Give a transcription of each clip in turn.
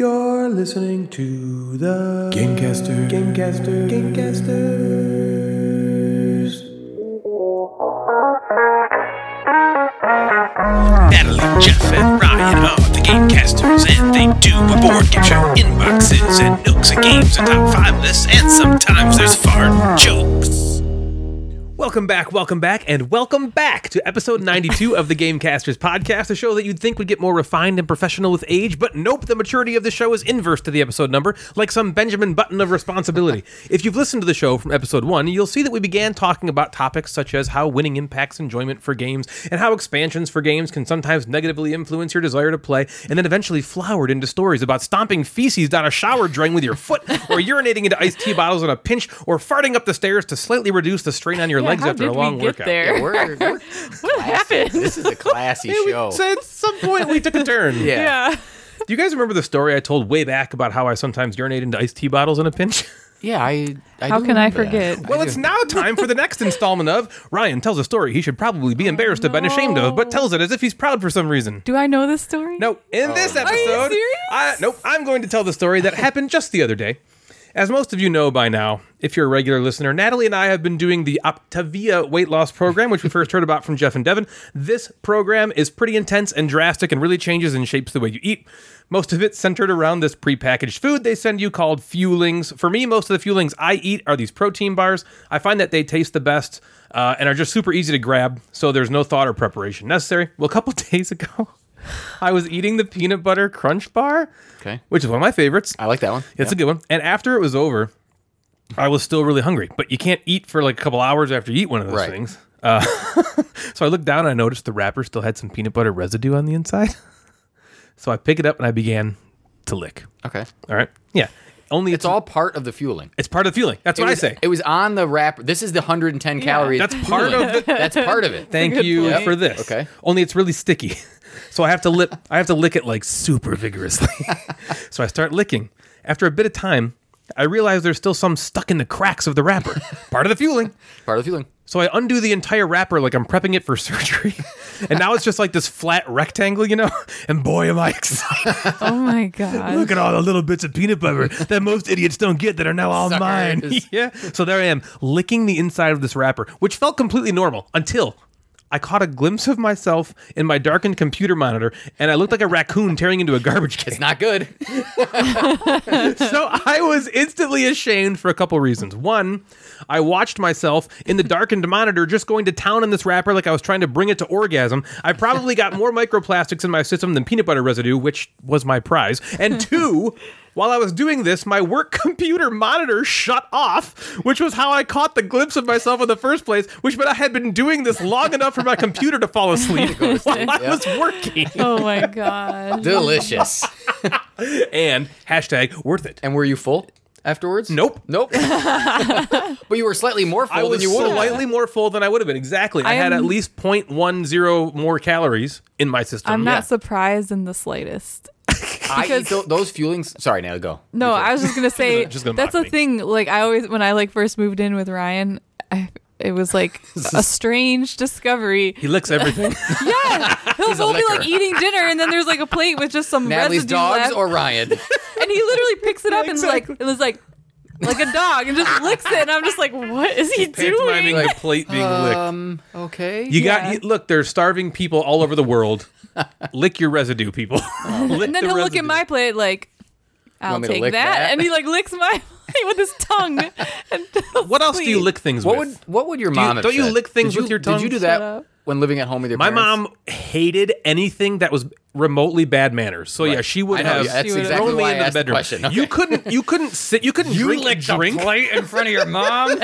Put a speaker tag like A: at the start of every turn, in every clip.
A: are listening to the Gamecaster. Gamecaster. Gamecasters.
B: Natalie, Jeff, and Ryan are the Gamecasters, and they do a board game show, inboxes, and nooks and games, and top five lists, and sometimes there's fart jokes.
C: Welcome back, welcome back, and welcome back to episode 92 of the Gamecasters podcast, a show that you'd think would get more refined and professional with age, but nope, the maturity of the show is inverse to the episode number, like some Benjamin Button of responsibility. if you've listened to the show from episode 1, you'll see that we began talking about topics such as how winning impacts enjoyment for games and how expansions for games can sometimes negatively influence your desire to play, and then eventually flowered into stories about stomping feces down a shower drain with your foot or urinating into iced tea bottles on a pinch or farting up the stairs to slightly reduce the strain on your legs
D: how
C: after
D: did
C: a long
D: we get
C: workout.
D: there?
E: We're, we're
D: what happened?
E: this is a classy
C: Yeah, we-
E: show.
C: so at some point we took a turn.
E: Yeah.
D: Yeah.
C: Do you guys remember the story I told way back about how I sometimes urinate into iced tea bottles in a pinch?
E: yeah, I. I
D: How
E: do
D: can I
E: remember
D: forget?
E: That.
C: well, it's
E: do.
C: now time for the next installment of Ryan tells a story he should probably
D: Oh,
C: be embarrassed of and ashamed of, but tells it as if he's proud for some reason.
D: Do I know this story?
C: Oh, No, in this episode,
D: you serious?
C: I, nope. I'm going to tell the story that happened just the other day. As most of you know by now, if you're a regular listener, Natalie and I have been doing the Optavia weight loss program, which we first heard about from Jeff and Devin. This program is pretty intense and drastic and really changes and shapes the way you eat. Most of it centered around this prepackaged food they send you called fuelings. For me, most of the fuelings I eat are these protein bars. I find that they taste the best uh, and are just super easy to grab, so there's no thought or preparation necessary. Well, a couple days ago, I was eating the peanut butter crunch bar,
E: Okay.
C: which is one of my favorites.
E: I like that one.
C: It's a good one. And after it was over, I was still really hungry, but you can't eat for like a couple hours after you eat one of those
E: Right.
C: things. Uh, so I looked down and I noticed the wrapper still had some peanut butter residue on the inside. so I pick it up and I began to lick.
E: Okay.
C: All right. Yeah. Only
E: It's all part of the fueling.
C: it's part of the fueling. That's
E: it
C: what
E: was,
C: I say.
E: It was on the wrapper. This is the 110 calories.
C: That's part of the-
E: That's part of it.
C: Thank you
E: point.
C: for this.
E: Okay.
C: Only it's really sticky. So I have to lip I have to lick it like super vigorously. so I start licking. After a bit of time, I realize there's still some stuck in the cracks of the wrapper. Part of the fueling.
E: Part of the fueling.
C: So I undo the entire wrapper like I'm prepping it for surgery. And now it's just like this flat rectangle, you know? And boy am I excited.
D: Oh my god.
C: Look at all the little bits of peanut butter that most idiots don't get that are now all mine.
E: Suckers.
C: yeah. So there I am, licking the inside of this wrapper, which felt completely normal until I caught a glimpse of myself in my darkened computer monitor, and I looked like a raccoon tearing into a garbage can.
E: It's not good.
C: So I was instantly ashamed for a couple reasons. One, I watched myself in the darkened monitor just going to town on this wrapper like I was trying to bring it to orgasm. I probably got more microplastics in my system than peanut butter residue, which was my prize. And two, while I was doing this, my work computer monitor shut off, which was how I caught the glimpse of myself in the first place, which meant I had been doing this long enough for my computer to fall asleep while I was working.
D: Oh my god.
E: Delicious.
C: And hashtag worth it.
E: And were you full afterwards?
C: Nope.
E: Nope. but you were slightly more full
C: I
E: than
C: was
E: you would have.
C: slightly more full than I would have been. Exactly. I,
D: I
C: had
D: am-
C: at least 0.10 more calories in my system.
D: I'm not
C: Yeah.
D: surprised in the slightest.
E: I eat tho- those fuelings. Sorry, now go.
D: No, I was just gonna say
C: Just gonna
D: that's
C: mock
D: the
C: me.
D: thing. Like I always when I like first moved in with Ryan, I, it was like a strange discovery.
C: He licks everything.
D: Yeah, he'll
E: a
D: we'll be like
E: licker.
D: eating dinner, and then there's like a plate with just some
E: Natalie's
D: residue
E: dogs
D: left,
E: or Ryan?
D: and he literally picks it up
C: Exactly.
D: and like it was like like a dog and just licks it, and I'm just like, what is he doing?
C: Pantomiming the plate being licked.
E: um. Okay.
C: You
D: yeah.
C: got you, look. There's starving people all over the world. lick your residue, people. Lick
D: And then
C: the
D: he'll look at
C: residue.
D: my plate like, I'll
E: want me to
D: take that.
E: lick that?
D: And he like licks my plate with his tongue. And
C: What else do you lick things
E: What
C: with?
E: would what would your
C: you-
E: mom? have
C: don't you
E: said?
C: lick things
E: Did you-
C: with your tongue?
E: Did you do
C: Shut
E: that
D: up.
E: when living at home with your
C: my
E: parents?
C: mom hated anything that was remotely bad manners. So yeah, she would
E: I know,
C: have
E: yeah, that's
C: thrown
E: exactly
C: me
E: why I
C: into the
E: asked the
C: bedroom.
E: question. Okay.
C: You couldn't. You couldn't sit. You couldn't drink a drink.
F: plate in front of your mom?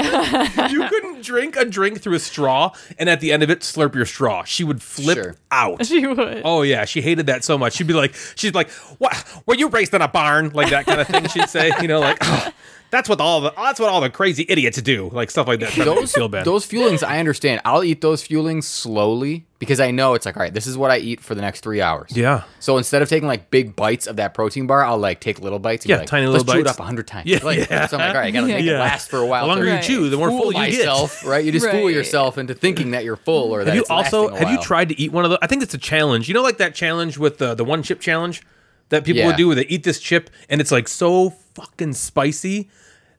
C: you couldn't drink a drink through a straw and at the end of it slurp your straw. She would flip
E: Sure.
C: out.
D: she would.
C: Oh yeah, she hated that so much. She'd be like, she'd be like, "What? Were you raised in a barn?" Like that kind of thing. She'd say, you know, like, "Ugh, "That's what all the that's what all the crazy idiots do." Like stuff like that. That made me
E: those
C: feel bad.
E: those fuelings I understand. I'll eat those fuelings slowly because I know it's like all right. This is what I eat for the next three hours.
C: Yeah.
E: So instead of taking like big bites of that protein bar, I'll like take little bites. And be
C: Yeah,
E: like,
C: tiny
E: Let's
C: little
E: chew it
C: bites.
E: up a hundred times.
C: Yeah,
E: Like,
C: yeah.
E: So I'm like, all right, I gotta make
C: Yeah.
E: it last for a while.
C: the longer
E: to
C: you chew, the more full
E: fool
C: you get.
E: myself, right? You just fool
D: Right.
E: yourself into thinking that you're full or that
C: Have you
E: it's
C: also
E: lasting a
C: have you
E: while.
C: tried to eat one of those? I think it's a challenge. You know, like that challenge with the the one chip challenge. that people
E: Yeah.
C: would do where they eat this chip and it's like so fucking spicy.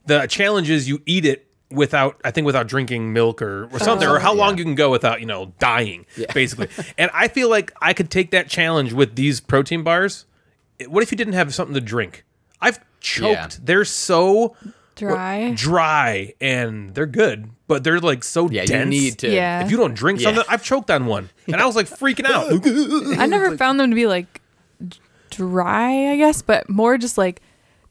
C: The challenge is you eat it without, I think, without drinking milk or, or something,
E: Oh,
C: or how long you can go without, you know, dying, basically. and I feel like I could take that challenge with these protein bars. It- What if you didn't have something to drink? I've choked.
E: Yeah.
C: They're so
D: Dry.
C: dry and they're good, but they're like so
E: Yeah,
C: dense.
E: you need to.
D: Yeah.
C: If you don't drink
E: Yeah.
C: something, I've choked on one, and I was like freaking out.
D: I never found them to be like d- dry, I guess, but more just like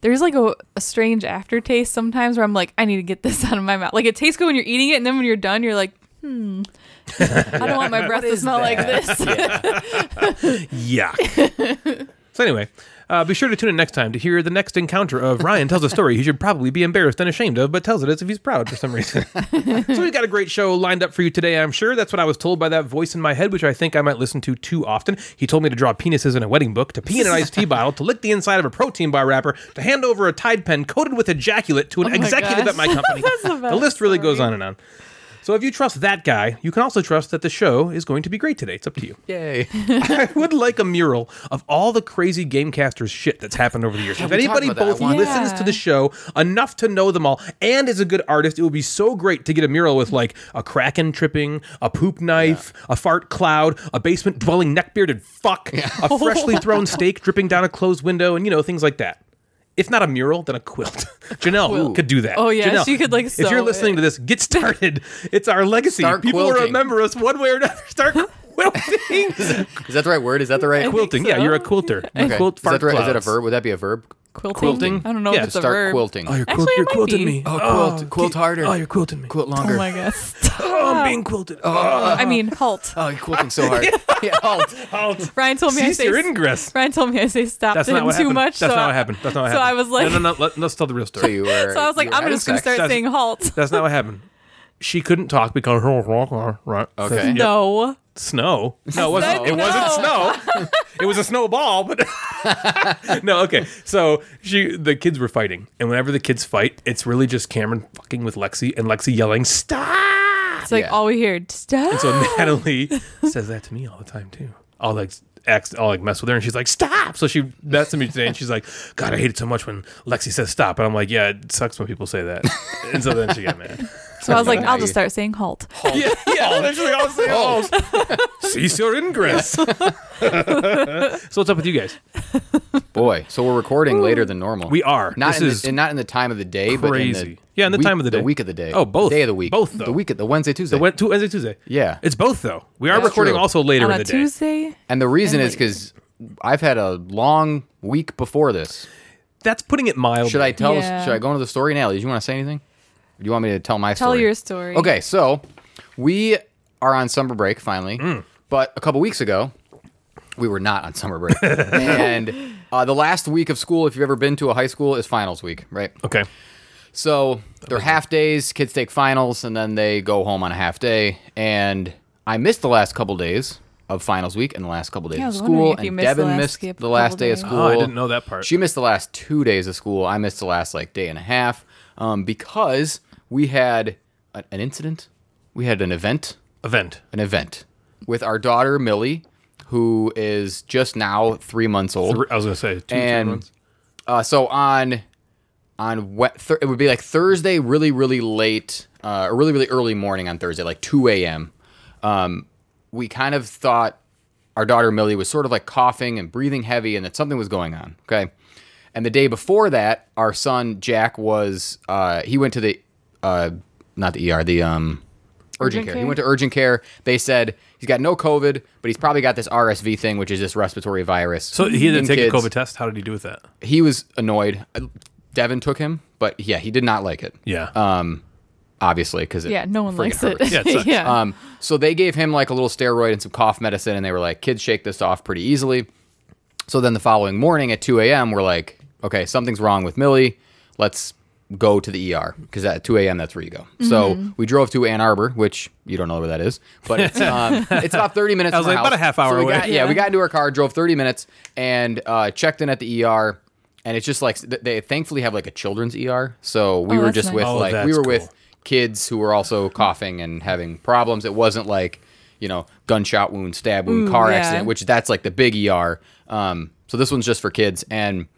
D: there's like a, a strange aftertaste sometimes where I'm like, I need to get this out of my mouth. Like it tastes good when you're eating it, and then when you're done, you're like, hmm, I don't want my breath to smell like this.
C: Yuck. so anyway, uh, be sure to tune in next time to hear the next encounter of Ryan tells a story he should probably be embarrassed and ashamed of, but tells it as if he's proud for some reason. so we've got a great show lined up for you today, I'm sure. That's what I was told by that voice in my head, which I think I might listen to too often. He told me to draw penises in a wedding book, to pee in an iced tea bottle, to lick the inside of a protein bar wrapper, to hand over a Tide pen coated with ejaculate to an
D: Oh my
C: executive
D: gosh.
C: at my company.
D: the
C: the
D: best
C: list really goes
D: story.
C: on and on. So if you trust that guy, you can also trust that the show is going to be great today. It's up to you.
E: Yay.
C: I would like a mural of all the crazy Gamecasters shit that's happened over the years. if
E: we talked
C: anybody
E: about that. I
C: both
E: want-
C: listens
D: Yeah.
C: to the show enough to know them all and is a good artist, it would be so great to get a mural with like a kraken tripping, a poop knife, a fart cloud, a basement dwelling neck bearded fuck, a freshly thrown steak dripping down a closed window, and you know, things like that. If not a mural, then a quilt. Janelle could do that.
D: Oh, yeah,
C: Janelle,
D: she could, like,
C: If
D: sew
C: you're
D: it.
C: listening to this, get started. It's our legacy.
E: Start
C: People will
E: quilting.
C: remember us one way or another. Start quilting.
E: Is that the right word? Is that the right
C: quilting. Yeah, you're a quilter. You
E: Okay.
C: quilt
E: is, that
C: fart
E: the right, is that a
C: clouds.
E: verb? Would that be a verb?
D: Quilting?
E: Quilting?
D: I don't know
C: Yeah,
D: if it's a
E: Start
D: verb.
E: quilting.
C: Oh, you're, quilt,
D: Actually, it
C: you're
D: might
C: quilting
D: be.
C: me.
E: Oh, quilt, quilt harder.
C: Oh, you're quilting me.
E: Quilt longer.
D: Oh my gosh.
C: Oh, I'm being quilted. Oh,
D: I mean, halt.
E: Oh, you're quilting so hard. yeah, oh, halt.
D: Ryan told me I
C: cease
D: say
C: your ingress.
D: Ryan told me I say stop
C: That's
D: to
C: not
D: him
C: what
D: too
C: happened.
D: much.
C: That's
D: so
C: not
D: I-
C: what happened. That's not what
D: so
C: happened.
D: I was like-
C: no, no, no. Let, let's tell the real
E: So
C: story.
E: you were,
D: So I was like,
E: you were
D: I'm
E: having
D: just gonna
E: sex.
D: start
C: That's-
D: saying halt.
C: That's not what happened. She couldn't talk because right.
E: Okay.
C: Yep.
D: No.
C: Snow. No, it wasn't.
D: That's-
C: It wasn't snow. it was a snowball, but no. Okay, so she the kids were fighting, and whenever the kids fight, it's really just Cameron fucking with Lexi and Lexi yelling stop.
D: It's like
E: Yeah.
D: all we hear. Stop.
C: So Natalie says that to me all the time too. I'll like act, I'll like mess with her, and she's like, "Stop!" So she messaged me today, and she's like, "God, I hate it so much when Lexi says stop," and I'm like, "Yeah, it sucks when people say that." And so then she got mad.
D: So I was like,
E: Yeah.
D: I'll just start saying halt.
C: yeah, yeah. Literally, I'll say, "Oh, cease your ingress." so what's up with you guys?
E: Boy, so we're recording later than normal.
C: We are.
E: Not
C: This
E: in
C: is
E: the, and not in the time of the day, but in
C: crazy.
E: the
C: Yeah, in the
E: week-
C: time of the day.
E: the week of the day.
C: Oh, both.
E: day of the week,
C: Both, though.
E: the week, the Wednesday, Tuesday,
C: Wed- Tu- Wednesday, Tuesday.
E: Yeah.
C: it's both though. We are
E: That's
C: recording
E: true.
C: also later
D: On
C: in the
D: a
C: day.
D: Tuesday.
E: and the reason is
D: later.
E: because I've had a long week before this.
C: That's putting it mildly.
E: Should I tell?
D: Yeah.
E: Should I go into the story now? Do you want to say anything? Or do you want me to tell my
D: Tell
E: story?
D: your story.
E: Okay, so we are on summer break finally, but a couple weeks ago we were not on summer break, and uh, the last week of school, if you've ever been to a high school, is finals week, right?
C: Okay.
E: So they're half days. Kids take finals, and then they go home on a half day. And I missed the last couple days of finals week and the last couple days
D: Yeah, I
E: of
D: was wondering
E: school.
D: if you
E: and
D: missed the
E: Devin
D: last
E: missed
D: skip
E: the last
D: couple
E: day of
D: days.
E: school.
C: Oh, I didn't know that part.
E: She missed the last two days of school. I missed the last like day and a half um, because we had a- an incident. We had an event
C: Event.
E: an event with our daughter Millie, who is just now three months old.
C: I was gonna say two, three
E: and
C: months.
E: Uh, so on on what th- it would be like Thursday, really really late, uh, or really really early morning on Thursday, like two a.m. Um, we kind of thought our daughter Millie was sort of like coughing and breathing heavy, and that something was going on. Okay. And the day before that, our son Jack was uh, he went to the uh, not the ER, the um, urgent,
D: Urgent
E: care. He
D: care?
E: went to urgent care. They said he's got no COVID, but he's probably got this RSV thing, which is this respiratory virus.
C: So he
E: in
C: didn't take
E: kids.
C: a COVID test. How did he do with that?
E: He was annoyed. Devin took him, but yeah, he did not like it.
C: Yeah.
E: Um, obviously, because
D: Yeah, no one likes it.
C: Yeah, it sucks.
E: Um, so they gave him like a little steroid and some cough medicine, and they were like, "Kids shake this off pretty easily." So then the following morning at 2 a.m., we're like, "Okay, something's wrong with Millie. Let's go to the ER because at 2 a.m. that's where you go."
C: Mm-hmm.
E: So we drove to Ann Arbor, which you don't know where that is, but it's, um, it's about 30 minutes.
C: I was
E: from
C: like,
E: our
C: about a
E: house.
C: half hour
E: So we
C: away.
E: got- yeah, we got into our car, drove 30 minutes, and uh, checked in at the ER. And it's just like th- they thankfully have like a children's ER, so we
D: Oh,
E: were
D: that's
E: just
D: nice.
E: with
C: Oh,
E: like we
C: that's
E: were
C: cool.
E: with kids who were also coughing and having problems. It wasn't like, you know, gunshot wound, stab wound,
D: Ooh,
E: car
D: yeah.
E: accident, which that's like the big ER. E Um, So this one's just for kids. And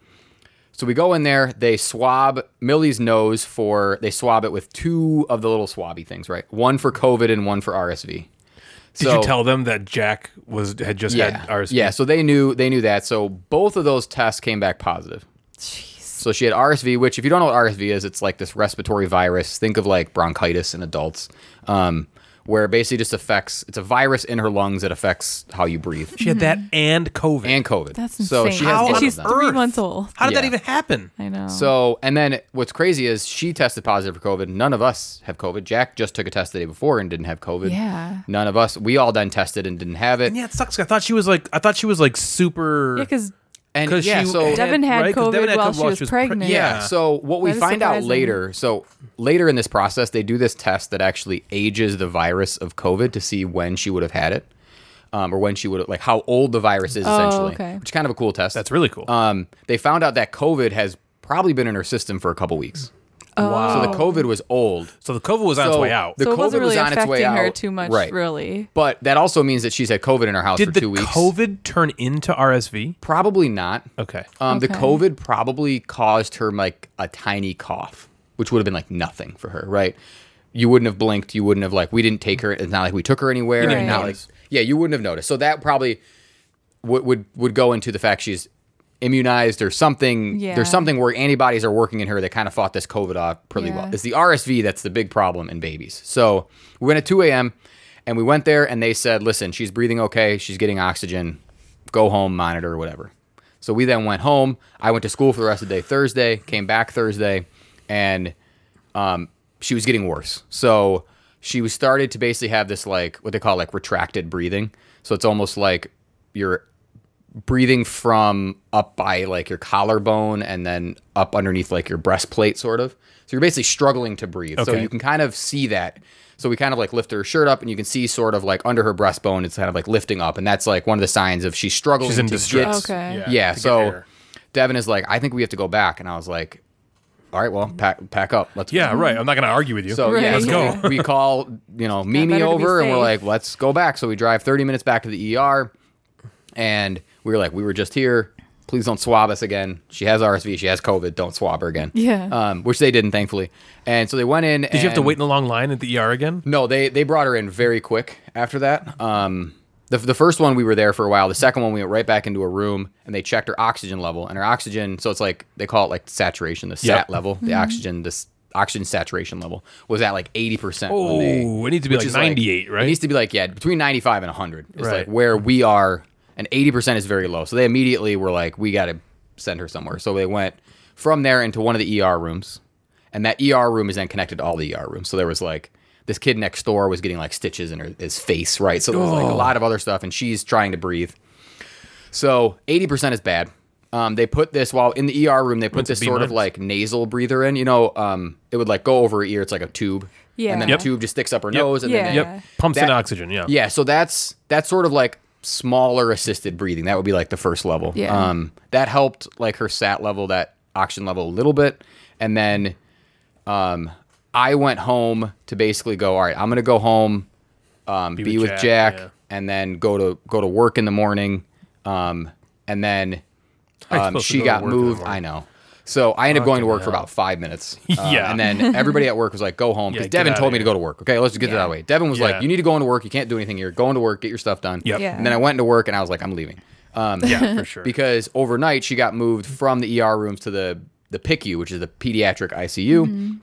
E: so we go in there. They swab Millie's nose for they swab it with two of the little swabby things, right? One for COVID and one for RSV.
C: Did you tell them that Jack was had just
E: Yeah,
C: had RSV?
E: yeah. So they knew they knew that. So both of those tests came back positive. So she had RSV, which if you don't know what RSV is, it's like this respiratory virus. Think of like bronchitis in adults, um, where it basically just affects. It's a virus in her lungs that affects how you breathe
C: She had that and COVID.
E: and COVID.
D: That's insane.
E: so she has
C: How
E: both
D: and
E: of
C: on
D: she's
E: them.
D: Mm-hmm. three
C: earth?
D: months old.
C: How did that
E: Yeah.
C: even happen?
D: I know.
E: So, and then what's crazy is she tested positive for COVID. None of us have COVID. Jack just took a test the day before and didn't have COVID.
D: Yeah.
E: None of us. We all then tested and didn't have it.
C: Yeah, it sucks. I thought she was like I thought she was like super
D: because
E: And
C: 'Cause
E: yeah,
C: she-
E: so
C: Dev-
D: Devin had
C: right? 'Cause
D: COVID
C: Devin had
D: while
C: COVID
D: she
C: while
D: was
C: she was preg-
D: pregnant.
E: yeah.
C: Yeah.
E: So what we
D: That is
E: find out
D: surprising.
E: later, so later in this process, they do this test that actually ages the virus of COVID to see when she would have had it, um, or when she would have like how old the virus is essentially,
D: Oh, okay.
E: which is kind of a cool test.
C: that's really cool.
E: Um, they found out that COVID has probably been in her system for a couple weeks.
D: Oh,
C: wow.
E: So the COVID was old.
C: So the COVID was on its
E: So
C: way out.
E: the
D: so it wasn't
E: COVID was
D: really
E: on its
D: affecting
E: way
D: her
E: out.
D: too much,
E: Right.
D: really.
E: But that also means that she's had COVID in her house
C: Did
E: for
C: the
E: two weeks.
C: COVID turn into RSV?
E: Probably not.
C: Okay.
E: Um, The
D: Okay.
E: COVID probably caused her like a tiny cough, which would have been like nothing for her, right? You wouldn't have blinked. You wouldn't have like we didn't take her. It's not like we took her anywhere.
D: didn't
E: and not like-
C: notice.
E: yeah, you wouldn't have noticed. So that probably would would would go into the fact she's immunized or something.
D: Yeah.
E: There's something where antibodies are working in her that kind of fought this COVID off pretty
D: Yeah.
E: well. It's the RSV that's the big problem in babies. So we went at 2 a.m. and we went there and they said, listen, she's breathing okay. She's getting oxygen. Go home, monitor, or whatever. So we then went home. I went to school for the rest of the day Thursday, came back Thursday, and um, she was getting worse. So she was started to basically have this like what they call like retracted breathing. So it's almost like you're breathing from up by like your collarbone and then up underneath like your breastplate sort of. So you're basically struggling to breathe. So
C: Okay.
E: you can kind of see that. So we kind of like lift her shirt up and you can see sort of like under her breastbone it's kind of like lifting up and that's like one of the signs of she's struggling
C: She's in
E: to
C: distress.
E: get-
D: Okay.
E: Yeah,
C: to get
E: so
C: air.
E: Devin is like I think we have to go back and I was like all right, well, pack pack up. Let's go.
C: Yeah, right. I'm not gonna argue with you.
E: So
D: Right.
E: yeah,
C: let's go.
E: We call you know Mimi
D: better to be
E: over, and we're
D: safe.
E: like, let's go back. So we drive 30 minutes back to the ER, and we were like, we were just here. Please don't swab us again. She has RSV. She has COVID. Don't swab her again.
D: Yeah.
E: Um, which they didn't, thankfully. And so they went in.
C: Did you have to wait in a long line at the ER again?
E: No, they they brought her in very quick after that. Um, the, the first one we were there for a while. The second one we went right back into a room and they checked her oxygen level and her oxygen. So it's like they call it like saturation, the sat
C: Yep.
E: level, the oxygen, this oxygen saturation level was at like eighty percent.
C: Oh, it needs to be like 98, right?
E: It needs to be like yeah, between ninety five and hundred. It's
C: Right.
E: like where we are, and eighty percent is very low. So they immediately were like, we got to send her somewhere. So they went from there into one of the ER rooms, and that ER room is then connected to all the ER rooms. So there was like this kid next door was getting like stitches in her, his face, right? So there was
C: Oh.
E: like a lot of other stuff, and she's trying to breathe. So eighty percent is bad. Um, they put this while in the ER room. They put
C: a
E: this sort of
C: B-minus?
E: like nasal breather in. You know, um, it would like go over her ear. It's like a tube,
D: Yeah.
E: and then
D: Yep.
E: the tube just sticks up her nose, and then
D: Yeah.
E: it-
C: Yep. Pumps in
E: That-
C: oxygen. Yeah.
E: yeah, so that's that's sort of like smaller assisted breathing. That would be like the first level.
D: Yeah.
E: Um, that helped like her sat level, that oxygen level a little bit, and then um, I went home to basically go. All right, I'm gonna go home, um, be, with,
C: with
E: Jack,
C: Jack, yeah.
E: and then go to go to work in the morning, um, and then
C: you
E: um,
C: supposed to
E: she
C: go to
E: got
C: work in the
E: moved.
C: morning?
E: I know. So I ended up going to work for about five minutes. uh,
C: Yeah.
E: And then everybody at work was like, go home.
C: Yeah,
E: Because
C: get
E: Devin
C: outta
E: told me
C: here.
E: to go to work. Okay, let's just get it that way. Devin was
C: Yeah.
E: like, you need to go into work. You can't do anything here. Go into work, get your stuff done.
C: Yep.
D: Yeah.
E: And then I went into work and I was like, I'm leaving. Um,
C: Yeah, for sure.
E: because overnight she got moved from the ER rooms to the the PICU, which is the pediatric ICU.
C: Mm-hmm.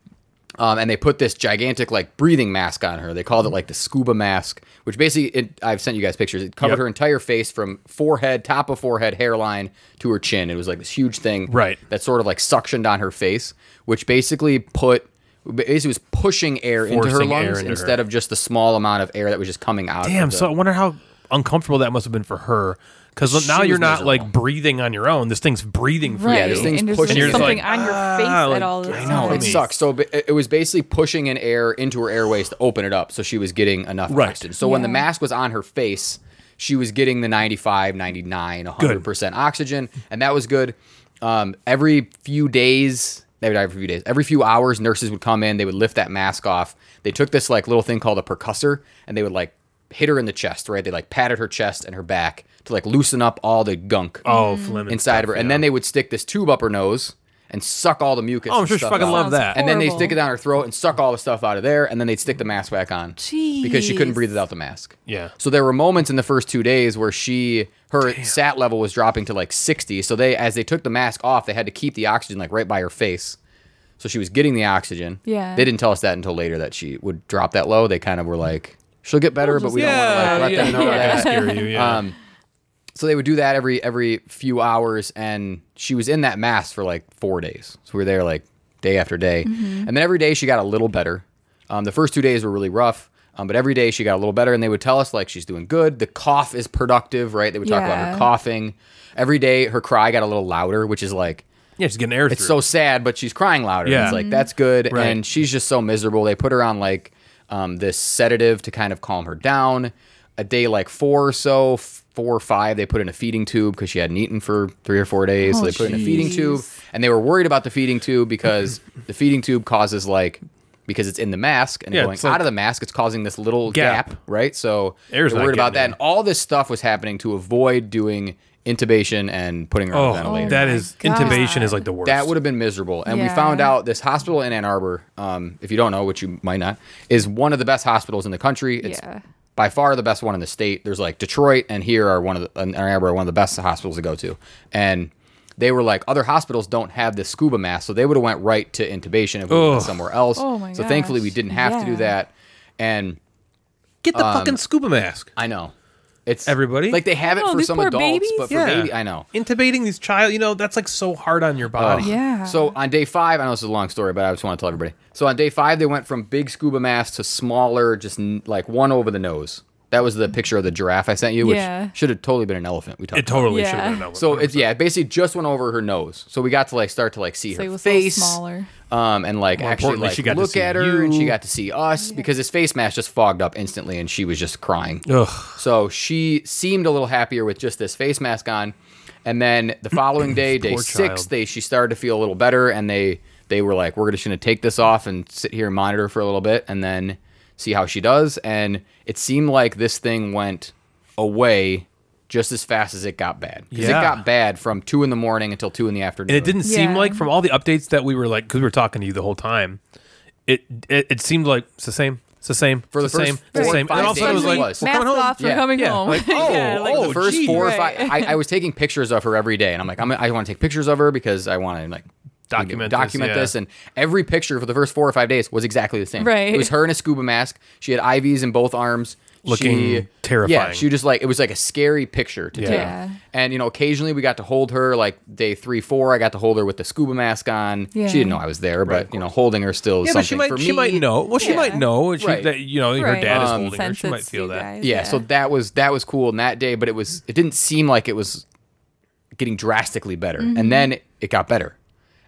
E: Um, and they put this gigantic like breathing mask on her. They called it like the scuba mask, which basically it, I've sent you guys pictures. It covered
C: Yep.
E: her entire face from forehead, top of forehead, hairline to her chin. It was like this huge thing,
C: Right.
E: That sort of like suctioned on her face, which basically put basically was pushing air into her
C: Forcing air
E: lungs
C: into her.
E: instead of just the small amount of air that was just coming out.
C: Damn.
E: of the,
C: So I wonder how uncomfortable that must have been for her. Because
E: She
C: now you're
E: was
C: not like
E: miserable.
C: breathing on your own. This thing's breathing for
D: Right.
E: this
C: you.
E: thing- thing's
D: and there's
E: pushing
D: like
C: you.
D: something
C: Like,
D: on your
C: ah,
D: face
C: like,
D: at all the
C: I
D: time.
C: know,
E: it
C: me.
E: sucks. So ba- it it was basically pushing in air into her airways to open it up so she was getting enough
C: Right.
E: oxygen. So when the
D: Yeah.
E: mask was on her face, she was getting the 95, 99, 100% oxygen, and that was good. Um, every few days, maybe not every few days, every few hours, nurses would come in, they would lift that mask off. They took this like little thing called a percussor and they would like hit her in the chest, right? They like patted her chest and her back to like loosen up all the gunk
C: Oh, Fleming.
E: Mm-hmm. inside of her, and then they would stick this tube up her nose and suck all the mucus.
C: Oh, I'm
E: and
C: sure she
E: stuff
C: fucking
E: out.
C: loved that.
E: And then they
D: Horrible.
E: stick it down her throat and suck all the stuff out of there, and then they'd stick the mask back on because she couldn't
D: Jeez.
E: breathe without the mask.
C: Yeah.
E: So there were moments in the first two days where she her sat level was dropping to like 60. So they as they took the mask off, they had to keep the oxygen like right by her face. So she was getting the oxygen.
D: Yeah.
E: They didn't tell us that until later that she would drop that low. They kind of were like, she'll get better, but we
C: yeah,
E: don't want to like, let
C: yeah,
E: them know
C: yeah.
E: that.
C: Scare you, yeah.
E: Um, so they would do that every every few hours, and she was in that mask for like four days. So we were there like day after day, and then every day she got a little better. Um, the first two days were really rough, um, but every day she got a little better, and they would tell us like she's doing good. The cough is productive, right? They would talk about her
D: Yeah.
E: coughing. Every day her cry got a little louder, which is like
C: yeah, she's getting air
E: it's
C: through.
E: so sad, but she's crying louder.
C: Yeah.
E: It's like that's good,
C: Right.
E: and she's just so miserable. They put her on like um, this sedative to kind of calm her down. A day like four or so, f- four or five, they put in a feeding tube because she hadn't eaten for three or four days. so
D: Oh,
E: they put in a feeding
D: jeez.
E: tube, and they were worried about the feeding tube because the feeding tube causes like because it's in the mask and
C: Yeah,
E: going
C: it's like-
E: out of the mask, it's causing this little
C: Gap.
E: gap, right? So
C: Air's
E: they're
C: not
E: worried
C: getting
E: about that,
C: in.
E: and all this stuff was happening to avoid doing intubation and putting her on a
C: oh,
E: ventilator.
C: that is
D: God.
C: intubation is like the worst.
E: That would have been miserable. And we
D: Yeah.
E: found out this hospital in Ann Arbor, um, if you don't know, which you might not, is one of the best hospitals in the country. It's
D: Yeah.
E: by far the best one in the state. There's like Detroit and here are one of the, and Ann Arbor are one of the best hospitals to go to. And they were like, other hospitals don't have this scuba mask, so they would have went right to intubation if we went
C: Ugh.
E: to somewhere else.
D: Oh my
E: so thankfully
D: gosh.
E: we didn't have to do
D: Yeah.
E: that. And
C: get the
E: um,
C: fucking scuba mask.
E: I know. It's
C: Everybody?
E: like they have it
D: Oh,
E: for
D: these
E: some
D: poor
E: adults,
D: babies?
E: but for
C: Yeah,
E: baby, I know.
C: Intubating these child, you know, that's like so hard on your
E: Oh.
C: body.
D: Yeah.
E: So on day five, I know this is a long story, but I just want to tell everybody. So on day five, they went from big scuba masks to smaller, just n- like one over the nose. That was the picture of the giraffe I sent you, which
D: Yeah.
E: should have totally been an elephant. We talked.
C: It totally
D: Yeah.
C: should have been. an
E: about. So
C: elephant.
E: it's yeah, it basically just went over her nose. So we got to like start to like see
D: So it
E: her
D: was a little
E: face,
D: smaller.
E: um, and like
C: More
E: actually
C: importantly,
E: like
C: she got to
E: look
C: see
E: at her, and
C: you.
E: she got to see us because his face mask just fogged up instantly, and she was just crying.
C: Ugh.
E: So she seemed a little happier with just this face mask on. And then the following day, day
C: Poor
E: six,
C: child.
E: they she started to feel a little better, and they they were like, "We're just gonna take this off and sit here and monitor for a little bit, and then see how she does." And it seemed like this thing went away just as fast as it got bad because
C: Yeah.
E: it got bad from two in the morning until two in the afternoon.
C: And it didn't seem
D: Yeah.
C: like from all the updates that we were like, because we were talking to you the whole time, it it, it seemed like it's the same, it's the same,
E: For
C: it's
E: the first
C: same, it's the
E: four,
C: same.
E: five
C: And also it was
E: days
C: like,
E: it
D: Suddenly,
E: was.
C: we're coming
D: mask
C: home.
D: off, we're
E: Yeah.
D: coming
C: Yeah.
D: home.
C: Like,
E: Oh,
D: Yeah, like-
E: oh,
C: the
E: the first
C: gee,
E: four or
D: right.
E: five. I, I was taking pictures of her every day, and I'm like, I'm, I want to take pictures of her because I want to like
C: Document this,
E: document
C: yeah.
E: this. And every picture for the first four or five days was exactly the same.
D: Right.
E: It was her in a scuba mask. She had IVs in both arms.
C: Looking
E: she, Yeah,
C: terrifying.
E: she just like it was like a scary picture to take.
D: Yeah.
E: And you know, occasionally we got to hold her. Like day three, four, I got to hold her with the scuba mask on.
D: Yeah.
E: She didn't know I was there, but you know, holding her still is
C: Yeah, but she
E: something
C: might
E: for me.
C: she might know. Well, she
D: Yeah.
C: might know. and She,
E: Right.
C: that, you know, her
D: Right.
C: dad is
D: Um,
C: holding her. She
D: Sense
C: might
D: it's
C: feel
D: you
C: that.
D: guys,
E: yeah, so that was that was cool on that day but it was it didn't seem like it was getting drastically better and then it got better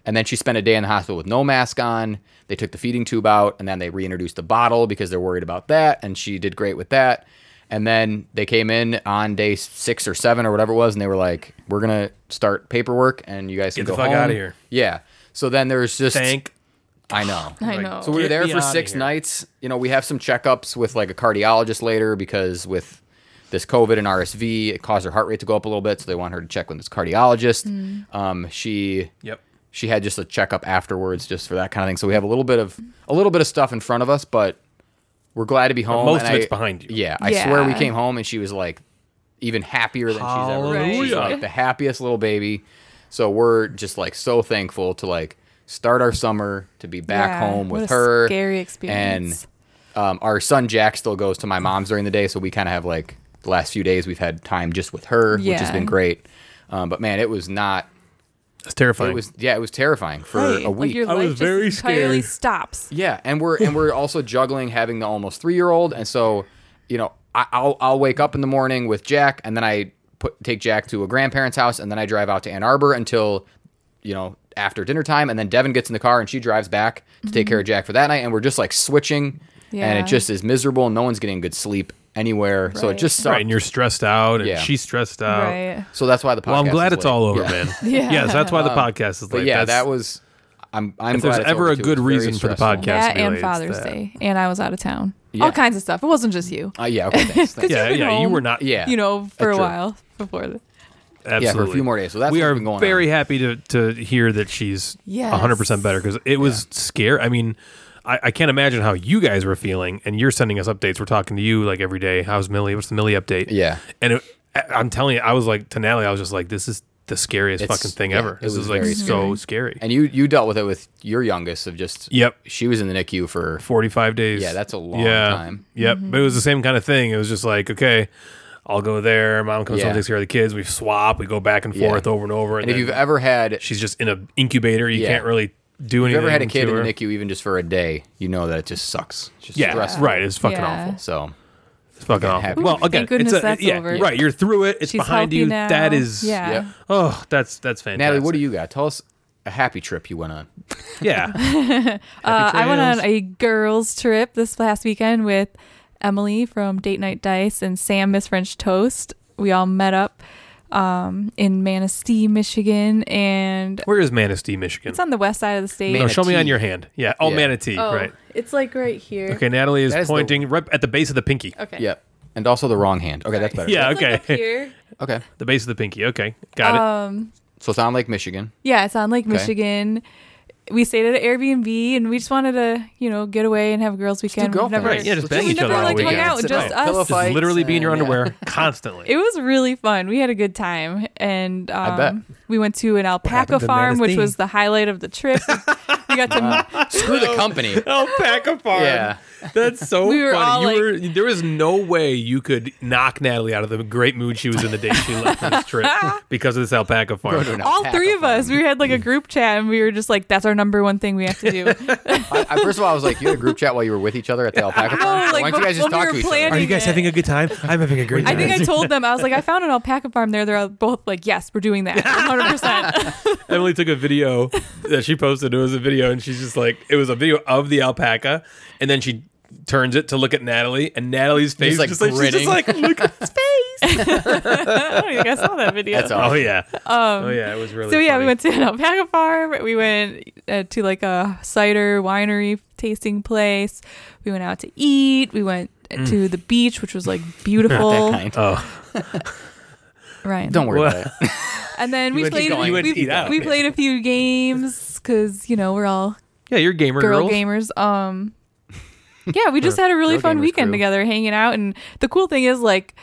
E: and then she spent a day in the hospital with no mask on they took the feeding tube out and then they reintroduced the bottle because they're worried about that and she did great with that and then they came in on day six or seven or whatever it was and they were like we're gonna start paperwork and you guys can
C: Get the
E: go
C: fuck
E: home."
C: outta here.
E: yeah so then there's just
C: Thank.
E: i know
D: I know.
E: so we were
C: Get
E: there
C: me
E: for
C: outta
E: six
C: here.
E: nights. You know, we have some checkups with like a cardiologist later because with this COVID and RSV, it caused her heart rate to go up a little bit. So they want her to check with this cardiologist. Um, she
C: Yep.
E: she had just a checkup afterwards, just for that kind of thing. So we have a little bit of a little bit of stuff in front of us, but we're glad to be home.
C: most
E: and
C: of
E: I-
C: it's behind you.
E: Yeah, I swear we
D: Yeah.
E: came home and she was like even happier than she's ever been. She's
C: Hallelujah.
E: like the happiest little baby. So we're just like so thankful to like start our summer to be back
D: Yeah,
E: home with
D: what a
E: her.
D: scary experience.
E: And um, our son Jack still goes to my mom's during the day, so we kind of have like the last few days we've had time just with her, which has
D: Yeah.
E: been great. Um, but man, it was not.
C: It's terrifying.
E: It was yeah, it was terrifying for
D: Right,
E: a
D: Like
E: week.
D: your
C: I
D: life
C: was
D: just
C: very
D: entirely
C: scared.
D: stops.
E: Yeah, and we're and we're also juggling having the almost three year old, and so you know I, I'll I'll wake up in the morning with Jack, and then I put take Jack to a grandparent's house, and then I drive out to Ann Arbor until you know after dinner time, and then Devin gets in the car and she drives back to take care of Jack for that night, and we're just like switching, and
D: Mm-hmm. Yeah.
E: it just is miserable, and no one's getting good sleep anywhere, so it
D: Right.
E: just sucks.
C: right, and you're stressed out, and
E: Yeah.
C: she's stressed out.
D: Right.
E: so that's why the podcast.
C: Well, I'm glad
E: is
C: it's
E: late.
C: all over,
E: Yeah. Um,
C: man.
D: Yeah.
C: Yes, that's why the podcast is
E: But
C: late.
E: yeah,
C: That's-
E: that was. I'm. I'm
C: If there's
E: glad it's
C: ever
E: over,
C: a
E: too.
C: good
E: It's very
C: reason for the
E: stressful.
C: podcast, to
D: That
C: be late,
D: and
C: it's
D: Father's
C: that.
D: Day, and I was out of town. all kinds of stuff. It wasn't just you.
E: Uh, yeah. Okay. Thanks. thanks.
C: Yeah,
D: you've been
C: yeah, you were
D: home,
C: not-
E: Yeah.
D: You know, for a
E: That's true.
D: while before. The,
C: Absolutely.
E: Yeah, for a few more days. So that's
C: we
E: what's
C: are
E: been going
C: very happy to to hear that she's
D: Yes.
C: hundred percent better because it was scare. I mean, I, I can't imagine how you guys were feeling, and you're sending us updates. We're talking to you like every day. How's Millie? What's the Millie update?
E: Yeah.
C: and it, I, I'm telling you, I was like to Natalie, I was just like, this is the scariest
E: It's-
C: fucking thing
E: yeah,
C: ever.
E: it
C: This
E: was
C: is like
E: very
C: so scary.
E: And you you dealt with it with your youngest of just.
C: Yep.
E: She was in the NICU for.
C: 45 days.
E: Yeah, that's a long time. Mm-hmm.
C: Yep. But it was the same kind of thing. It was just like, okay, I'll go there. Mom comes
E: Yeah.
C: home, takes care of the kids. We swap. We go back and
E: Yeah.
C: forth over and over.
E: And if
C: then
E: you've ever had, if
C: she's just in an incubator, you
E: Yeah.
C: can't really do anything.
E: you've ever had a
C: to
E: kid in the
C: her.
E: NICU even just for a day, you know that it just sucks. It's just
C: Yeah,
E: stressful.
C: right. It's fucking
D: Yeah.
C: awful.
E: So.
C: It's fucking
E: happy.
C: awful. Well, again,
D: Thank goodness
C: it's a,
D: that's
C: yeah,
D: over.
C: right. You're through it. It's
D: She's
C: behind
D: healthy
C: you.
D: now.
C: That is.
D: yeah.
E: Yep.
C: Oh, that's that's fantastic.
E: Natalie, what do you got? Tell us a happy trip you went on.
C: Yeah.
D: Uh, I went
C: trails.
D: on a girls' trip this last weekend with Emily from Date Night Dice and Sam Miss French Toast. We all met up um, in Manistee, Michigan, and
C: Where is Manistee, Michigan?
D: it's on the west side of the state.
C: no, show me
E: Manatee.
C: on your hand. Yeah. Oh,
E: Yeah.
C: Manatee.
D: Oh,
C: Right.
D: It's like right here.
C: Okay. Natalie is,
E: That is the-
C: pointing right at the base of the pinky.
D: Okay.
E: Yep. And also the wrong hand. Okay, that's better.
C: Yeah.
D: It's like
C: Okay.
D: up here.
E: Okay.
C: The base of the pinky. Okay, got
D: Oh.
E: So it's on Lake Michigan.
D: Yeah, it's on Lake Michigan. We stayed at an Airbnb and we just wanted to, you know, get away and have a girls' weekend. We've
E: girl
D: never,
C: it. Right, yeah, just
E: Let's
C: bang
E: do
C: each
D: never,
C: other all
D: like, hung
C: weekend.
D: out,
C: Sit
D: just
C: down.
D: us.
E: Pillow
C: Just
E: fights
C: literally be in your
E: and- yeah.
C: underwear constantly.
D: It was really fun. We had a good time, and um,
E: bet.
D: we went to an alpaca
C: happened to
D: farm, which
C: Manistee?
D: was the highlight of the trip. we got to
E: Screw the company.
C: Alpaca farm.
E: Yeah.
C: that's so
D: We were
C: funny.
D: all
C: you
D: like-
C: were, there was no way you could knock Natalie out of the great mood she was in the day she left on this trip because of this alpaca farm.
E: to an
D: all
E: alpaca
D: three of
E: farm.
D: us. We had like a group chat, and we were just like, "That's our number one thing we have to do."
E: I, I- first of all, I was like, you had a group chat while you were with each other at the alpaca farm.
D: Oh, like,
E: Why don't you guys
D: when
E: just
D: we
E: talk
D: were
E: to each
D: planning-
E: other?
A: Are you guys having a good time? I'm having a great
D: I
A: time.
D: think I told them I was like, "I found an alpaca farm there." They're both like, "Yes, we're doing that, 100." percent
C: Emily took a video that she posted. It was a video, and she's just like, it was a video of the alpaca, and then she turns it to look at Natalie, and Natalie's face
E: like,
C: just like she's just
E: grinning.
C: like, look at his face.
D: I don't think I saw that video.
E: That's
C: oh
E: all.
C: yeah, oh yeah, it was really.
D: Um, so yeah,
C: funny.
D: we went to an alpaca farm. We went uh, to like a cider winery tasting place. We went out to eat. We went
C: Mm.
D: to the beach, which was like
C: Oh,
D: beautiful.
E: That kind.
D: Ryan,
E: Don't worry
C: Well-
E: about it.
D: And then we
C: went to
D: played.
C: go- you went to
D: we,
C: eat out.
D: we played a few games because you know we're all
C: Yeah, you're gamer
D: girl
C: girls.
D: gamers. Um, yeah, we just had a really
E: Girl
D: fun
E: gamers
D: weekend
E: crew.
D: together, hanging out. And the cool thing is, like,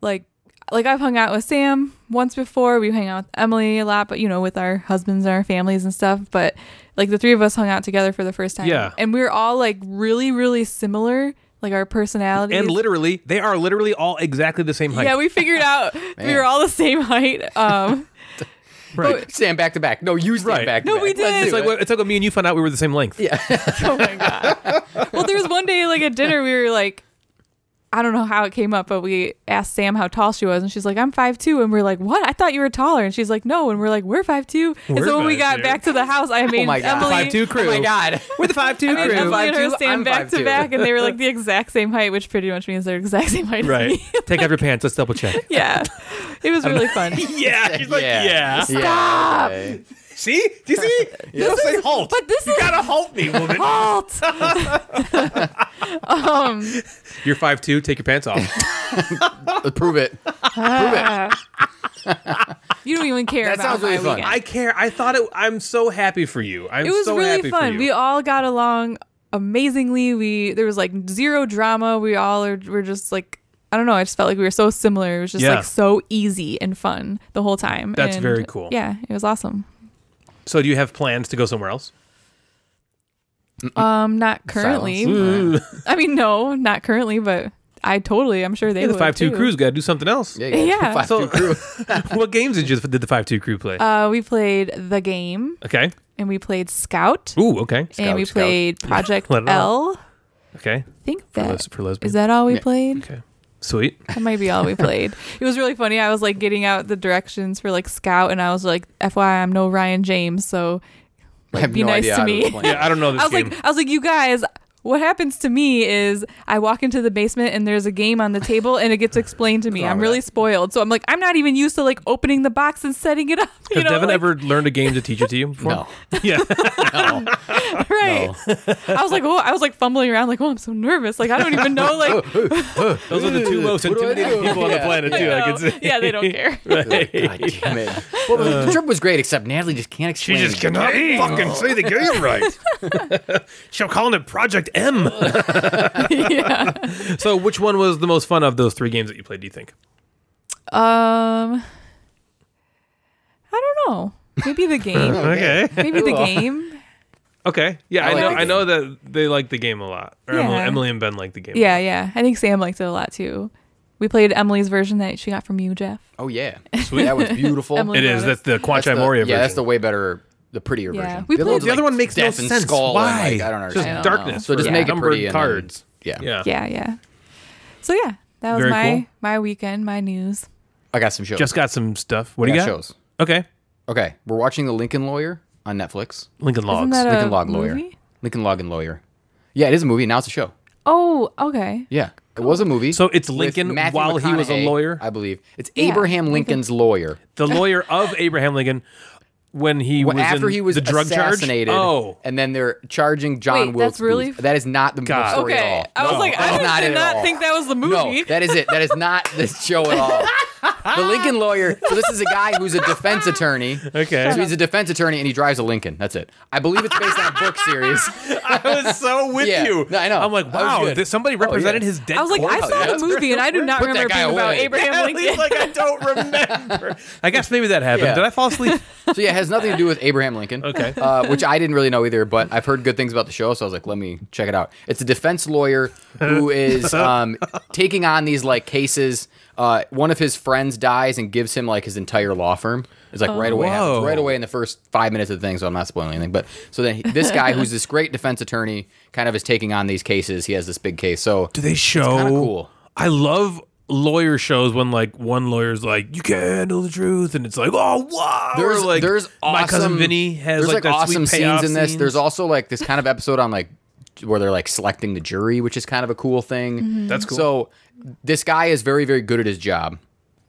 D: like, like I've hung out with Sam once before. We hang out with Emily a lot, but you know, with our husbands and our families and stuff. But like the three of us hung out together for the first time.
C: Yeah.
D: and we were all like really, really similar, like our personalities.
C: And literally, they are literally all exactly the same height.
D: yeah, we figured out we were all the same height. Um,
C: right.
E: Stand back to back. No, you stand
C: Right.
E: back to
D: No,
E: back.
D: we
E: Let's
D: did.
E: do
D: It's
C: It's like
E: it.
C: what- it's like when me and you found out we were the same length. Yeah,
D: oh my god. Well, there was one day like at dinner we were like, I don't know how it came up, but we asked Sam how tall she was, and she's like, I'm five two, and we're like, what? I thought you were taller, and she's like, no, and we're like, we're five two. And
C: We're
D: so when we got
C: 5'2".
D: back to the house, I made
E: Oh my God.
D: Emily.
E: Five
C: two crew.
E: Oh my God.
C: We're the five two
D: I made
C: crew.
D: Emily and her
E: 5'2",
D: stand
E: I'm
D: back to
E: 5'2".
D: back, and they were like the exact same height, which pretty much means they're exact same height. as
C: Right.
D: me.
C: Take off your pants. Let's double check.
D: yeah, it was really fun.
C: yeah. She's like,
E: Yeah.
C: yeah.
E: Stop.
C: See? Do you see? You gotta say halt.
D: But this
C: You
D: is
C: gotta halt me, woman.
D: halt. um.
C: You're five two. Take your pants off.
E: Prove it.
D: You don't even care.
E: That
D: about
E: sounds really
D: my
E: fun.
D: weekend.
C: I care. I thought it. I'm so happy for you. I'm
D: it was
C: so
D: really
C: happy for
D: fun.
C: you.
D: We all got along amazingly. We there was like zero drama. We all are, were just like I don't know. I just felt like we were so similar. It was just
C: Yeah.
D: like so easy and fun the whole time.
C: That's
D: And,
C: very cool.
D: Yeah, it was awesome.
C: so, do you have plans to go somewhere else?
D: Um, not currently.
E: Silence.
C: Mm.
D: I mean, no, not currently. But I totally. I'm sure they
C: Yeah, the
D: would,
C: five two
D: too.
C: crew's got to do something else.
E: Yeah. you
D: Yeah.
E: got five,
C: So-
E: two crew.
C: what games did you did the five two crew play?
D: Uh, we played the game
C: okay.
D: and we played Scout.
C: Ooh. Okay.
D: and we
E: Scout, Scout.
D: played Project
C: Let it
D: L.
C: Okay.
D: I think
C: For,
D: that
C: les- for lesbians.
D: is that all we played.
C: okay. Sweet.
D: That might be all we played. It was really funny. I was like getting out the directions for like Scout, and I was like, "FYI, I'm no Ryan James, so
E: I have
D: be
E: no
D: nice
E: idea
D: to
E: how
D: me.
E: explain it.
C: Yeah, I don't know this
D: I was
C: game.
D: like, I was like, you guys, What happens to me is I walk into the basement and there's a game on the table and it gets explained to me. I'm really spoiled. So I'm like, I'm not even used to like opening the box and setting it up. You
C: Has
D: know,
C: Devin
D: like-
C: ever learned a game to teach it to you before?
E: No.
C: Yeah.
D: right? I was like, oh, I was like fumbling around, like, oh, I'm so nervous. Like, I don't even know, like,
C: Those are the two most
E: What do I
C: intimidating
E: do?
C: people on the
E: Yeah.
C: planet, too.
D: you
C: Oh, I
D: know,
C: can see.
D: yeah, they don't care.
E: God damn it. Well,
C: Uh,
E: the trip was great, except Natalie just can't explain.
B: You just cannot fucking say the game right.
C: She'll call it Project M.
D: yeah.
C: so, which one was the most fun of those three games that you played? Do you think?
D: Um, I don't know. Maybe the game.
C: Okay.
D: Maybe the game.
C: Okay. Yeah, I,
E: I like
C: know.
E: the
C: I know that they like the game a lot. Or Emily,
D: Yeah.
C: Emily and Ben like the game. a
D: Yeah,
C: lot.
D: yeah. I think Sam liked it a lot too. We played Emily's version that she got from you, Jeff.
E: Oh yeah, sweet. That was beautiful.
D: Emily-
C: It is. That's the
E: That's
C: Quanchai
E: the-
C: Moria
E: Yeah,
C: version.
E: that's the way better, the prettier
D: Yeah.
E: version.
D: We played-
E: was
D: The
C: other
E: like
C: one makes no
E: death and
C: sense.
E: skull and,
C: Why?
E: like, I don't
C: Just
E: understand.
D: I don't
C: darkness.
E: So just
C: for
E: make it
C: numbered
E: pretty and then-
C: cards.
E: yeah.
C: yeah.
D: Yeah, yeah. So yeah, that was
C: Very
D: my
C: cool.
D: my weekend, my news.
E: I got some shows.
C: Just got some stuff. What
E: I
C: do you got?
E: shows.
C: Okay.
E: Okay, we're watching The Lincoln Lawyer on Netflix.
C: Lincoln Logs.
D: Isn't that
E: Lincoln
D: a
E: Log Lawyer.
D: Uh, movie?
E: Lincoln Log and Lawyer. Yeah, it is a movie. Now it's a show.
D: Oh, okay.
E: Yeah, it was a movie.
C: So it's
E: with
C: Lincoln
E: Matthew
C: while he was a
E: McConaughey,
C: lawyer?
E: I believe. It's
D: Yeah,
E: Abraham Lincoln's lawyer.
C: the lawyer of Abraham Lincoln when he
E: Well,
C: was
E: after
C: in
E: he was
C: the drug
E: assassinated,
C: charge. Oh,
E: and then they're charging John
D: Wait,
E: Wilkes
D: that's really-
E: Booth. That is not the
C: God.
E: story at all.
D: Okay. I was
E: No,
D: like,
E: that
D: I
E: is not
D: did
E: it at
D: not
E: all.
D: think that was the movie.
E: No, that is it. That is not this show at all. The Lincoln lawyer. So this is a guy who's a defense attorney.
C: Okay.
E: So he's a defense attorney and he drives a Lincoln. That's it. I believe it's based on a book series.
C: I was so with
E: Yeah.
C: you.
E: No, I know.
C: I'm like,
E: That was
C: wow,
E: good.
C: th- somebody represented
E: yeah.
C: his dead.
D: I was like, I
E: Wow,
D: saw
E: yeah.
D: the movie and I do not
E: Put that
D: remember
E: guy
D: being about
E: away.
D: Abraham Lincoln.
C: like, I don't remember. I guess maybe that happened.
E: Yeah.
C: Did I fall asleep?
E: So yeah, it has nothing to do with Abraham Lincoln.
C: Okay.
E: Uh, which I didn't really know either, but I've heard good things about the show, so I was like, let me check it out. It's a defense lawyer who is um, taking on these like cases. Uh, one of his friends dies and gives him like his entire law firm. It's like right away, happens,
C: Whoa.
E: right away in the first five minutes of the thing. So I'm not spoiling anything. But so then he- this guy, who's this great defense attorney, kind of is taking on these cases. He has this big case. So
C: Do they show?
E: kinda cool.
C: I love lawyer shows when like one lawyer's like, "You can't handle the truth," and it's like, "Oh wow!" Or,
E: there's
C: like,
E: there's awesome,
C: my cousin Vinny has
E: there's
C: like,
E: like,
C: that
E: awesome
C: sweet
E: scenes
C: payoff
E: in this.
C: scene.
E: There's also like this kind of episode on like where they're like selecting the jury, which is kind of a cool thing.
C: That's cool.
E: So this guy is very very good at his job,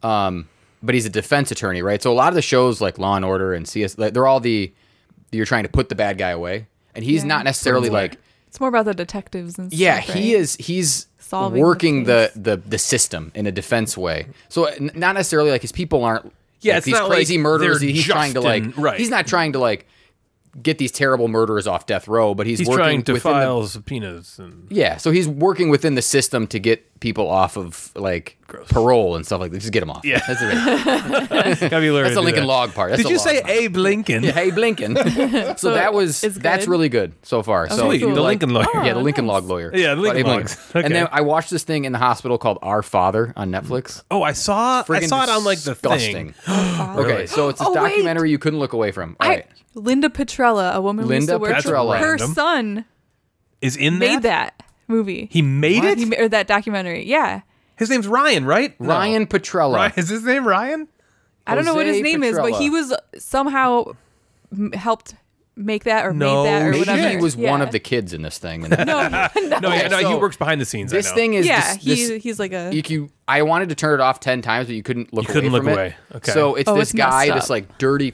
E: um, but he's a defense attorney, right? So a lot of the shows like Law and Order and CS, like, they're all the you're trying to put the bad guy away, and he's
D: Yeah.
E: not necessarily like
D: It's more about the detectives and stuff.
E: yeah, he
D: right?
E: is. He's
D: Solving the
E: working the,
D: case.
E: the the system in a defense way. So n- not necessarily like his people aren't.
C: Yeah,
E: like,
C: it's
E: these
C: not like
E: crazy murderers.
C: they're
E: He's
C: just
E: trying to like.
C: in- right.
E: He's not trying to like get these terrible murderers off death row, but he's,
C: he's
E: working
C: trying to
E: within
C: file subpoenas and
E: The, yeah, so he's working within the system to get people off of like parole and stuff like that. Just get them off. Yeah, that's the, that's
C: gotta be That's
E: the Lincoln log part. That's
C: Did
E: the
C: you
E: log
C: say
E: part.
C: Abe Lincoln?
E: Hey Blinken. so that was
D: it's
E: that's
D: good.
E: really good so far. so
D: Sweet,
E: if you
D: the
E: like-
C: Lincoln lawyer.
E: yeah, the
D: Oh,
E: Lincoln
D: nice.
E: Log lawyer.
C: Yeah, the Lincoln
E: Abe
C: Logs. Okay.
E: And then I watched this thing in the hospital called Our Father on Netflix.
C: Oh, I saw. I
E: Friggin'
C: saw it on like the
E: disgusting.
C: thing.
E: okay, so it's this
D: Oh, wait.
E: documentary you couldn't look away from. All
D: I,
E: right.
D: Linda Petrella, a woman
E: Linda
D: who used to work
E: Petrella.
D: with her
C: Random.
D: son,
C: Is in that?
D: made that movie.
C: He made it.
D: He ma- or that documentary. Yeah.
C: His name's Ryan, right? No.
E: Ryan Petrella.
C: Ryan- Is his name Ryan?
D: I don't know what his
E: Jose
D: name is, but
E: Petrella.
D: he was somehow m- helped make that or
C: No
D: made that or
C: shit.
E: Maybe
D: whatever.
E: he was one
D: Yeah.
E: of the kids in this thing. And
D: No,
C: No, yeah, no,
E: Oh, so-
C: he works behind the scenes. I
E: this
C: know.
E: thing is
D: yeah,
E: this,
D: he,
E: this-
D: he's like a.
E: you, you- I wanted to turn it off ten times, but you couldn't look.
C: You couldn't
E: away
C: look
E: from it.
C: away. Okay.
E: So it's
D: Oh,
E: this
D: it's messed
E: guy,
D: up.
E: this like dirty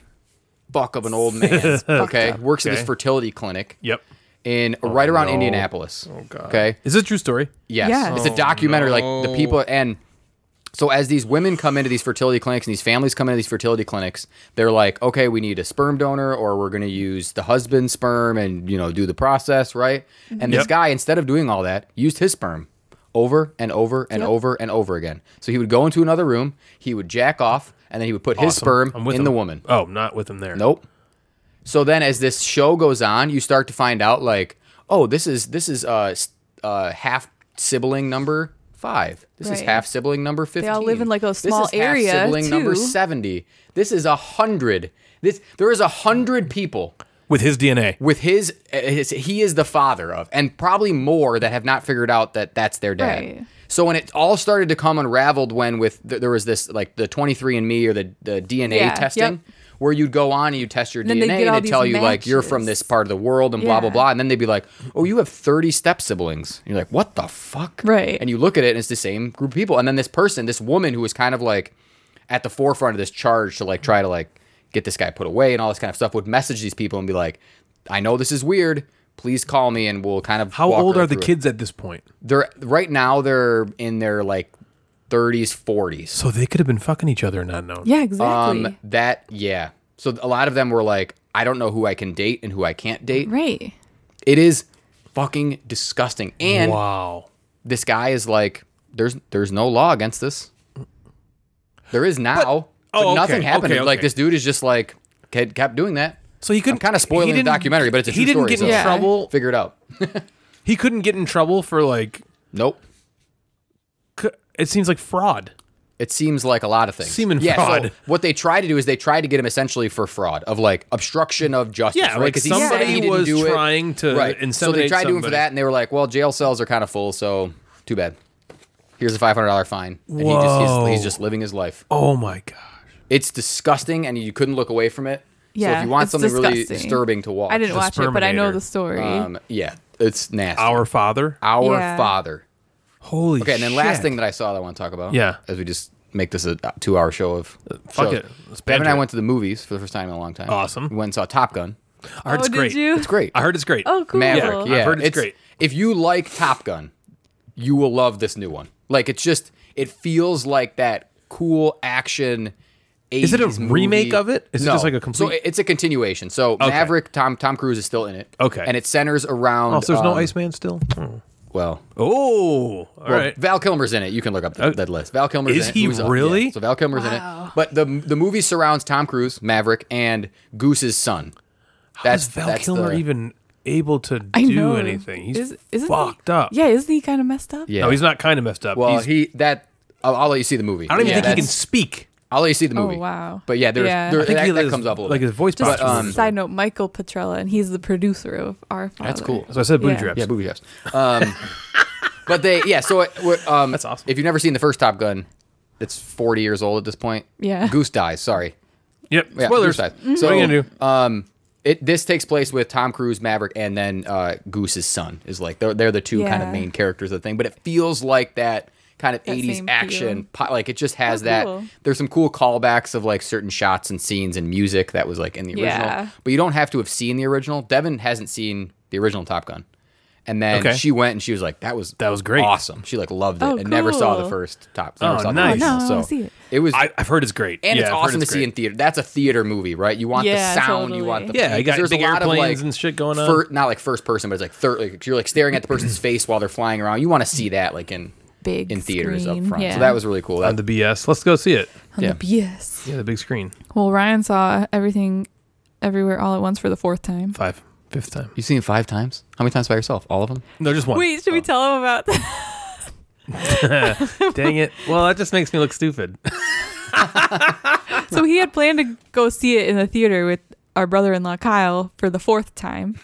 E: fuck of an old man. okay, works at
C: Okay. Oh,
E: this fertility clinic.
C: Yep.
E: In right around Indianapolis. Oh god. Okay.
C: Is it a true story?
E: Yes.
D: Yes.
C: Oh,
E: It's a documentary. Like the people and so as these women come into these fertility clinics and these families come into these fertility clinics, they're like, okay, we need a sperm donor or we're gonna use the husband's sperm and you know, do the process, right? And this
C: Yep.
E: guy, instead of doing all that, used his sperm over and over and over and over again. So he would go into another room, he would jack off, and then he would put his sperm
C: I'm
E: in
C: with him.
E: the woman.
C: Oh, not with him there.
E: Nope. So then, as this show goes on, you start to find out like, oh, this is this is uh, s- uh half sibling number five. This is
D: Right.
E: half sibling number fifteen.
D: all live in, like, a small
E: this is half
D: area,
E: Sibling number
D: too.
E: seventy. This is a hundred. This there is a hundred people
C: With his DNA.
E: with his, uh, his he is the father of and probably more that have not figured out that that's their dad
D: Right.
E: so when it all started to come unraveled when with th- there was this like the 23andme or the, the dna
D: Yeah,
E: testing
D: yep.
E: where you'd go on and you test your
D: then they'd
E: DNA
D: get all
E: and they'd tell
D: these
E: you like you're from
D: matches.
E: this part of the world and blah blah
D: Yeah.
E: blah, and then they'd be like, oh, you have 30 step siblings. And you're like, what the fuck?
D: Right.
E: And you look at it and it's the same group of people, and then this person, this woman who was kind of like at the forefront of this charge to like try to like get this guy put away and all this kind of stuff would message these people and be like, I know this is weird. Please call me and we'll kind of
C: How
E: walk
C: old
E: her
C: are the
E: through it."
C: kids at this point?
E: they're right now they're in their like 30s 40s
C: So they could have been fucking each other and not known.
D: Yeah, exactly.
E: um that yeah so a lot of them were like i don't know who i can date and who i can't date
D: right.
E: it is fucking disgusting and
C: wow.
E: this guy is like there's there's no law against this there is now but,
C: oh, okay,
E: nothing happened
C: okay,
E: like
C: okay.
E: this dude is just like kid kept doing that
C: So he couldn't
E: kind of spoiling
C: he
E: the
C: didn't-
E: documentary but it's a
C: he
E: true
C: didn't
E: story
C: get in
E: so
D: Yeah.
C: trouble.
E: figure it out
C: He couldn't get in trouble for like
E: nope
C: c- it seems like fraud.
E: It seems like a lot of things.
C: Semen
E: yeah, so
C: fraud.
E: what they try to do is they try to get him essentially for fraud of like obstruction of justice.
C: Yeah,
E: right?
C: like
E: 'Cause he said
C: somebody
E: he didn't
C: was
E: do it.
C: trying to
E: right. So they
C: inseminate
E: tried to do him for
C: somebody.
E: that, and they were like, "Well, jail cells are kind of full, so too bad. Here's a five hundred dollar fine." And he just
C: Whoa.
E: he's, he's just living his life.
C: Oh my god.
E: It's disgusting, and you couldn't look away from it. so
D: Yeah,
E: if you want
D: it's
E: something really
D: disgusting.
E: disturbing to watch,
D: I didn't
C: The
D: watch it, but I know
C: Sperminator.
D: the story.
E: Um, yeah, it's nasty.
C: Our father.
E: Our
D: Yeah.
E: father.
C: Holy
E: Okay, and then last
C: shit.
E: thing that I saw that I want to talk about.
C: Yeah.
E: As we just make this a two hour show of.
C: fuck
E: shows.
C: it. Let's
E: Bev and
C: banter
E: I
C: it.
E: went to the movies for the first time in a long time.
C: Awesome.
E: We went and saw Top Gun.
C: I heard
D: oh,
C: it's
D: did
C: great.
D: you?
E: It's great.
C: I heard it's great.
D: Oh, cool.
E: Maverick. Yeah.
C: I've heard it's great.
E: If you like Top Gun, you will love this new one. Like, it's just, it feels like that cool action.
C: it a
E: 80s movie.
C: remake of it? Is it
E: no.
C: just like a
E: So
C: complete-
E: it- it's a continuation. So Maverick, Tom Tom Cruise is still in it.
C: Okay.
E: And it centers around.
C: Oh, so there's no
E: um,
C: Iceman still? Oh.
E: Well,
C: Oh, all
E: Well,
C: right. Uh,
E: Val Kilmer's in it. You can look up the, that list. Val Kilmer's
C: is
E: in it.
C: he
E: Who's up?
C: really?
E: Yeah, So Val Kilmer's in it. But the the movie surrounds Tom Cruise, Maverick, and Goose's son.
C: That's Val
E: that's
C: Kilmer
E: the-
C: even able to do
D: I know.
C: anything? He's
D: Is- isn't he-
C: fucked up.
D: Yeah, isn't he kind of messed up?
E: Yeah.
C: No, he's not kind of messed up.
E: well,
C: he's,
E: he that I'll, I'll let you see the movie.
C: I don't even
E: Yeah,
C: think he can
E: that's-
C: speak.
E: I'll let you see the movie.
D: Oh, wow.
E: But yeah, there's
D: Yeah.
E: There,
D: I
C: think
E: that,
C: he
E: that
C: lives-
E: comes up a little.
C: like
E: bit.
C: his voice
D: Just
C: box. was-
E: um,
D: side note, Michael Petrella, and he's the producer of our. Father.
E: That's cool.
C: so I said booty
D: yeah.
C: traps.
E: Yeah, booby traps. Um, but they yeah. So it, we're, um,
C: That's awesome.
E: If you've never seen the first Top Gun, it's 40 years old at this point.
D: Yeah.
E: Goose dies. Sorry.
C: yep.
E: Yeah,
C: Spoilers.
E: Goose dies.
C: So what are you gonna do?
E: Um, it this takes place with Tom Cruise, Maverick, and then uh, Goose's son is like they're they're the two kind of
D: Yeah.
E: main characters of the thing. But it feels like that kind of
D: That
E: eighties
D: same
E: action,
D: feel.
E: po- like it just has
D: Oh,
E: that.
D: cool.
E: There's some cool callbacks of like certain shots and scenes and music that was like in the original,
D: Yeah.
E: but you don't have to have seen the original. Devin hasn't seen the original Top Gun. And then
C: Okay.
E: she went and she was like, "That was
C: That was great.
E: awesome." She like loved it
D: Oh,
E: and never saw the
D: cool.
E: first Top. Never
C: Oh,
E: saw the
C: nice.
E: original,
D: Oh, no, I
E: so
D: wanna see it.
E: it was
C: I, I've heard it's great.
E: and
C: Yeah,
E: it's
C: I've heard
E: awesome to see in
C: great.
E: theater. That's a theater movie, right? You want
D: Yeah,
E: the sound, you
D: totally.
E: want the
C: Yeah, you got
E: because
C: big airplanes and shit going on.
E: fir- not like first person, but it's like third. Like, you're like staring at the person's face while they're flying around. You want to see that like in
D: Big
E: in theaters
D: screen,
E: up front.
D: yeah.
E: So that was really cool.
C: on
E: That,
C: the BS. Let's go see it.
D: On
E: Yeah.
D: the BS.
C: Yeah, the big screen.
D: Well, Ryan saw everything, everywhere, all at once for the fourth time.
C: Five, fifth time.
E: You've seen it five times. How many times by yourself? All of them.
C: No, just one.
D: Wait, should we tell him about that?
C: Dang it. Well, that just makes me look stupid.
D: so he had planned to go see it in the theater with our brother-in-law Kyle for the fourth time,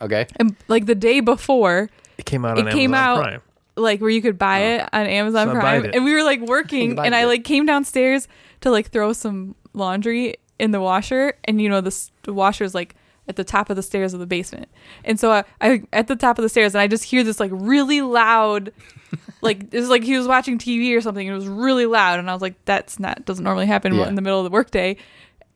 E: Okay.
D: and like the day before,
C: It came out on
D: it came
C: Amazon
D: out
C: Prime.
D: like where you could buy it on Amazon
C: So I
D: Prime,
C: buyed it.
D: and we were like working,
E: buyed
D: and I
E: it.
D: like came downstairs to like throw some laundry in the washer, and you know the, s- the washer is like at the top of the stairs of the basement, and so I, I at the top of the stairs, and I just hear this like really loud. Like it was like he was watching TV or something. And it was really loud, and I was like, "That's not doesn't normally happen
E: Yeah.
D: in the middle of the workday."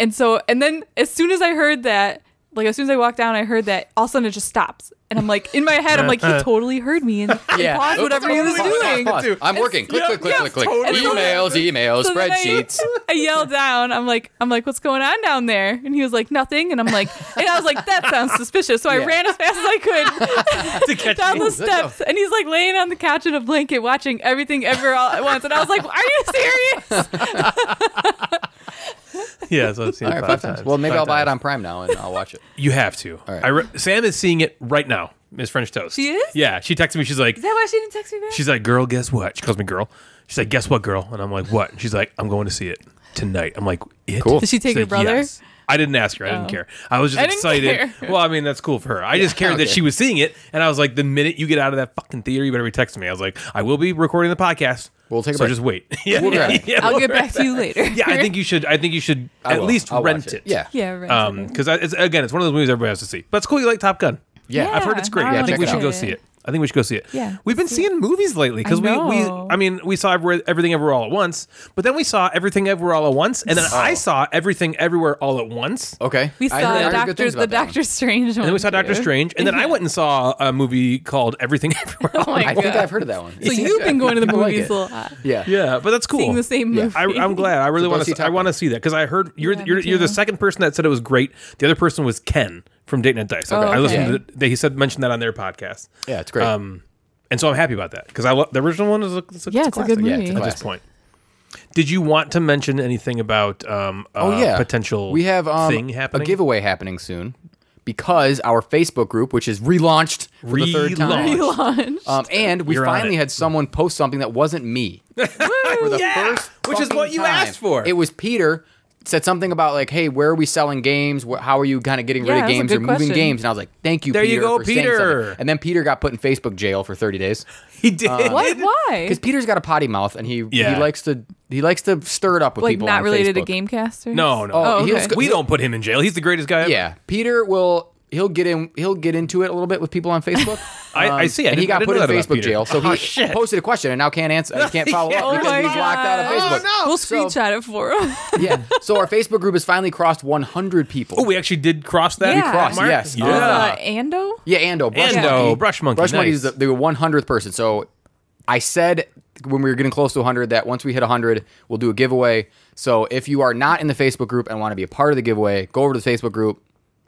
D: And so, and then as soon as I heard that, like as soon as I walked down, I heard that. All of a sudden, it just stops, and I'm like, in my head, I'm like, "He totally heard me," and yeah. pause whatever he was
E: Pause, pause,
D: doing.
E: pause. I'm working. Click, click, click, click, click.
D: totally.
E: Emails, emails,
D: So then I-
E: spreadsheets.
D: I, yelled down. I'm like, I'm like, what's going on down there? And he was like, nothing. And I'm like, and I was like, that sounds suspicious. So I
E: Yeah.
D: ran as fast as I could down the
E: Ooh, good job.
D: steps. And he's like laying on the couch in a blanket, watching everything ever all at once. And I was like, are you serious?
C: Yeah, so I've seen
E: All
C: it
E: right,
C: five,
E: five
C: times.
E: times. Well, maybe
C: Five
E: I'll buy it
C: times.
E: on Prime now and I'll watch it.
C: You have to.
E: right.
C: I re- Sam is seeing it right now. Miss French Toast.
D: She is?
C: Yeah. She texted me. She's like,
D: Is that why she didn't text me back?
C: she's like, girl, guess what? She calls me girl. She's like, guess what, girl? And I'm like, what? And she's like, I'm going to see it tonight. I'm like, it.
E: Cool.
D: Did she take
C: She's
D: your
C: like,
D: brother?
C: "Yes." I didn't ask her. I didn't
D: Oh.
C: care. I was just
D: I didn't
C: excited.
D: care.
C: Well, I mean, that's cool for her. I just cared that
E: okay.
C: she was seeing it, and I was like, the minute you get out of that fucking theater, you better be texting me. I was like, I will be recording the podcast.
E: We'll take a
C: so
E: break.
C: just wait. yeah,
E: We'll be right
C: yeah,
D: I'll
C: we'll
D: get
C: be right
D: back to you later.
C: Yeah, I think you should. I think you should
E: I
C: at
E: will.
C: least
E: I'll watch
C: rent it.
E: Yeah.
D: Yeah, right.
C: Um, because it's again, it's one of those movies everybody has to see. But it's cool. You like Top Gun.
E: Yeah.
C: I've heard it's great. I think we
E: check it
C: should
E: out.
C: go see it. I think we should go see it.
D: Yeah,
C: we've been seeing movies lately because we, we
D: know.
C: I mean we saw Everywhere- everything everywhere all at once, but then we saw everything everywhere all at once, and then I saw everything everywhere all at once.
E: Okay.
D: We
E: I
D: saw
E: heard good
D: Doctor
E: things
D: the
E: about that one.
D: Doctor Strange one.
C: And then we saw Doctor
D: too.
C: Strange, and then I went and saw a movie called Everything Everywhere. All
D: Oh
C: At
D: my
E: I think
D: God.
E: I've heard of that one.
D: So you've been going to the
E: I like
D: movies
E: it.
D: a lot,
E: Yeah.
C: Once. yeah, but that's cool.
D: seeing the same
E: Yeah.
D: movie.
C: I, I'm glad. I really
E: So go
C: want
E: see
C: to. I
E: Top
C: want to
E: Gun.
C: see that because I heard you're
D: Yeah, me
C: you're, you're the
D: too.
C: second person that said it was great. The other person was Ken from Date Night Dice.
D: Oh,
C: I listened
D: okay.
C: to they he said mentioned that on their podcast.
E: Yeah, it's great.
C: Um, and so I'm happy about that because I lo- the original one is a, it's a
D: Yeah, it's a good
C: classic
E: Yeah,
D: movie.
E: it's a
C: at this point.
E: classic.
C: Did you want to mention anything about um uh,
E: oh yeah
C: potential
E: we have um,
C: thing happening
E: a giveaway happening soon because our facebook group which is relaunched for the third time
C: Relaunched.
D: Relaunch.
E: um, and we
C: You're on
E: finally
C: it.
E: had someone post something that wasn't me for the first
C: Which is
E: fucking
C: what you
E: time.
C: asked for.
E: it was peter said something about like hey where are we selling games Wh- how are you kind of getting
D: Yeah,
E: rid of
D: that's a
E: games
D: good
E: or moving
D: question.
E: games and i was like thank you
C: There you
E: peter,
C: go,
E: for saying something."
C: Peter.
E: and then peter got put in facebook jail for 30 days
C: He did.
E: Um,
D: what? Why?
E: because peter's got a potty mouth and he
C: Yeah.
E: he likes to he likes to stir it up with
D: Like
E: people
D: not
E: on
D: related
E: Facebook.
D: to Gamecasters?
C: No, no.
E: oh
D: Oh,
E: he'll
D: okay.
E: sc-
C: we
E: he'll-
C: don't put him in jail. He's the greatest guy. ever.
E: Yeah, Peter will. He'll get in. He'll get into it a little bit with people on Facebook.
C: I- I see. I
E: Um, and
C: didn't- I
E: he got
C: didn't
E: put
C: know
E: in
C: that about
E: Facebook
C: Peter.
E: jail, so
C: Oh,
E: he
C: shit. Oh
E: posted a question and now can't answer. He can't follow
C: Yeah.
E: up because
D: Oh my
E: he's locked out of
D: God.
E: Facebook.
C: Oh,
D: We'll
E: Oh, So-
D: screenshot it for him.
E: Yeah. So our Facebook group has finally crossed 100 people.
C: Oh, we actually did cross that.
D: We Yeah. crossed,
C: mark?
E: yes.
C: Yeah.
D: Uh, Ando?
E: yeah, Ando. Brush
C: Ando,
E: Monkey.
C: Brush Monkey,
E: Brush Monkey
C: nice.
E: is the, the 100th person. So I said when we were getting close to 100 that once we hit 100, we'll do a giveaway. So if you are not in the Facebook group and want to be a part of the giveaway, go over to the Facebook group.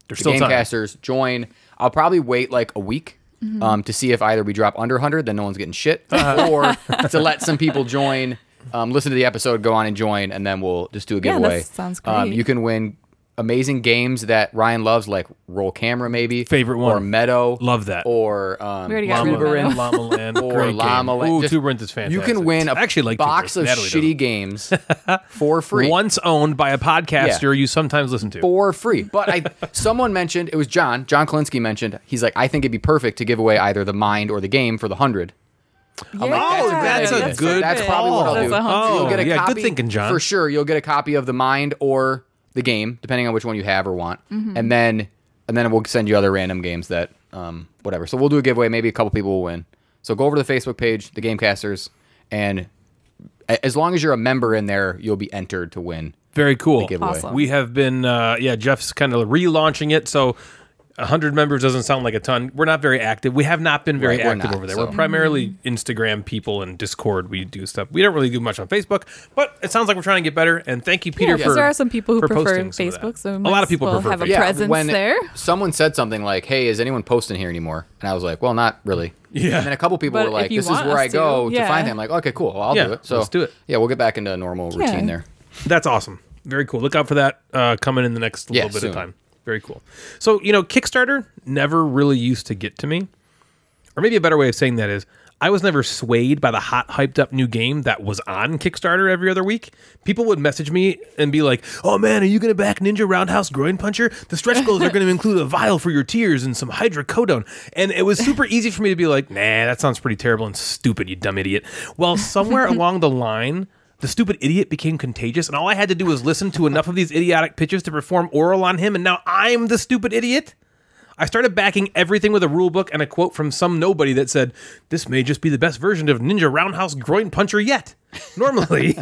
C: There's
E: the
C: still time.
E: Gamecasters join. I'll probably wait like a week
D: Mm-hmm.
E: um, to see if either we drop under 100, then no one's getting shit,
C: Uh-huh.
E: or to let some people join, um, listen to the episode, go on and join, and then we'll just do a
D: Yeah, that
E: giveaway.
D: sounds
E: Um,
D: great.
E: you can win amazing games that Ryan loves, like Roll Camera, maybe
C: Favorite one.
E: or Meadow,
C: Love that.
E: or um,
D: We already got
C: Llama,
D: rid of
E: Tuberin.
C: Land,
D: Meadow.
C: Llama Land,
E: Or
C: great game.
E: Llama Land.
C: Ooh,
E: Just-
C: Tuberin's is fantastic.
E: You can win a
C: I actually like
E: box
C: Tuberin.
E: of
C: Natalie
E: shitty
C: doesn't.
E: games for free.
C: once owned by a podcaster you sometimes listen to.
E: for free. But I someone mentioned it was John. John Kalinsky mentioned he's like, I think it'd be perfect to give away either the mind or the game for the hundred.
D: Yeah,
C: Oh, that's a good
E: That's probably what I'll
C: call.
E: do.
D: That's a
C: Oh,
D: hundred.
E: you'll get a
C: yeah, good
E: copy
C: thinking, John.
E: For sure, you'll get a copy of the mind or the game, depending on which one you have or want,
C: Mm-hmm.
E: and then and then we'll send you other random games that um whatever. So we'll do a giveaway. Maybe a couple people will win. So go over to the Facebook page, the Gamecasters, and a- as long as you're a member in there, you'll be entered to win.
C: Very cool.
E: giveaway. Awesome.
C: We have been, uh, yeah, Jeff's kind of relaunching it. So 100 members doesn't sound like a ton. We're not very active. We have not been very
E: Right, we're
C: active
E: not,
C: over there.
E: so-
C: We're primarily Instagram people and Discord. We do stuff. We don't really do much on Facebook, but it sounds like we're trying to get better. And thank you, Peter,
D: because
C: for
D: there are some people who
C: for
D: prefer
C: posting some of that.
D: Facebook, so we
C: a
D: might
C: lot
D: as
C: of people
D: well
C: prefer
D: have a
C: Facebook.
D: presence there.
E: Someone said something like, "Hey, is anyone posting here anymore?" And I was like, "Well, not really."
C: Yeah.
E: And then a couple people
D: But
E: were
D: if
E: like,
D: you
E: "This is
D: want
E: where
D: us
E: I go
D: to,
E: to,
D: yeah.
E: find it." I'm like, "Okay, cool. Well, I'll
C: Yeah,
E: do it." So
C: let's do it.
E: Yeah, we'll get back into a normal
D: Yeah.
E: routine there.
C: That's awesome. Very cool. Look out for that uh, coming in the next
E: Yeah,
C: little bit
E: soon.
C: of time. Very cool. So, you know, Kickstarter never really used to get to me. Or maybe a better way of saying that is I was never swayed by the hot, hyped up new game that was on Kickstarter every other week. People would message me and be like, oh man, are you going to back Ninja Roundhouse Groin Puncher? The stretch goals are going to include a vial for your tears and some hydrocodone. And it was super easy for me to be like, nah, that sounds pretty terrible and stupid, you dumb idiot. Well, somewhere along the line, the stupid idiot became contagious, and all I had to do was listen to enough of these idiotic pitches to perform oral on him, and now I'm the stupid idiot? I started backing everything with a rule book and a quote from some nobody that said, This may just be the best version of Ninja Roundhouse Groin Puncher yet. Normally,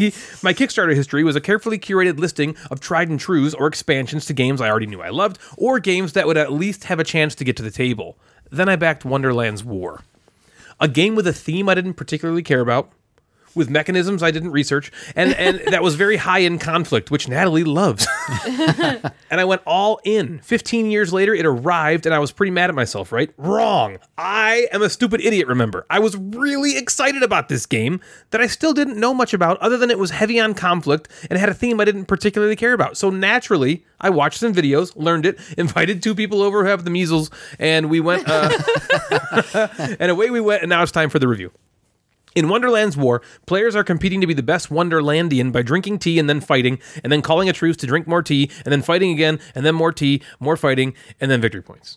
C: my Kickstarter history was a carefully curated listing of tried and trues or expansions to games I already knew I loved, or games that would at least have a chance to get to the table. Then I backed Wonderland's War. A game with a theme I didn't particularly care about, with mechanisms I didn't research, and, and that was very high in conflict, which Natalie loves. and I went all in. 15 years later, it arrived, and I was pretty mad at myself, right? Wrong. I am a stupid idiot, remember. I was really excited about this game that I still didn't know much about, other than it was heavy on conflict and had a theme I didn't particularly care about. So naturally, I watched some videos, learned it, invited two people over who have the measles, and we went, uh, and away we went, and now it's time for the review. In Wonderland's War, players are competing to be the best Wonderlandian by drinking tea and then fighting, and then calling a truce to drink more tea, and then fighting again, and then more tea, more fighting, and then victory points.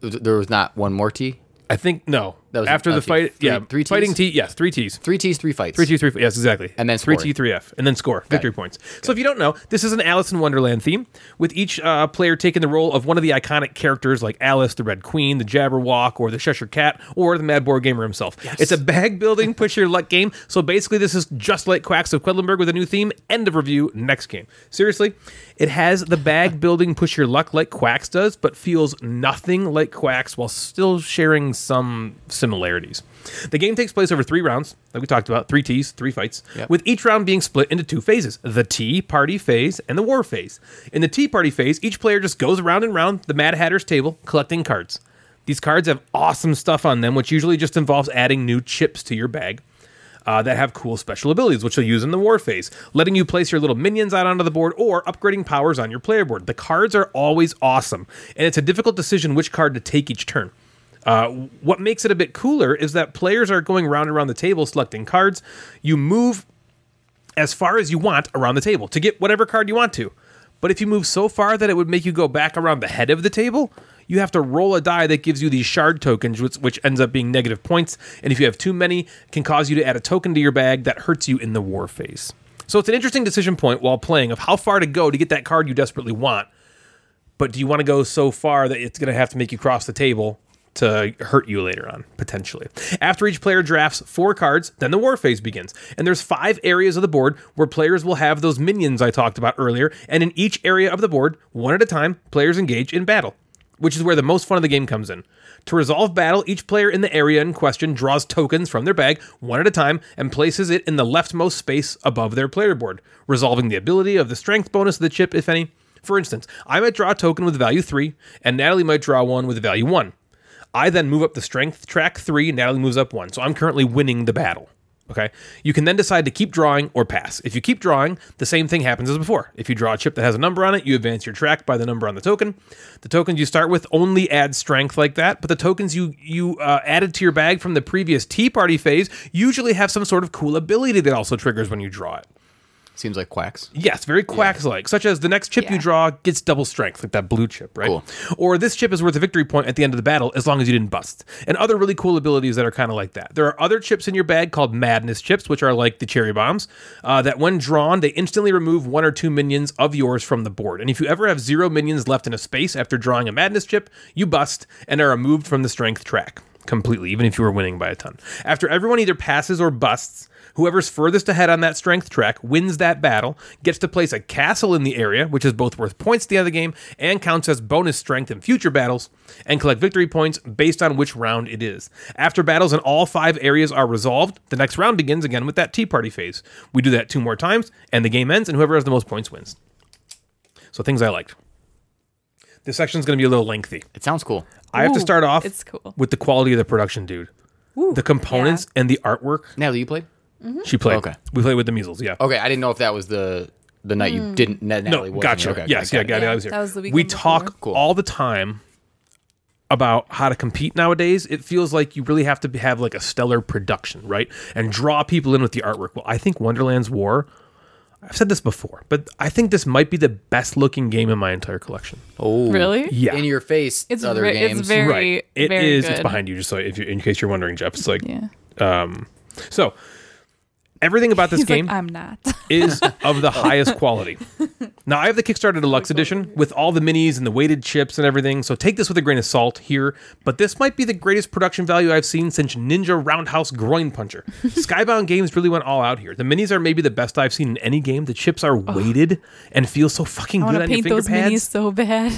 E: There was not one more T.
C: I think no.
E: That was-
C: After the
E: okay,
C: fight,
E: three-
C: yeah,
E: three Ts?
C: fighting tea, yes, three T's.
E: Three T's, three fights.
C: Three T, three. Yes, exactly.
E: And then
C: three
E: scoring.
C: T, three F, and then score victory
E: it.
C: points. So if you don't know, this is an Alice in Wonderland theme, with each uh, player taking the role of one of the iconic characters, like Alice, the Red Queen, the Jabberwock, or the Cheshire Cat, or the Mad Board Gamer himself. It's a bag building push your luck game. So basically, this is just like Quacks of Quedlinburg with a new theme. End of review. Next game. Seriously, it has the bag building push your luck like Quacks does, but feels nothing like Quacks while still sharing some similarities. The game takes place over three rounds, like we talked about, three T's, three fights, with each round being split into two phases the tea party phase and the war phase. In the tea party phase, each player just goes round and round the Mad Hatter's table collecting cards. These cards have awesome stuff on them, which usually just involves adding new chips to your bag uh, that have cool special abilities, which you'll use in the war phase, letting you place your little minions out onto the board or upgrading powers on your player board. The cards are always awesome, and it's a difficult decision which card to take each turn. Uh, what makes it a bit cooler is that players are going round and round the table selecting cards. You move as far as you want around the table to get whatever card you want to. But if you move so far that it would make you go back around the head of the table, you have to roll a die that gives you these shard tokens, which, which ends up being negative points. And if you have too many, can cause you to add a token to your bag that hurts you in the war phase. So it's an interesting decision point while playing of how far to go to get that card you desperately want. But do you want to go so far that it's going to have to make you cross the table to hurt you later on, potentially? After each player drafts four cards, then the war phase begins. And there's five areas of the board where players will have those minions I talked about earlier. And in each area of the board, one at a time, players engage in battle which is where the most fun of the game comes in. To resolve battle, each player in the area in question draws tokens from their bag, one at a time, and places it in the leftmost space above their player board, resolving the ability of the strength bonus of the chip, if any. For instance, I might draw a token with value 3, and Natalie might draw one with value 1. I then move up the strength track 3, Natalie moves up 1, so I'm currently winning the battle. Okay. You can then decide to keep drawing or pass. If you keep drawing, the same thing happens as before. If you draw a chip that has a number on it, you advance your track by the number on the token. The tokens you start with only add strength like that, but the tokens you you uh, added to your bag from the previous tea party phase usually have some sort of cool ability that also triggers when you draw it.
E: Seems like quacks.
C: Yes, very quacks like, such as the next chip you
D: Yeah.
C: draw gets double strength, like that blue chip, right?
E: Cool.
C: Or this chip is worth a victory point at the end of the battle as long as you didn't bust. And other really cool abilities that are kind of like that. There are other chips in your bag called madness chips, which are like the cherry bombs, uh, that when drawn, they instantly remove one or two minions of yours from the board. And if you ever have zero minions left in a space after drawing a madness chip, you bust and are removed from the strength track completely, even if you were winning by a ton. After everyone either passes or busts, Whoever's furthest ahead on that strength track wins that battle, gets to place a castle in the area, which is both worth points at the end of the game and counts as bonus strength in future battles, and collect victory points based on which round it is. After battles in all five areas are resolved, the next round begins again with that tea party phase. We do that two more times, and the game ends, and whoever has the most points wins. So, things I liked. This section's going to be a little lengthy.
E: It sounds cool.
C: I have to
D: Ooh,
C: start off
D: it's cool.
C: with the quality of the production, dude. the components and the artwork
E: Natalie, you played?
C: she played.
E: Okay. Oh,
C: We played with the measles, yeah.
E: Okay, I didn't know if that was the the night
D: Hmm.
E: you didn't. Nat- Natalie
C: No,
E: wasn't
C: gotcha.
E: here. Okay,
C: yes,
E: okay,
C: yeah,
E: got it.
C: Gabby, I was here.
D: That was the weekend
C: we
D: before.
C: talk
E: Cool.
C: all the time about how to compete nowadays. It feels like you really have to be- have like a stellar production, right? And draw people in with the artwork. Well, I think Wonderland's War. I've said this before, but I think this might be the best looking game in my entire collection.
E: Oh,
D: Really?
C: Yeah.
E: In your face,
D: It's
E: other
D: ve- it's
E: games.
D: very-
C: right. It
D: very
C: is. It's
D: good.
C: behind you, just so if you, in case you're wondering, Jeff. It's like um,
D: Yeah.
C: so. Everything about this
D: He's
C: game.
D: like, I'm not.
C: is of the highest quality. Now, I have the Kickstarter Deluxe Edition with all the minis and the weighted chips and everything, so take this with a grain of salt here. But this might be the greatest production value I've seen since Ninja Roundhouse Groin Puncher. Skybound Games really went all out here. The minis are maybe the best I've seen in any game. The chips are weighted and feel so fucking
D: I
C: good
D: want
C: on
D: to
C: your
D: paint
C: finger
D: those minis
C: pads.
D: so bad.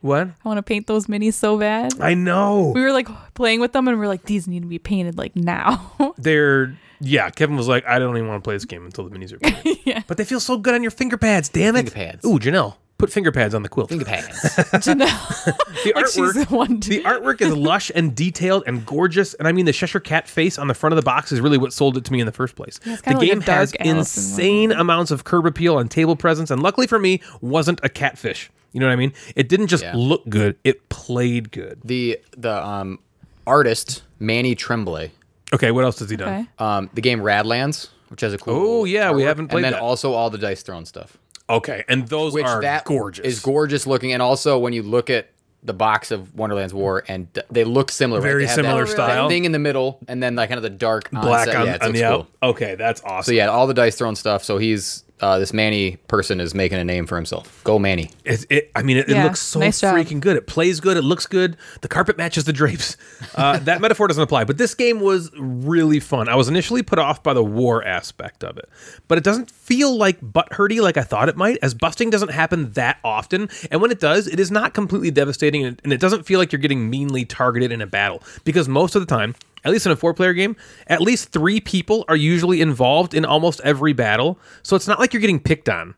C: What?
D: I want to paint those minis so bad.
C: I know.
D: We were like playing with them and we're like, these need to be painted like now.
C: They're yeah. Kevin was like, I don't even want to play this game until the minis are. painted." But they feel so good on your finger pads. Damn it.
E: Finger pads.
C: Ooh, Janelle, put finger pads on the quilt.
E: Finger pads.
D: Janelle.
C: The
D: Like she's the one to-
C: the artwork is lush and detailed and gorgeous, and I mean the Cheshire Cat face on the front of the box is really what sold it to me in the first place.
D: it's
C: the
D: kinda like a
C: game
D: dark
C: has
D: Alice in
C: insane amounts of curb appeal and table presence, and luckily for me, wasn't a catfish. You know what I mean? It didn't just
E: Yeah.
C: look good; it played good.
E: the the um artist Manny Tremblay
C: Okay, what else has he done?
D: Okay.
E: Um, the game Radlands, which has a cool.
C: Oh, yeah, we haven't played
E: And then
C: that.
E: also all the dice thrown stuff,
C: Okay, and those
E: which
C: are
E: that
C: gorgeous.
E: is gorgeous looking. And also when you look at the box of Wonderland's War, and d- they look similar.
C: Very
E: right? They have
C: similar
E: that,
C: style.
E: That thing in the middle, and then like kind of the dark
C: Black
E: onset.
C: on,
E: yeah, it
C: on
E: looks
C: the
E: cool.
C: out. Okay, that's awesome.
E: So yeah, all the dice thrown stuff. So he's uh, this Manny person is making a name for himself. Go Manny.
C: It, it, I mean, it, it
D: Yeah,
C: looks so
D: nice job.
C: freaking good. It plays good. It looks good. The carpet matches the drapes. Uh, that metaphor doesn't apply, but this game was really fun. I was initially put off by the war aspect of it, but it doesn't feel like butthurty like I thought it might, as busting doesn't happen that often. And when it does, it is not completely devastating, and and it doesn't feel like you're getting meanly targeted in a battle, because most of the time, at least in a four player game, at least three people are usually involved in almost every battle. So it's not like you're getting picked on.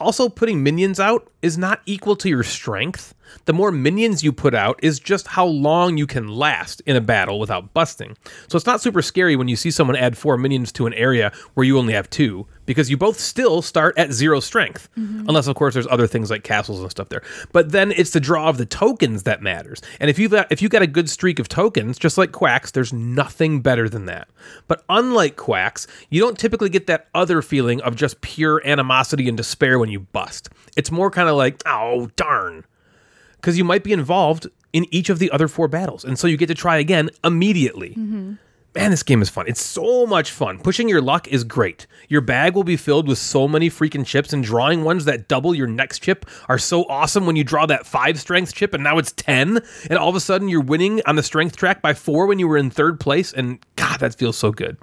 C: Also, putting minions out is not equal to your strength. The more minions you put out is just how long you can last in a battle without busting. So it's not super scary when you see someone add four minions to an area where you only have two, because you both still start at zero strength. Unless, of course, there's other things like castles and stuff there. But then it's the draw of the tokens that matters. And if you've got, if you've got a good streak of tokens, just like Quacks, there's nothing better than that. But unlike Quacks, you don't typically get that other feeling of just pure animosity and despair when you bust. It's more kind of like, oh, darn. Because you might be involved in each of the other four battles. And so you get to try again immediately. Man, this game is fun. It's so much fun. Pushing your luck is great. Your bag will be filled with so many freaking chips, and drawing ones that double your next chip are so awesome when you draw that five strength chip and now it's 10, and all of a sudden you're winning on the strength track by four when you were in third place, and God, that feels so good.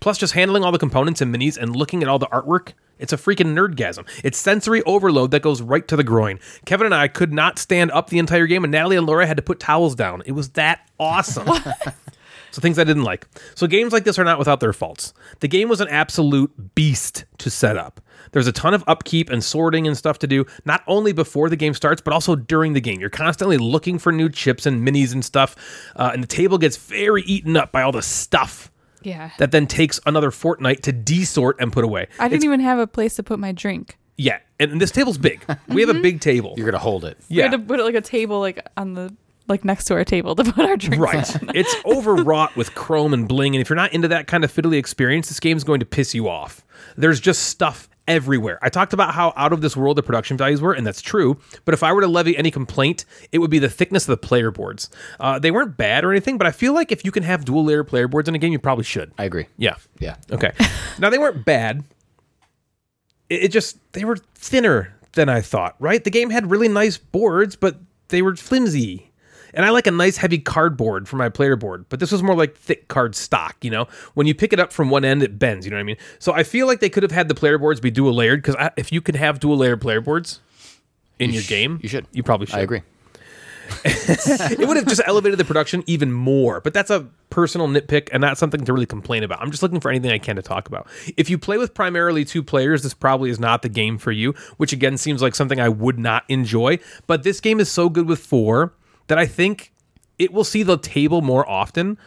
C: Plus, just handling all the components and minis and looking at all the artwork, it's a freaking nerdgasm. It's sensory overload that goes right to the groin. Kevin and I could not stand up the entire game, and Natalie and Laura had to put towels down. It was that awesome. So things I didn't like. So games like this are not without their faults. The game was an absolute beast to set up. There's a ton of upkeep and sorting and stuff to do, not only before the game starts, but also during the game. You're constantly looking for new chips and minis and stuff, uh, and the table gets very eaten up by all the stuff
D: Yeah.
C: that then takes another fortnight to desort and put away.
D: I didn't even have a place to put my drink.
C: Yeah, and, and this table's big. We have a big table.
E: Mm-hmm. You're gonna hold it.
D: We
C: yeah.
D: had to put like a table like on the like next to our table to put our drinks. on.
C: Right. it's overwrought with chrome and bling. And if you're not into that kind of fiddly experience, this game's going to piss you off. There's just stuff everywhere. I talked about how out of this world the production values were, and that's true. But if I were to levy any complaint, it would be the thickness of the player boards. Uh, they weren't bad or anything, but I feel like if you can have dual layer player boards in a game, you probably should.
E: I agree.
C: yeah.
E: Yeah.
C: Okay. now they weren't bad. It, it just they were thinner than I thought. Right? The game had really nice boards, but they were flimsy. And I like a nice heavy cardboard for my player board, but this was more like thick card stock, you know? When you pick it up from one end, it bends, you know what I mean? So I feel like they could have had the player boards be dual layered, because if you can have dual layered player boards in your
E: sh-
C: game,
E: you should.
C: You probably should
E: I agree.
C: it would have just elevated the production even more. But that's a personal nitpick and not something to really complain about. I'm just looking for anything I can to talk about. If you play with primarily two players, this probably is not the game for you, which again seems like something I would not enjoy. But this game is so good with four that I think it will see the table more often.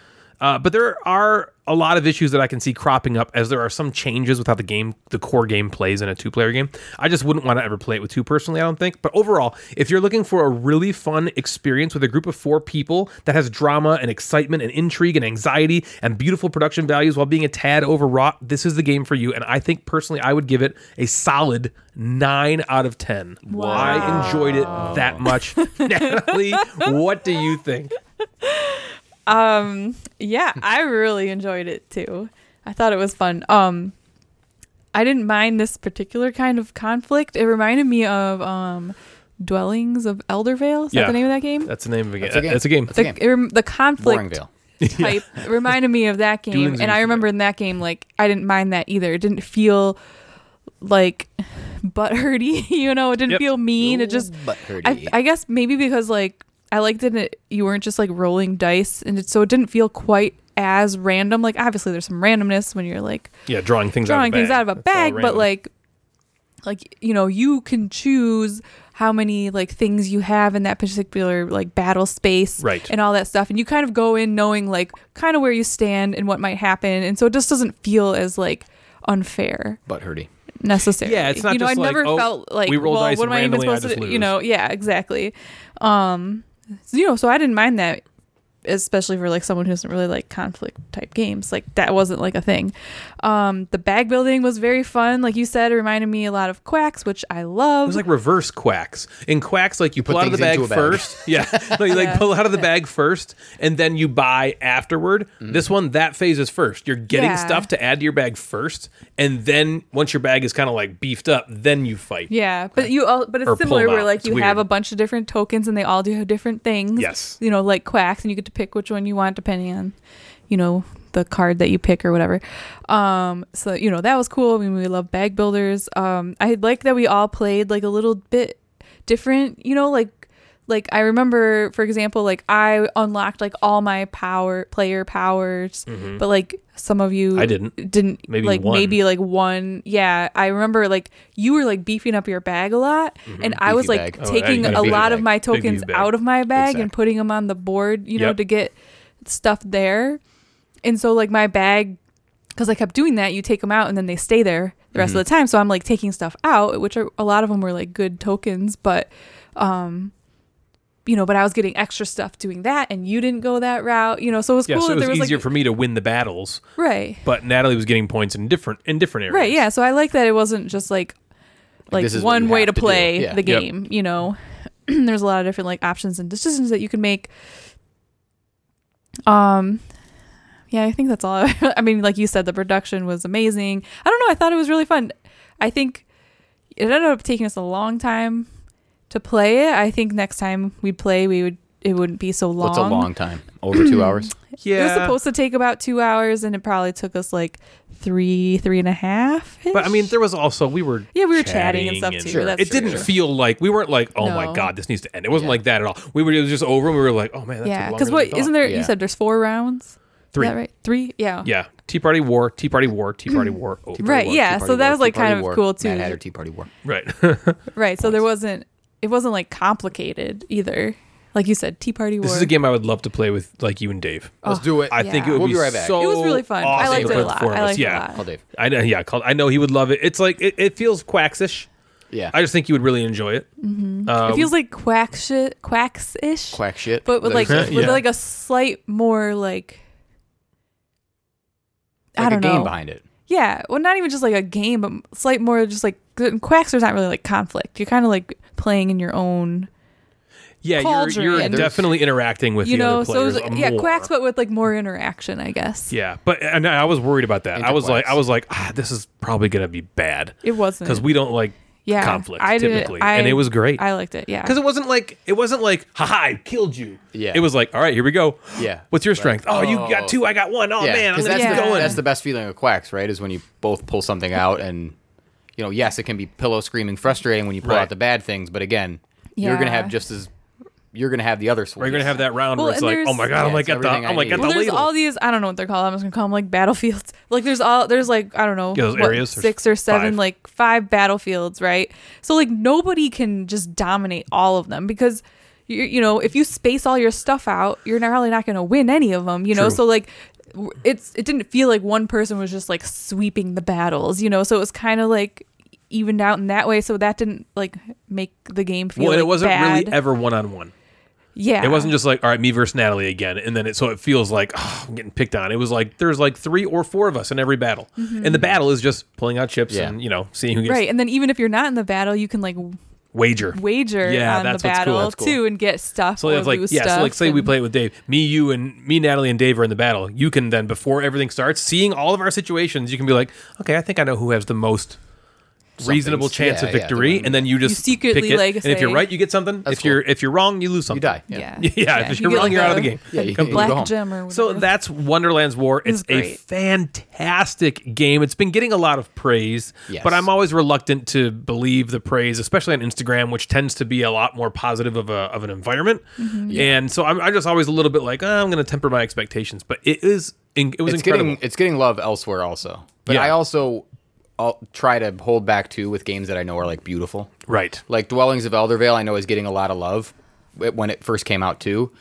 C: Uh, but there are a lot of issues that I can see cropping up as there are some changes with how the game, the core game plays in a two player game. I just wouldn't want to ever play it with two personally, I don't think. But overall, if you're looking for a really fun experience with a group of four people that has drama and excitement and intrigue and anxiety and beautiful production values while being a tad overwrought, this is the game for you. And I think personally, I would give it a solid nine out of 10. I enjoyed it that much. Natalie, what do you think?
D: Yeah, I really enjoyed it too. I thought it was fun. Um I didn't mind this particular kind of conflict. It reminded me of um Dwellings of Eldervale. Is
C: Yeah.
D: that the name of that game?
C: That's the name of a game.
E: That's a game.
C: That's a game.
E: That's
D: the,
E: a game.
D: it rem- the conflict
E: Boringvale.
D: type reminded me of that game
C: Doings
D: and
C: of
D: i
C: the
D: remember in that game like i didn't mind that either it didn't feel like butthurty you know it didn't
C: Yep.
D: feel mean it just I,
E: Butthurty.
D: I guess maybe because like i liked it that you weren't just like rolling dice and it, so it didn't feel quite as random like obviously there's some randomness when you're like
C: Yeah, drawing things out of
D: drawing
C: a
D: things out of a
C: That's all
D: bag, but
C: random.
D: like, like you know, you can choose how many like things you have in that particular like battle space,
C: Right.
D: and all that stuff, and you kind of go in knowing like kind of where you stand and what might happen, and so it just doesn't feel as like unfair
E: Butthurty.
D: necessarily.
C: Yeah, it's not
D: you know,
C: just
D: I
C: like,
D: never
C: oh,
D: felt like
C: we roll
D: well,
C: dice
D: what
C: and
D: am I even
C: randomly I
D: supposed
C: just
D: to? do?
C: lose.
D: You know, yeah, exactly. Um, so, you know, so I didn't mind that especially for like someone who doesn't really like conflict type games like that wasn't like a thing um the bag building was very fun like you said it reminded me a lot of quacks which i love
C: It was like reverse quacks. In quacks, like you, pull out of the
E: things
C: bag,
E: into a bag.
C: first. Yeah. No, you like
D: Yeah.
C: pull out of the bag first and then you buy afterward. This one, that phase is first. You're getting
D: Yeah.
C: stuff to add to your bag first. And then once your bag is kind of like beefed up, then you fight.
D: Yeah, but you all, but it's
C: Or pull
D: similar
C: them
D: where
C: out.
D: like
C: It's
D: you
C: weird.
D: have a bunch of different tokens and they all do different things.
C: Yes.
D: You know, like quacks and you get to pick which one you want depending on, you know, the card that you pick or whatever. Um so you know, that was cool. I mean, we love bag builders. Um I like that we all played like a little bit different, you know, like like I remember for example like I unlocked like all my power player powers, but like some of you
C: Mm-hmm. I didn't.
D: didn't
C: Maybe
D: like
C: one.
D: maybe like one yeah i remember like you were like beefing up your bag a lot and i was
E: Beefy
D: like
E: bag.
C: yeah,
E: Oh,
C: you
D: taking
C: gotta
D: a
C: beef
D: lot
E: bag.
D: of my
C: Big beef
D: tokens
C: bag.
D: out of my bag and
C: Exactly.
D: putting them on the board you know
C: Yep.
D: to get stuff there and so like my bag because i kept doing that you take them out and then they stay there
C: Mm-hmm.
D: the rest of the time so i'm like taking stuff out which are, a lot of them were like good tokens but um you know but i was getting extra stuff doing that and you didn't go that route you know so it was
C: Yeah, so
D: cool that
C: it
D: there
C: was
D: was
C: easier
D: like
C: for me to win the battles,
D: right
C: but Natalie was getting points in different in different areas.
D: Right. Yeah. So I like that it wasn't just like like,
E: this is what
D: one
E: you
D: way
E: have
D: to
E: to do.
D: play
E: Yeah.
D: the
E: Yep.
D: game. You know, there's a lot of different like options and decisions that you can make. Um. Yeah, I think that's all. I mean, like you said, the production was amazing. I don't know. I thought it was really fun. I think it ended up taking us a long time to play it. I think next time we play, we would it wouldn't be so long.
E: What's a long time? Over two hours?
C: Yeah.
D: It was supposed to take about two hours, and it probably took us like three, three and a half.
C: but I mean, there was also we were
D: Yeah, we were chatting and stuff, too.
E: Sure.
D: That's
C: it
D: true.
C: didn't feel like we weren't like, oh my
D: No.
C: god, this needs to end. It wasn't like that at all. We were it was just over, and we were like, oh man, that's
D: yeah,
C: because
D: because what isn't there?
E: Yeah.
D: You said there's four rounds.
C: Three.
D: Is that right? Three. Yeah.
C: Yeah, Tea Party War, Tea Party War, Tea
D: Mm.
C: Party War. Oh,
D: Right, yeah, so that was, like, kind of cool, too.
E: Mad Hatter Tea Party War.
C: right.
D: Right. So there wasn't. It wasn't like complicated either. Like you said, Tea Party War.
C: this is a game I would love to play with like you and Dave.
E: Let's do it.
C: I think it
D: yeah.
C: would
E: We'll
C: be,
E: be right back.
C: so
D: It was really fun. I
C: awesome to
D: liked it
C: play
D: a
C: with
D: lot.
C: four of
D: I
C: us.
D: liked it a
C: yeah.
D: lot.
E: Call Dave.
C: I know. Yeah, called. I know he would love it. It's like it, it feels quacksish.
E: Yeah.
C: I just think you would really enjoy it.
D: Mm-hmm.
C: Um,
D: it feels like quack shit, quacks ish,
E: Quack shit.
D: but with like
E: Is that what you said?
D: with
C: Yeah.
D: like a slight more like. I
E: Like
D: don't
E: a game
D: know.
E: behind it.
D: Yeah, well, not even just like a game, but slight more just like quacks. There's not really like conflict. You're kind of like playing in your own
C: Yeah, you're, you're
D: Cauldron.
C: definitely interacting with
D: you
C: the
D: know,
C: other
D: so it
C: players.
D: was like,
C: a
D: yeah,
C: more.
D: quacks, but with like more interaction, I guess.
C: Yeah, but and I was worried about that. I was like,
E: Interquarks.
C: I was like, ah, this is probably gonna be bad
D: It wasn't
C: because we don't like
D: yeah,
C: conflict
D: I didn't-
C: typically,
D: I-
C: and it was great
D: I liked it. Yeah,
C: because it wasn't like it wasn't like, ha ha, I killed you.
E: Yeah.
C: it was like, all right, here we go.
E: Yeah.
C: what's your strength? Oh, you got
E: Oh.
C: two, I got one. Oh
E: Yeah,
C: man, I'm
E: 'cause
C: gonna
E: that's,
C: keep
D: keep
E: the,
C: going.
E: that's the best feeling of quacks, right? Is when you both pull something out and, you know, yes, it can be pillow screaming frustrating when you pull
C: Right.
E: out the bad things, but again, you're going to
D: Yeah.
E: have just as, you're going to have the other sword.
C: We're gonna have that round
D: Well,
C: where it's
D: and
C: like, oh
D: there's-
C: my god, I'm
E: Yeah,
C: like
E: it's
C: at the,
E: everything I
C: I'm like
E: need.
C: at the
D: well, there's
C: ladle.
D: all these. I don't know what they're called. I'm just gonna call them like battlefields. Like there's all there's like I don't know
C: Yeah, those
D: what,
C: areas, there's
D: six or seven
C: five.
D: like five battlefields, right? So like nobody can just dominate all of them because. You, you know, if you space all your stuff out, you're not- probably not going to win any of them. You know,
C: True.
D: so like, w- it's it didn't feel like one person was just like sweeping the battles. You know, so it was kind of like evened out in that way. So that didn't like make the game feel.
C: well, and it
D: like,
C: wasn't really
D: bad.
C: ever one on one.
D: Yeah,
C: It wasn't just like, all right, me versus Natalie again, and then it so it feels like oh, I'm getting picked on. It was like there's like three or four of us in every battle, and the battle is just pulling out chips
E: Yeah.
C: and you know seeing who gets
D: Mm-hmm. right. And then even if you're not in the battle, you can like
C: wager.
D: wager
C: Yeah,
D: on
C: that's
D: the
C: what's cool,
D: battle
C: that's cool.
D: too and get stuff
C: So
D: or
C: if like
D: lose
C: yeah,
D: stuff.
C: so like say we
D: and-
C: play it with Dave, me, you, and me, Natalie, and Dave are in the battle. You can then before everything starts, seeing all of our situations, you can be like, okay, I think I know who has the most reasonable
E: Something's-
C: chance
E: yeah,
C: of
E: yeah,
C: victory,
E: the one-
C: and then you just
D: secretly,
C: pick it,
D: like,
C: and if you're
D: say-
C: right, you get something.
E: That's
C: if you're
E: cool.
C: if you're wrong, you lose something.
E: You die.
D: Yeah,
E: Yeah.
C: Yeah, if
D: you
C: you're
D: get,
C: wrong,
D: like,
C: you're out of the
D: a
C: game.
E: Yeah, you-
C: Come-
E: you go home.
D: Black gem or
C: So
D: whatever.
C: that's Wonderland's War. It's
D: was
C: a
D: great.
C: fantastic game. It's been getting a lot of praise,
E: Yes.
C: but I'm always reluctant to believe the praise, especially on Instagram, which tends to be a lot more positive of, a, of an environment.
D: Mm-hmm.
C: And so I'm, I'm just always a little bit like, "Ah, I'm going to temper my expectations. But it is, in, it was
E: it's
C: incredible.
E: getting it's getting love elsewhere also. But
C: Yeah.
E: I also I'll try to hold back too with games that I know are like beautiful.
C: right.
E: Like Dwellings of Eldervale, I know is getting a lot of love w- when it first came out too.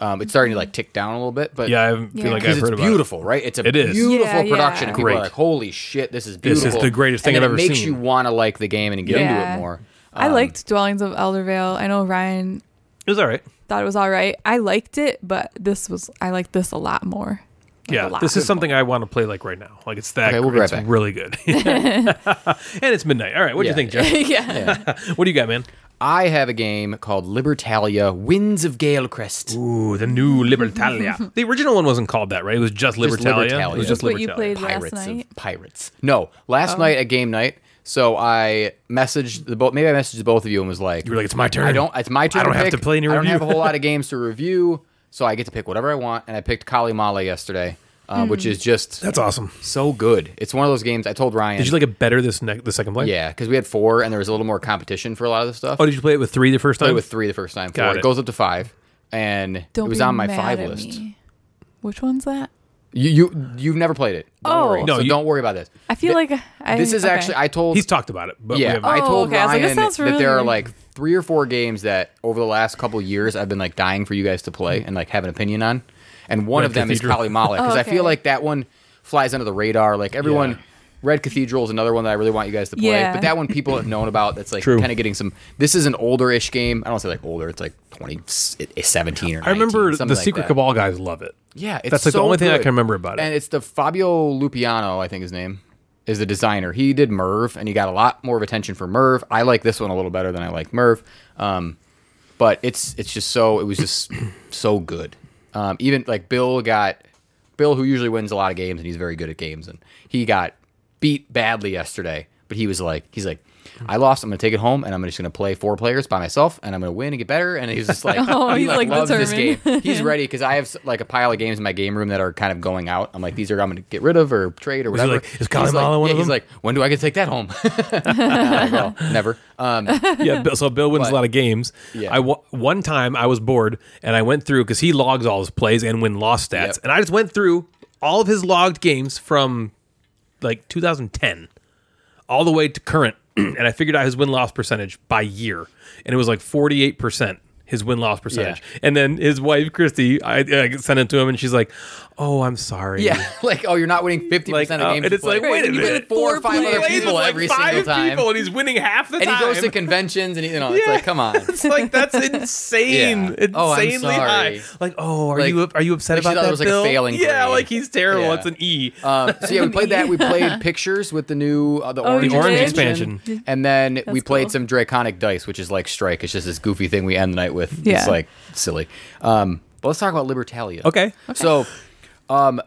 E: Um, it's starting to like tick down a little bit, but
C: Yeah, I feel
D: Yeah.
C: like
E: because
C: I've heard
E: it's
C: about
E: beautiful, right? It's a
C: It is.
E: beautiful
D: Yeah, yeah.
E: production. And people
C: Great.
E: are like, "Holy shit, this is
C: This is
E: beautiful!"
C: the greatest thing
E: and then
C: I've ever
E: it makes
C: seen.
E: you want to like the game and get
D: Yeah.
E: into it more. Um,
D: I liked Dwellings of Eldervale. I know Ryan
C: it. It was all right.
D: thought it was all right. I liked it, but this was I liked this a lot more. Like, a
C: yeah,
D: lot.
C: this is something I want to play like right now. Like it's that.
E: Okay, we'll be right
C: it's
E: back.
C: really good. and it's midnight. All right, what do you
E: Yeah.
C: think, Jeff?
D: yeah.
C: What do you got, man?
E: I have a game called Libertalia: Winds of Galecrest.
C: Ooh, the new Libertalia. the original one wasn't called that, right? It was just Libertalia.
E: Just
C: It was
E: Libertalia.
C: just
D: What you
C: Libertalia.
D: played last
E: Pirates
D: night? Oh.
E: of Pirates. No, last night at game night. So I messaged the both. Maybe I messaged the both of you and was like,
C: You were like, "It's my turn.
E: I don't. It's my turn.
C: I don't have
E: pick.
C: to play any
E: I don't
C: review."
E: have a whole lot of games to review, so I get to pick whatever I want. And I picked Kali Mala yesterday,
C: Hmm.
E: uh, which is just
C: That's awesome.
E: so good. It's one of those games. I told Ryan.
C: Did you like it better this ne- the second play?
E: Yeah, because we had four, and there was a little more competition for a lot of the stuff.
C: Oh, did you play it with three the first
E: played
C: time?
E: with three the first time. Four.
C: Got
E: It.
C: it.
E: goes up to five, and
D: Don't
E: it was
D: be
E: on my
D: mad
E: five
D: at
E: list.
D: me. Which one's that?
E: You you you've never played it. Don't
D: Oh.
E: worry.
C: No,
E: so
C: you-
E: don't worry about this.
D: I feel
E: Th-
D: like I,
E: this is
D: okay.
E: actually I told
C: He's talked about it, but we
E: yeah
C: haven't-
E: I
D: Oh,
E: told
D: okay. I was like,
E: Ryan
D: this sounds
E: that there are
D: familiar.
E: like three or four games that over the last couple years I've been like dying for you guys to play and like have an opinion on, and one
C: Red
E: of them
C: Cathedral.
E: is Kalimala because
D: Oh,
E: I
D: okay.
E: feel like that one flies under the radar. Like everyone.
C: Yeah.
E: Red Cathedral is another one that I really want you guys to play,
D: Yeah.
E: but that one people have known about. That's like
C: True.
E: kind of getting some. This is an older-ish game. I don't say like older. It's like 20, 17 or 19,
C: I remember the
E: something like
C: Secret
E: that.
C: Cabal guys love it.
E: Yeah, it's
C: That's like the
E: so
C: only thing I
E: good.
C: can remember about it.
E: And it's the Fabio Lupiano, I think his name is the designer. He did Merv, and he got a lot more of attention for Merv. I like this one a little better than I like Merv, um, but it's it's just so it was just so good. Um, even like Bill got Bill, who usually wins a lot of games, and he's very good at games, and he got beat badly yesterday. But he was like, he's like, I lost. I'm gonna take it home, and I'm just gonna play four players by myself, and I'm gonna win and get better. And he's just like,
D: Oh,
E: he
D: he's, like,
E: loves this game.
D: determined.
E: He's ready because I have like a pile of games in my game room that are kind of going out. I'm like, these are I'm gonna get rid of or trade
C: he
E: or whatever.
C: like, is
E: He's like-
C: Kalimala one
E: yeah,
C: of
E: He's
C: them?
E: like, when do I get to take that home? I'm like, well, never. Um,
C: yeah, Bill- so Bill wins
E: But-
C: a lot of games.
E: Yeah.
C: I wa- one time I was bored and I went through because he logs all his plays and win loss stats,
E: Yep.
C: and I just went through all of his logged games from like 2010 all the way to current, and I figured out his win loss percentage by year, and it was like 48 percent. His win loss percentage, and then his wife Christy, I, I sent it to him, and she's like, "Oh, I'm sorry."
E: yeah, like oh, you're not winning 50
C: Like,
E: percent of
C: uh,
E: games.
C: and
E: you
C: it's like,
E: play.
C: wait a
E: You play
C: minute.
E: four or five
C: He
E: other
C: plays
E: people
C: with, like,
E: every
C: five
E: single time,
C: people, and he's winning half the
E: and
C: time.
E: he goes to conventions, and he, you know, it's
C: Yeah.
E: like, come on.
C: It's like that's insane,
E: Yeah. Oh, I'm
C: insanely
E: sorry.
C: high. Like, oh, are
E: Like-
C: you are you upset
E: like she
C: about
E: thought
C: that?
E: it was like a
C: Bill?
E: failing
C: yeah,
E: grade.
C: like he's terrible.
E: Yeah.
C: It's an E.
E: Um, so yeah, we played that. We played pictures with the new uh, the orange,
D: you Oh, did?
C: expansion.
E: and then we
D: That's
E: played
D: cool.
E: some draconic dice, which is like strike. It's just this goofy thing we end the night with.
D: Yeah.
E: It's like silly. Um, but let's talk about Libertalia.
C: Okay.
E: So, um,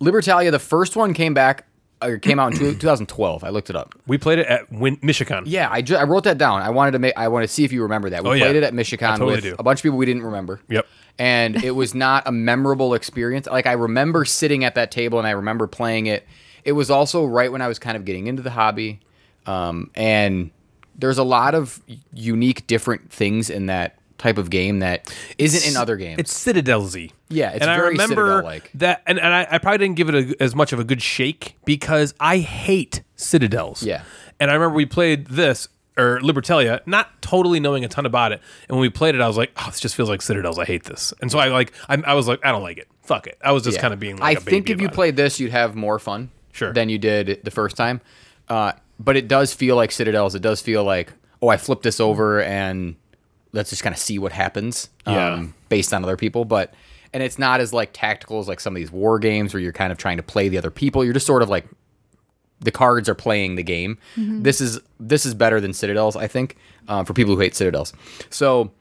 E: Libertalia, the first one came back or came out in two- 2012. I looked it up.
C: We played it at Win- Michigan.
E: Yeah, I, ju- I wrote that down. I wanted to make. I want to see if you remember that. We
C: Oh, yeah.
E: played it at Michigan
C: I totally
E: with
C: do.
E: a bunch of people we didn't remember.
C: Yep.
E: And it was not a memorable experience. Like I remember sitting at that table and I remember playing it. It was also right when I was kind of getting into the hobby, um, and there's a lot of unique, different things in that type of game that isn't in other games.
C: It's Citadel Z.
E: Yeah, it's
C: and I
E: very
C: remember
E: Citadel-like.
C: that, and, and I, I probably didn't give it a, as much of a good shake because I hate Citadels.
E: Yeah.
C: and I remember we played this or Libertalia, not totally knowing a ton about it, and when we played it, I was like, oh, this just feels like Citadels. I hate this, and so I like, I, I was like, I don't like it. Fuck it. I was just
E: Yeah.
C: kind of being. like a
E: I think
C: baby
E: if you
C: about it.
E: played this, you'd have more fun
C: Sure.
E: than you did the first time. Uh, but it does feel like Citadels. It does feel like oh, I flipped this over and let's just kind of see what happens. um,
C: Yeah.
E: based on other people, but and it's not as like tactical as like some of these war games where you're kind of trying to play the other people. You're just sort of like the cards are playing the game. This is this is better than Citadels, I think, um, for people who hate Citadels. So,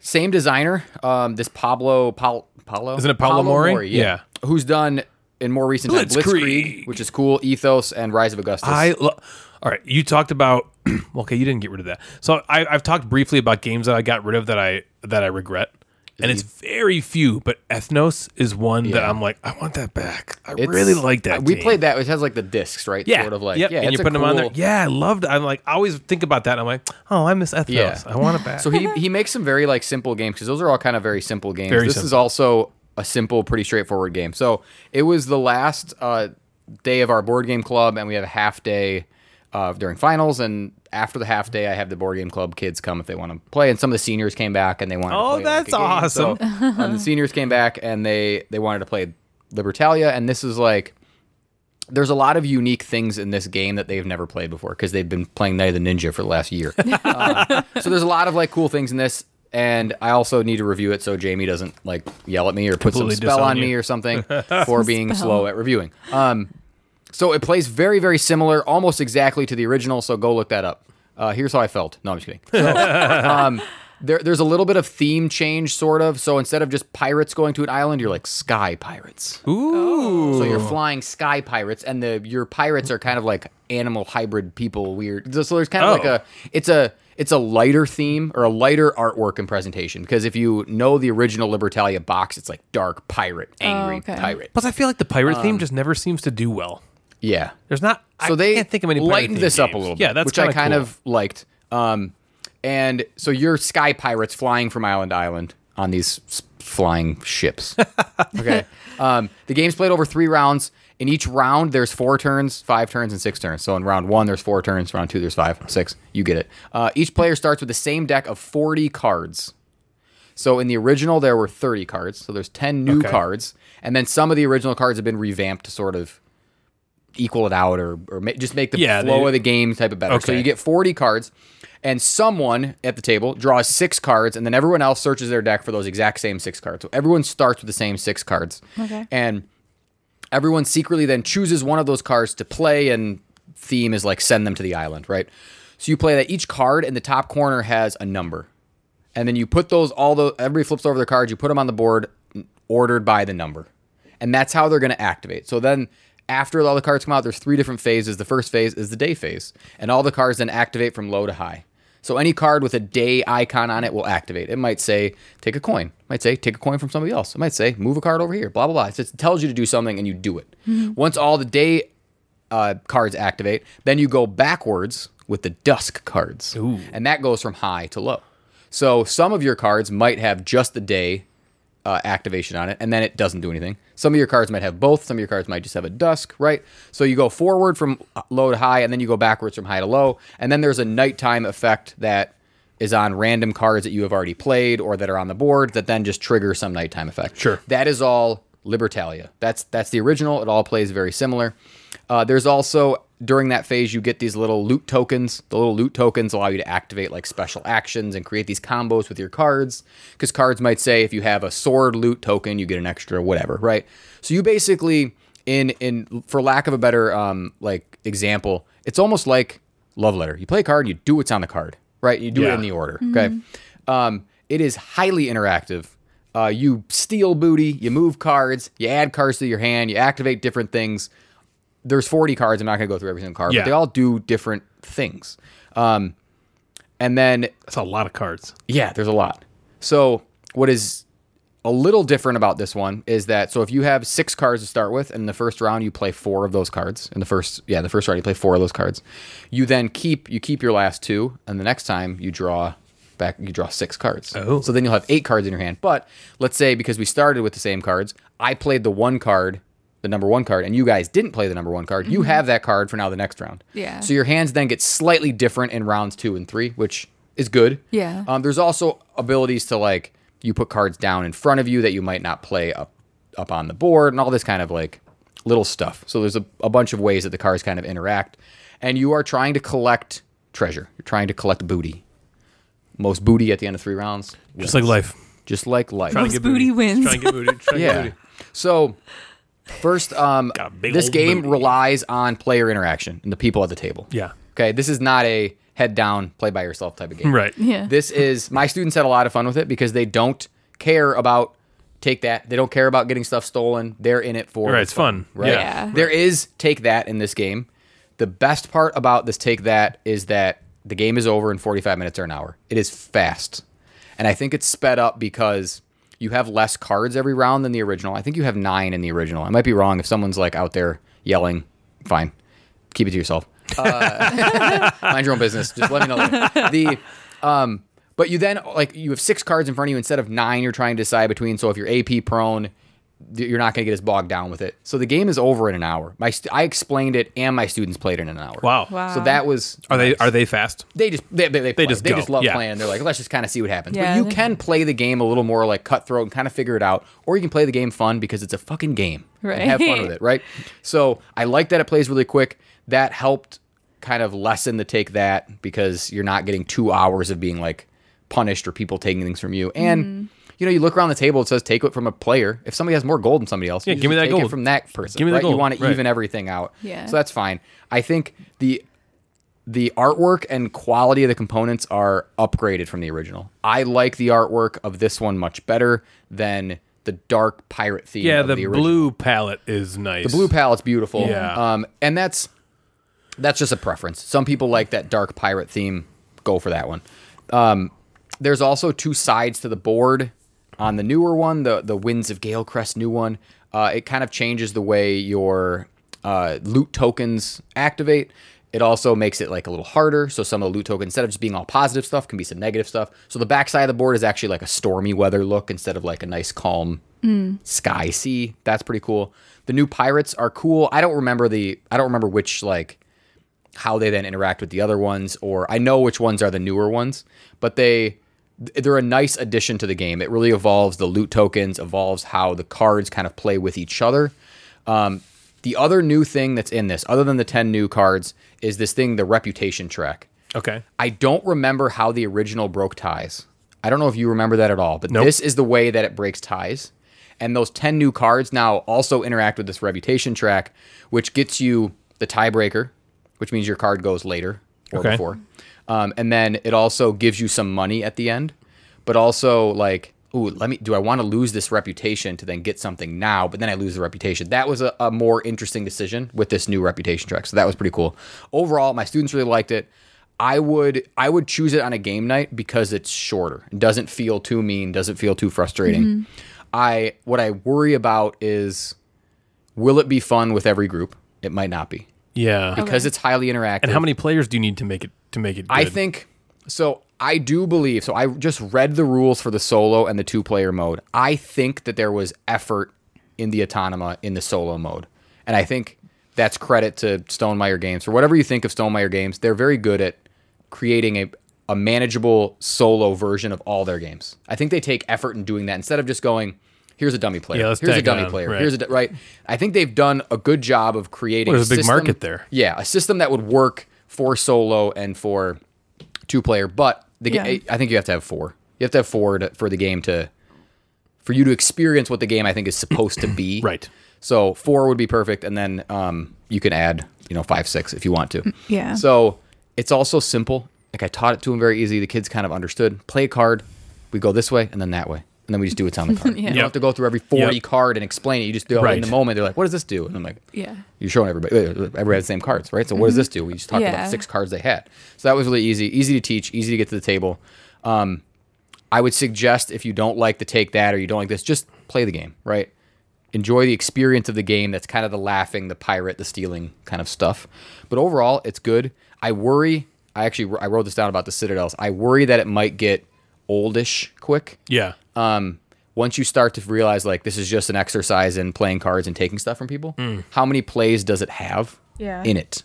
E: same designer, um, this Pablo Pal, Paulo,
C: Isn't it Paulo Mori? Yeah.
E: who's done in more recent time
C: Blitzkrieg.
E: Blitzkrieg, which is cool, Ethos, and Rise of Augustus.
C: I lo- all right. You talked about okay. You didn't get rid of that. So I, I've talked briefly about games that I got rid of that I that I regret, and it's very few. But Ethnos is one that
E: Yeah.
C: I'm like, I want that back. I
E: It's-
C: really like that.
E: We
C: game.
E: played that. It has like the discs, right?
C: Yeah,
E: sort of like
C: yep.
E: yeah.
C: and
E: it's
C: you're
E: a
C: putting them on there.
E: cool-
C: Yeah, I loved. I'm like, I always think about that. and I'm like, oh, I miss Ethnos.
E: Yeah.
C: I want it back.
E: So he he makes some very like simple games because those are all kind of very simple games.
C: Very
E: this is
C: simple.
E: also a simple, pretty straightforward game. So it was the last uh, day of our board game club, and we have a half day uh, during finals. And after the half day, I have the board game club kids come if they want to play. And some of the seniors came back and they wanted.
C: Oh,
E: to play, like, a
C: that's
E: game.
C: awesome.
E: So, um, the seniors came back and they they wanted to play Libertalia, and this is like there's a lot of unique things in this game that they've never played before because they've been playing Night of the Ninja for the last year. Um, so there's a lot of like cool things in this. And I also need to review it so Jamie doesn't like yell at me or put
C: Completely
E: some spell
C: disown
E: on
C: you.
E: me or something for being slow at reviewing. Um, so it plays very, very similar, almost exactly to the original. So go look that up. Uh, here's how I felt. No, I'm just kidding. So, um, there, there's a little bit of theme change, sort of. So instead of just pirates going to an island, you're like sky pirates.
C: Ooh.
E: So you're flying sky pirates, and the your pirates are kind of like animal hybrid people, weird. So there's kind of like
C: Oh.
E: a it's a it's a lighter theme or a lighter artwork and presentation because if you know the original Libertalia box, it's like dark pirate, angry
D: okay.
E: pirate.
C: Plus, I feel like the pirate theme just never seems to do well.
E: Yeah.
C: There's not.
E: Um, So
C: I
E: they
C: can't think of any. pirate
E: lightened
C: theme
E: this up a
C: games.
E: little bit,
C: Yeah, that's
E: which I
C: kinda
E: kind
C: cool.
E: of liked. Um, and so you're sky pirates flying from island to island on these s- flying ships. okay. Um, the game's played over three rounds. In each round, there's four turns, five turns, and six turns. So in round one, there's four turns. Round two, there's five, six. You get it. Uh, each player starts with the same deck of 40 cards. So in the original, there were 30 cards. So there's 10 new
C: Okay.
E: cards. And then some of the original cards have been revamped to sort of equal it out or, or ma- just make the
C: Yeah,
E: flow
C: they-
E: of the game type of better. So
C: Okay.
E: you get 40 cards, and someone at the table draws six cards, and then everyone else searches their deck for those exact same six cards. So everyone starts with the same six cards.
D: Okay.
E: And everyone secretly then chooses one of those cards to play, and theme is like send them to the island, right? So you play that each card in the top corner has a number. And then you put those all the everybody flips over their cards, you put them on the board n- ordered by the number. And that's how they're going to activate. So then after all the cards come out, there's three different phases. The first phase is the day phase, and all the cards then activate from low to high. So any card with a day icon on it will activate. It might say take a coin. It might say take a coin from somebody else. It might say move a card over here. Blah blah blah. It just tells you to do something and you do it. Once all the day uh, cards activate. Then you go backwards with the dusk cards, and that goes from high to low. So some of your cards might have just the day uh, activation on it, and then it doesn't do anything. Some of your cards might have both. Some of your cards might just have a dusk, right? So you go forward from uh, low to high, and then you go backwards from high to low, and then there's a nighttime effect that is on random cards that you have already played or that are on the board that then just trigger some nighttime effect.
C: Sure.
E: That is all Libertalia. That's that's the original. It all plays very similar. Uh, there's also during that phase you get these little loot tokens. The little loot tokens allow you to activate like special actions and create these combos with your cards. Because cards might say if you have a sword loot token, you get an extra whatever, right? So you basically in in for lack of a better um, like example, it's almost like love letter. You play a card, you do what's on the card, right? You do it
C: Yeah.
E: in the order. Okay. Um, it is highly interactive. Uh, you steal booty, you move cards, you add cards to your hand, you activate different things. There's 40 cards. I'm not going to go through every single card,
C: Yeah.
E: but they all do different things. Um, and then
C: That's a lot of cards.
E: yeah, there's a lot. So what is a little different about this one is that so if you have six cards to start with, and in the first round you play four of those cards. In the first yeah, the first round you play four of those cards. You then keep you keep your last two, and the next time you draw back you draw six cards.
C: Oh.
E: So then you'll have eight cards in your hand. But let's say because we started with the same cards, I played the one card, the number one card, and you guys didn't play the number one card. You have that card for now the next round.
D: Yeah.
E: So your hands then get slightly different in rounds two and three, which is good.
D: Yeah.
E: Um, there's also abilities to like you put cards down in front of you that you might not play up up on the board and all this kind of like little stuff. So there's a, a bunch of ways that the cards kind of interact, and you are trying to collect treasure. You're trying to collect booty. Most booty at the end of three rounds,
C: Just like life.
E: just like life.
D: Most booty wins.
C: Trying to get booty. Try and get
E: Yeah.
C: booty.
E: So first, um,
C: Got a big
E: this
C: old
E: game
C: booty.
E: relies on player interaction and the people at the table.
C: Yeah.
E: Okay. This is not a head down, play by yourself type of game.
C: Right.
D: Yeah.
E: This is my students had a lot of fun with it because they don't care about take that. They don't care about getting stuff stolen. They're in it for
C: All right.
E: the
C: It's fun.
E: right?
D: Yeah.
E: There is take that in this game. The best part about this take that is that the game is over in 45 minutes or an hour. It is fast. And I think it's sped up because you have less cards every round than the original. I think you have nine in the original. I might be wrong. If someone's like out there yelling, fine. Keep it to yourself. Uh, mind your own business. Just let me know. later. The um, but you then like you have six cards in front of you instead of nine. You're trying to decide between. So if you're AP prone, th- you're not going to get as bogged down with it. So the game is over in an hour. My st- I explained it, and my students played it in an hour.
C: Wow.
D: Wow.
E: So that was
C: Are they are they fast?
E: they just they they, they, play.
C: just
E: they
C: go.
E: just love
C: Yeah.
E: playing. They're like, let's just kind of see what happens.
D: Yeah,
E: but you
D: they-
E: can play the game a little more like cutthroat and kind of figure it out, or you can play the game fun because it's a fucking game. and have fun
D: Right.
E: with it, right? So I like that it plays really quick. That helped kind of lessen the take that because you're not getting two hours of being like punished or people taking things from you. And
D: Mm-hmm.
E: you know, you look around the table. It says take it from a player. If somebody has more gold than somebody else,
C: Yeah,
E: you
C: give me
E: just
C: that
E: take it
C: gold.
E: from that person.
C: Give me the
E: right? You
C: gold,
E: want to
C: right.
E: even everything out.
D: Yeah.
E: So that's fine. I think the the artwork and quality of the components are upgraded from the original. I like the artwork of this one much better than the dark pirate theme.
C: Yeah,
E: of
C: the,
E: the, original.
C: blue palette is nice.
E: The blue palette's beautiful.
C: Yeah.
E: Um, and that's that's just a preference. Some people like that dark pirate theme. Go for that one. Um, there's also two sides to the board. On the newer one, the the Winds of Galecrest new one, uh, it kind of changes the way your uh, loot tokens activate. It also makes it like a little harder. So some of the loot tokens, instead of just being all positive stuff, can be some negative stuff. So the back side of the board is actually like a stormy weather look instead of like a nice calm sky sea. That's pretty cool. The new pirates are cool. I don't remember the I don't remember which like how they then interact with the other ones or I know which ones are the newer ones, but they they're a nice addition to the game. It really evolves the loot tokens, evolves how the cards kind of play with each other. Um, the other new thing that's in this, other than the 10 new cards, is this thing, the reputation track.
C: Okay.
E: I don't remember how the original broke ties. I don't know if you remember that at all, but this is the way that it breaks ties. And those 10 new cards now also interact with this reputation track, which gets you the tiebreaker, which means your card goes later or
C: Okay.
E: before. Um, and then it also gives you some money at the end, but also like, ooh, let me, do I want to lose this reputation to then get something now, but then I lose the reputation? That was a, a more interesting decision with this new reputation track. So that was pretty cool. Overall, my students really liked it. I would I would choose it on a game night because it's shorter. It doesn't feel too mean, doesn't feel too frustrating.
C: Mm-hmm.
E: I what I worry about is will it be fun with every group? It might not be
C: Yeah.
E: because it's highly interactive.
C: And how many players do you need to make it to make it? Good?
E: I think so. I do believe so. I just read the rules for the solo and the two player mode. I think that there was effort in the autonoma in the solo mode, and I think that's credit to Stonemeyer Games or whatever you think of Stonemeyer Games. They're very good at creating a a manageable solo version of all their games. I think they take effort in doing that instead of just going. Here's a dummy player.
C: Yeah, let's
E: Here's a
C: tag
E: dummy
C: on,
E: player.
C: right.
E: Here's a du- right. I think they've done a good job of creating.
C: Well, there's a big
E: system-
C: market there.
E: yeah, a system that would work for solo and for two player, but the ga-
D: Yeah.
E: I think you have to have four. You have to have four to, for the game to for you to experience what the game I think is supposed to be.
C: Right.
E: So four would be perfect, and then um, you can add you know five six if you want to.
D: Yeah.
E: So it's also simple. Like I taught it to them very easy. The kids kind of understood. Play a card. We go this way and then that way. And then we just do what's on the card. You
C: Yep.
E: don't have to go through every 40
C: Yep.
E: card and explain it. You just do it in
C: Right.
E: the moment. They're like, what does this do? And I'm like,
D: Yeah.
E: you're showing everybody. uh, Everybody had the same cards, right? So what does this do? We just talked
D: Yeah.
E: about six cards they had. So that was really easy, easy to teach, easy to get to the table. Um, I would suggest if you don't like to take that or you don't like this, just play the game, right? Enjoy the experience of the game. That's kind of the laughing, the pirate, the stealing kind of stuff. But overall, it's good. I worry. I actually I wrote this down about the citadels. I worry that it might get oldish quick
C: Yeah.
E: um, once you start to realize like this is just an exercise in playing cards and taking stuff from people,
C: Hmm.
E: how many plays does it have
D: Yeah.
E: in it?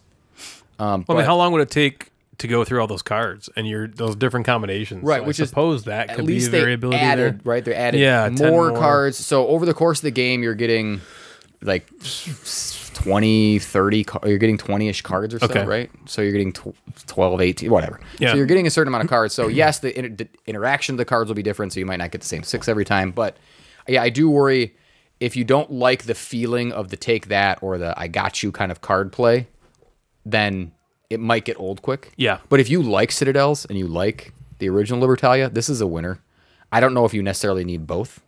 E: Um,
C: Well, I mean,
E: but-
C: how long would it take to go through all those cards and your those different combinations?
E: Right,
C: So
E: which
C: I
E: is-
C: suppose that
E: At
C: could be
E: least they
C: variability
E: added,
C: there.
E: right? They added
C: Yeah, 10
E: more,
C: more.
E: cards. So over the course of the game, you're getting like 20, 30, ca- you're getting 20-ish cards or so,
C: Okay.
E: right? So you're getting tw- 12, 18, whatever.
C: Yeah.
E: So you're getting a certain amount of cards. So yes, the, inter- the interaction of the cards will be different, so you might not get the same six every time. But yeah, I do worry if you don't like the feeling of the take that or the I got you kind of card play, then it might get old quick.
C: Yeah.
E: But if you like Citadels and you like the original Libertalia, this is a winner. I don't know if you necessarily need both,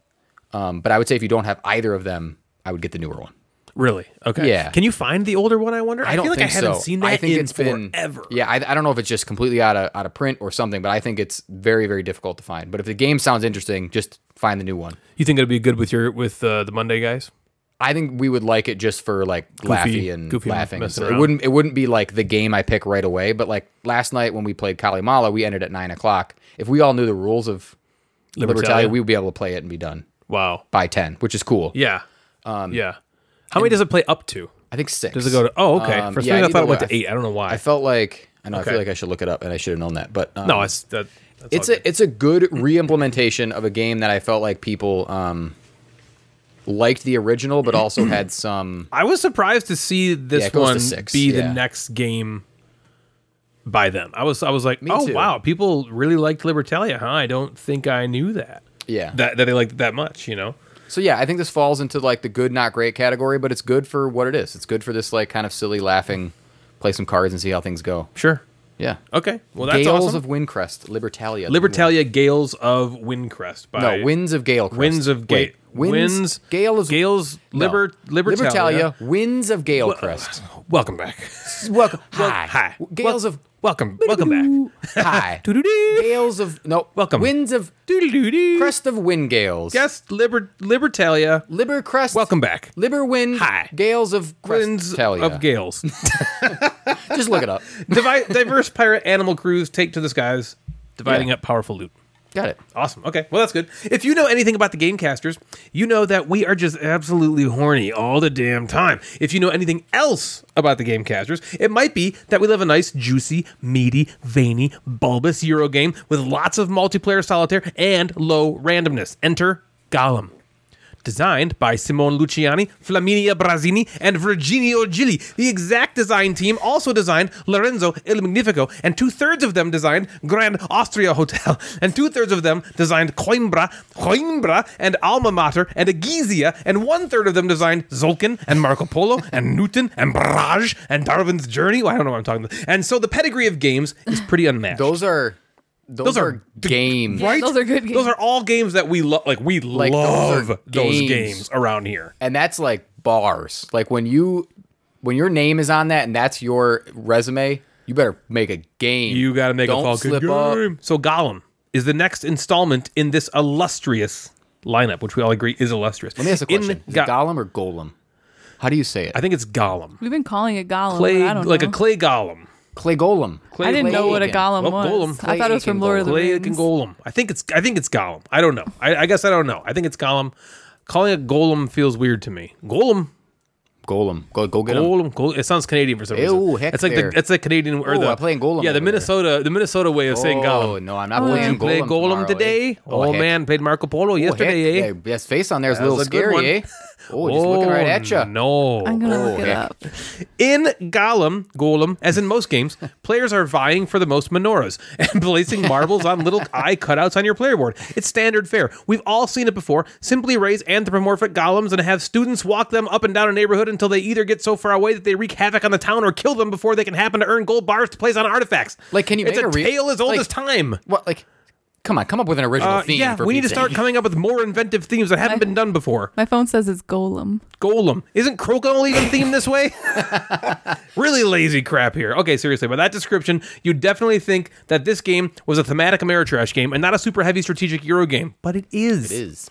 E: um, but I would say if you don't have either of them, I would get the newer one.
C: Really? Okay.
E: Yeah.
C: Can you find the older one? I wonder.
E: I don't
C: feel like
E: think
C: I haven't
E: so.
C: seen that
E: I think
C: in
E: it's been
C: forever.
E: Yeah, I, I don't know if it's just completely out of out of print or something, but I think it's very very difficult to find. But if the game sounds interesting, just find the new one.
C: You think it'd be good with your with uh, the Monday guys?
E: I think we would like it just for like laughy and
C: goofy
E: laughing.
C: messing
E: So it
C: around.
E: wouldn't it wouldn't be like the game I pick right away, but like last night when we played Kalimala, we ended at nine o'clock. If we all knew the rules of Libertalia,
C: Libertalia.
E: we would be able to play it and be done
C: Wow.
E: by ten, which is cool.
C: Yeah. Um, yeah. How many does it play up to?
E: I think six.
C: Does it go to? Oh, okay.
E: Um,
C: For some
E: yeah,
C: reason, I thought
E: either
C: it went
E: way.
C: to eight. I don't know why.
E: I felt like I know I
C: Okay.
E: feel like I should look it up and I should have known that, but um,
C: no, it's that. that's
E: it's
C: all
E: a it's a good re-implementation of a game that I felt like people um, liked the original, but also had some
C: I was surprised to see
E: Yeah,
C: this
E: it goes to
C: one
E: six,
C: be
E: yeah.
C: the next game by them. I was I was like, oh
E: too.
C: wow, people really liked Libertalia, huh? I don't think I knew that.
E: Yeah.
C: that, that they liked it that much. You know,
E: So yeah, I think this falls into like the good, not great category, but it's good for what it is. It's good for this like kind of silly laughing, play some cards and see how things go.
C: sure,
E: Yeah.
C: okay, well that's
E: Gales
C: awesome.
E: of Windcrest, Libertalia.
C: Libertalia Gales of Windcrest by
E: No, Winds of Galecrest.
C: Winds of Ga-
E: Wait, Winds,
C: Winds-
E: Gale is
C: Gales
E: no.
C: Liber Libertalia.
E: Winds of Galecrest.
C: Welcome back.
E: Welcome. Hi.
C: Hi.
E: Gales of
C: Welcome, welcome back.
E: Hi.
C: Doo-doo-doo.
E: Gales of no.
C: Welcome.
E: Winds of
C: Doo-doo-doo-doo.
E: Crest of Wind Gales.
C: Yes, Liber Libertalia.
E: Liber Crest.
C: Welcome back.
E: Liberwind.
C: Hi.
E: Gales of Crest.
C: Winds
E: Talia.
C: of Gales.
E: Just look it up.
C: Divi- diverse pirate animal crews take to the skies, dividing
E: Yeah.
C: up powerful loot.
E: Got it.
C: Awesome. Okay. Well, that's good. If you know anything about the Gamecasters, you know that we are just absolutely horny all the damn time. If you know anything else about the Gamecasters, it might be that we live a nice, juicy, meaty, veiny, bulbous Euro game with lots of multiplayer solitaire and low randomness. Enter Gollum. Designed by Simone Luciani, Flaminia Brazzini, and Virginio Gilli. The exact design team also designed Lorenzo Il Magnifico, and two thirds of them designed Grand Austria Hotel, and two thirds of them designed Coimbra, Coimbra, and Alma Mater, and Agizia, and one third of them designed Zolkin, and Marco Polo, and Newton, and Barrage, and Darwin's Journey. Well, I don't know what I'm talking about. And so the pedigree of games is pretty unmatched.
E: Those are those,
C: Those
E: are,
C: are d-
E: games.
D: Yeah, those are good games.
C: Those are all games that we love. Like we
E: Like,
C: love
E: those
C: those,
E: are
C: games.
E: games.
C: around here.
E: and that's like bars. Like when you when your name is on that and that's your resume, you better make a game.
C: You got to make
E: Don't
C: a fucking
E: slip up.
C: game. So Gollum is the next installment in this illustrious lineup, which we all agree is illustrious.
E: Let me ask a
C: In
E: question: Is
C: Go-
E: it Gollum or Golem? How do you say it?
C: I think it's Gollum.
D: We've been calling it Gollum.
C: Clay,
D: but I don't
C: like
D: know.
C: a clay Gollum.
E: Clay Golem.
D: I didn't know what a
E: Clay-
D: Gollum
C: Well,
D: was.
C: Golem.
D: I thought it was
E: Clay
D: from Lord of the
C: Clay
D: Rings.
C: and Golem. I think it's. I think it's Gollum. I don't know. I, I guess I don't know. I think it's Gollum. Calling it Golem feels weird to me. Golem,
E: Golem. Go go get him.
C: Golem, Golem. It sounds Canadian for some reason.
E: Ew, heck
C: it's like
E: there.
C: the it's like Canadian or
E: Oh,
C: the
E: I'm playing Golem
C: Yeah, the
E: over there.
C: Minnesota the Minnesota way of saying Gollum.
E: Oh no, I'm not
D: Oh,
E: playing
D: yeah.
C: You
E: Golem.
C: play Golem
E: tomorrow, eh?
C: today?
E: Oh,
C: Oh,
E: heck.
C: man, played Marco Polo
E: Oh, heck.
C: yesterday, eh?
E: Yeah, His face on there is a
C: That was
E: little
C: a good one.
E: scary, eh? Oh, just looking right at you.
C: No.
D: I'm gonna
E: Oh,
D: look it
E: heck.
D: up.
C: In Gollum, Golem, as in most games, players are vying for the most menorahs and placing marbles on little eye cutouts on your player board. It's standard fare. We've all seen it before. Simply raise anthropomorphic golems and have students walk them up and down a neighborhood until they either get so far away that they wreak havoc on the town or kill them before they can happen to earn gold bars to place on artifacts.
E: Like, can you
C: It's
E: make
C: a,
E: a re-
C: tale as old
E: like-
C: as time.
E: What? Like, come on, come up with an original
C: Uh,
E: theme.
C: yeah,
E: for
C: we need to
E: Pete's
C: start
E: sake.
C: coming up with more inventive themes that haven't been done before.
D: My phone says it's Golem.
C: Golem. Isn't Crocodile even themed this way? really lazy crap here. Okay, seriously, by that description, you definitely think that this game was a thematic Ameritrash game and not a super heavy strategic Euro game, but it is.
E: It is.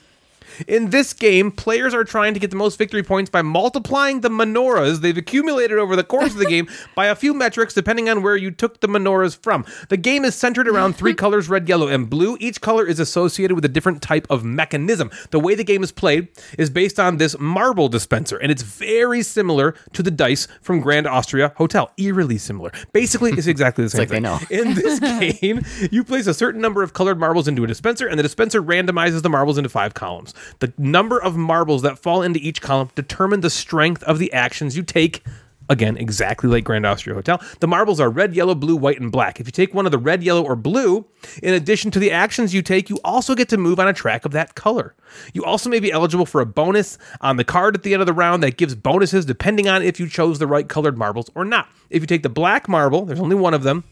C: In this game, players are trying to get the most victory points by multiplying the menorahs they've accumulated over the course of the game by a few metrics, depending on where you took the menorahs from. The game is centered around three colors red, yellow, and blue. Each color is associated with a different type of mechanism. The way the game is played is based on this marble dispenser, and it's very similar to the dice from Grand Austria Hotel. Eerily similar. Basically, it's exactly the same
E: like they
C: thing.
E: know.
C: In this game, you place a certain number of colored marbles into a dispenser, and the dispenser randomizes the marbles into five columns. The number of marbles that fall into each column determine the strength of the actions you take. Again, exactly like Grand Austria Hotel. The marbles are red, yellow, blue, white, and black. If you take one of the red, yellow, or blue, in addition to the actions you take, you also get to move on a track of that color. You also may be eligible for a bonus on the card at the end of the round that gives bonuses depending on if you chose the right colored marbles or not. If you take the black marble, there's only one of them,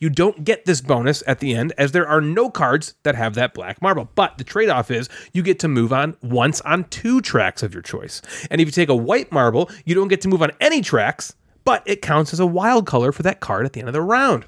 C: you don't get this bonus at the end as there are no cards that have that black marble. But the trade off is you get to move on once on two tracks of your choice. And if you take a white marble, you don't get to move on any tracks, but it counts as a wild color for that card at the end of the round.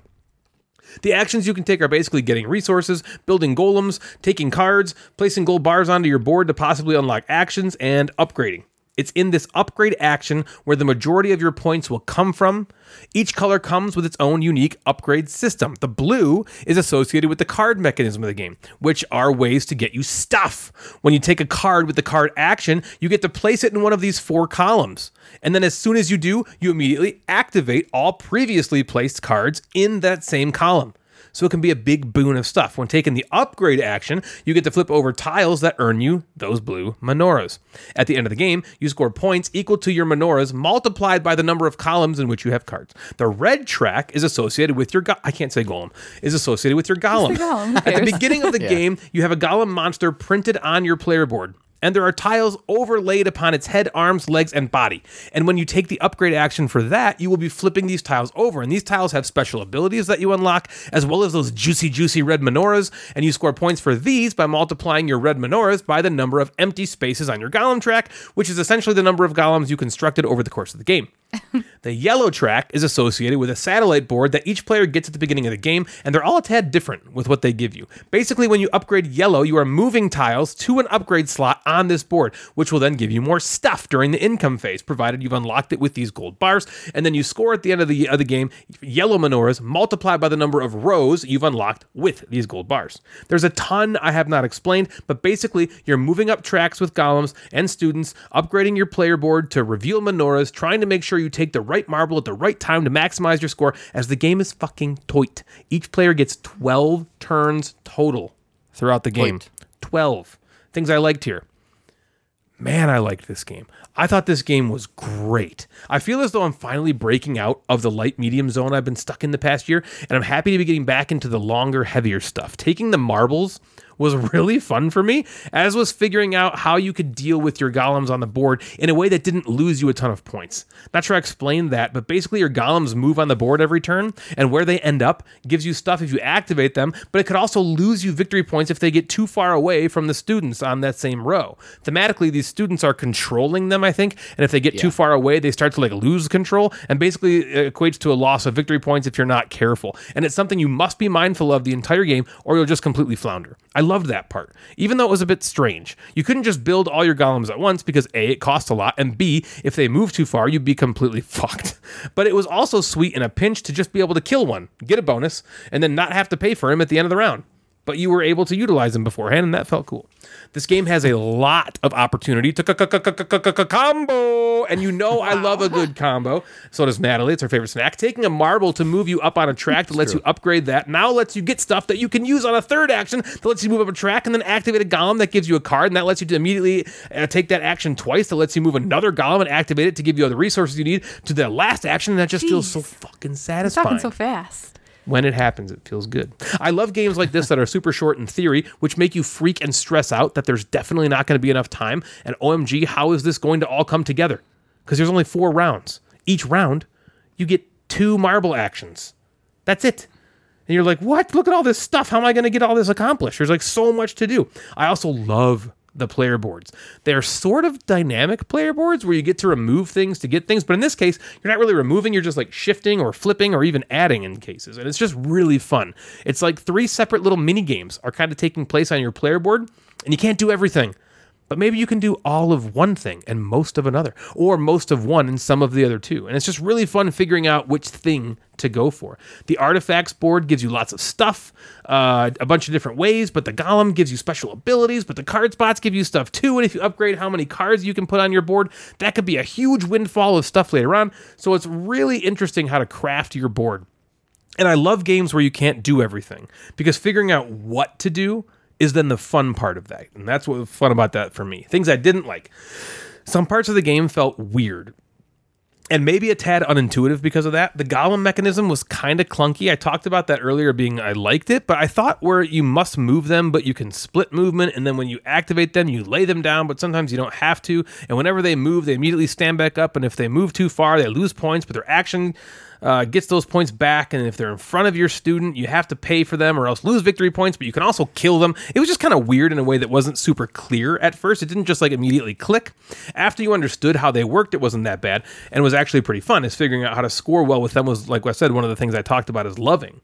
C: The actions you can take are basically getting resources, building golems, taking cards, placing gold bars onto your board to possibly unlock actions, and upgrading. It's in this upgrade action where the majority of your points will come from. Each color comes with its own unique upgrade system. The blue is associated with the card mechanism of the game, which are ways to get you stuff. When you take a card with the card action, you get to place it in one of these four columns. And then as soon as you do, you immediately activate all previously placed cards in that same column. so it can be a big boon of stuff. When taking the upgrade action, you get to flip over tiles that earn you those blue menorahs. At the end of the game, you score points equal to your menorahs multiplied by the number of columns in which you have cards. The red track is associated with your go- I can't say golem is associated with your golem.
D: golem, who
C: At the
D: cares?
C: beginning of the game, you have a golem monster printed on your player board. And there are tiles overlaid upon its head, arms, legs, and body. And when you take the upgrade action for that, you will be flipping these tiles over. And these tiles have special abilities that you unlock, as well as those juicy, juicy red menorahs. And you score points for these by multiplying your red menorahs by the number of empty spaces on your golem track, which is essentially the number of golems you constructed over the course of the game. The yellow track is associated with a satellite board that each player gets at the beginning of the game, and they're all a tad different with what they give you. Basically, when you upgrade yellow, you are moving tiles to an upgrade slot on this board, which will then give you more stuff during the income phase, provided you've unlocked it with these gold bars. And then you score at the end of the, of the game yellow menorahs multiplied by the number of rows you've unlocked with these gold bars. There's a ton I have not explained, but basically, you're moving up tracks with golems and students, upgrading your player board to reveal menorahs, trying to make sure you take the right marble at the right time to maximize your score, as the game is fucking toit. Each player gets 12 turns total throughout the game.
E: Toit.
C: 12. Things I liked here. Man, I liked this game. I thought this game was great. I feel as though I'm finally breaking out of the light medium zone I've been stuck in the past year, and I'm happy to be getting back into the longer, heavier stuff. Taking the marbles was really fun for me, as was figuring out how you could deal with your golems on the board in a way that didn't lose you a ton of points. Not sure I explained that, but basically your golems move on the board every turn, and where they end up gives you stuff if you activate them, but it could also lose you victory points if they get too far away from the students on that same row. Thematically, these students are controlling them, I think, and if they get too far away, they start to like lose control, and basically it equates to a loss of victory points if you're not careful. And it's something you must be mindful of the entire game, or you'll just completely flounder. I loved that part, even though it was a bit strange. You couldn't just build all your golems at once because A, it costs a lot, and B, if they move too far, you'd be completely fucked. But it was also sweet in a pinch to just be able to kill one, get a bonus, and then not have to pay for him at the end of the round but you were able to utilize them beforehand, and that felt cool. This game has a lot of opportunity to c- c- c- c- c- c- combo, and you know I love a good combo. So does Natalie; it's her favorite snack. Taking a marble to move you up on a track that lets you upgrade that now lets you get stuff that you can use on a third action that lets you move up a track, and then activate a golem that gives you a card, and that lets you to immediately uh, take that action twice. That lets you move another golem and activate it to give you all the resources you need to the last action. And that just feels so
D: Jeez.
C: fucking
D: It's talking
C: satisfying
D: so fast.
C: when it happens, it feels good. I love games like this that are super short in theory, which make you freak and stress out that there's definitely not going to be enough time. And OMG, how is this going to all come together? Because there's only four rounds. Each round, you get two marble actions. That's it. And you're like, what? Look at all this stuff. How am I going to get all this accomplished? There's like so much to do. I also love the player boards. They're sort of dynamic player boards where you get to remove things to get things. But in this case, you're not really removing, you're just like shifting or flipping or even adding in cases. And it's just really fun. It's like three separate little mini games are kind of taking place on your player board, and you can't do everything. But maybe you can do all of one thing and most of another, or most of one and some of the other two. And it's just really fun figuring out which thing to go for. The artifacts board gives you lots of stuff, uh, a bunch of different ways, but the golem gives you special abilities, but the card spots give you stuff too. And if you upgrade how many cards you can put on your board, that could be a huge windfall of stuff later on. So it's really interesting how to craft your board. And I love games where you can't do everything because figuring out what to do is then the fun part of that. And that's what was fun about that for me. Things I didn't like. Some parts of the game felt weird and maybe a tad unintuitive because of that. The golem mechanism was kind of clunky. I talked about that earlier being I liked it, but I thought where you must move them, but you can split movement and then when you activate them, you lay them down, but sometimes you don't have to. And whenever they move, they immediately stand back up and if they move too far, they lose points, but their action uh, gets those points back, and if they're in front of your student, you have to pay for them or else lose victory points, but you can also kill them. It was just kind of weird in a way that wasn't super clear at first. It didn't just like immediately click. After you understood how they worked, it wasn't that bad and was actually pretty fun. Is figuring out how to score well with them was, like I said, one of the things I talked about is loving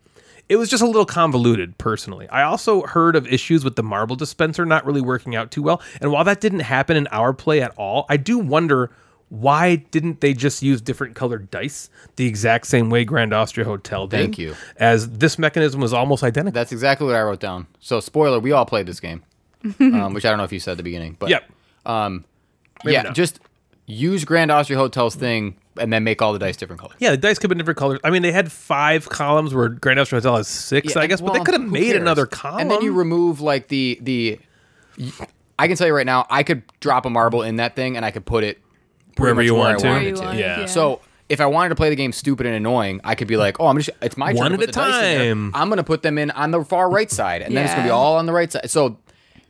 C: it was just a little convoluted personally. I also heard of issues with the marble dispenser not really working out too well. And while that didn't happen in our play at all, I do wonder why didn't they just use different colored dice the exact same way Grand Austria Hotel did?
E: Thank you.
C: As this mechanism was almost identical.
E: That's exactly what I wrote down. So, spoiler: we all played this game, um, which I don't know if you said at the beginning, but
C: yep.
E: yeah, just use Grand Austria Hotel's thing and then make all the dice different color.
C: Yeah, the dice could have been different colors. I mean, they had five columns where Grand Theft Hotel has six, I guess, but they
E: well,
C: could have
E: who
C: made
E: cares?
C: another column.
E: And then you remove like the the. I can tell you right now, I could drop a marble in that thing, and I could put it pretty
C: Wherever
E: much
C: you
E: where
C: want
E: I
C: to.
E: wanted
D: Where you
E: to.
D: want,
C: Yeah.
E: So if I wanted to play the game stupid and annoying, I could be like, oh, I'm just it's my
C: One
E: turn. to
C: at
E: put
C: a
E: the dice in there.
C: time.
E: I'm gonna put them in on the far right side, and then it's gonna be
D: Yeah.
E: all on the right side. So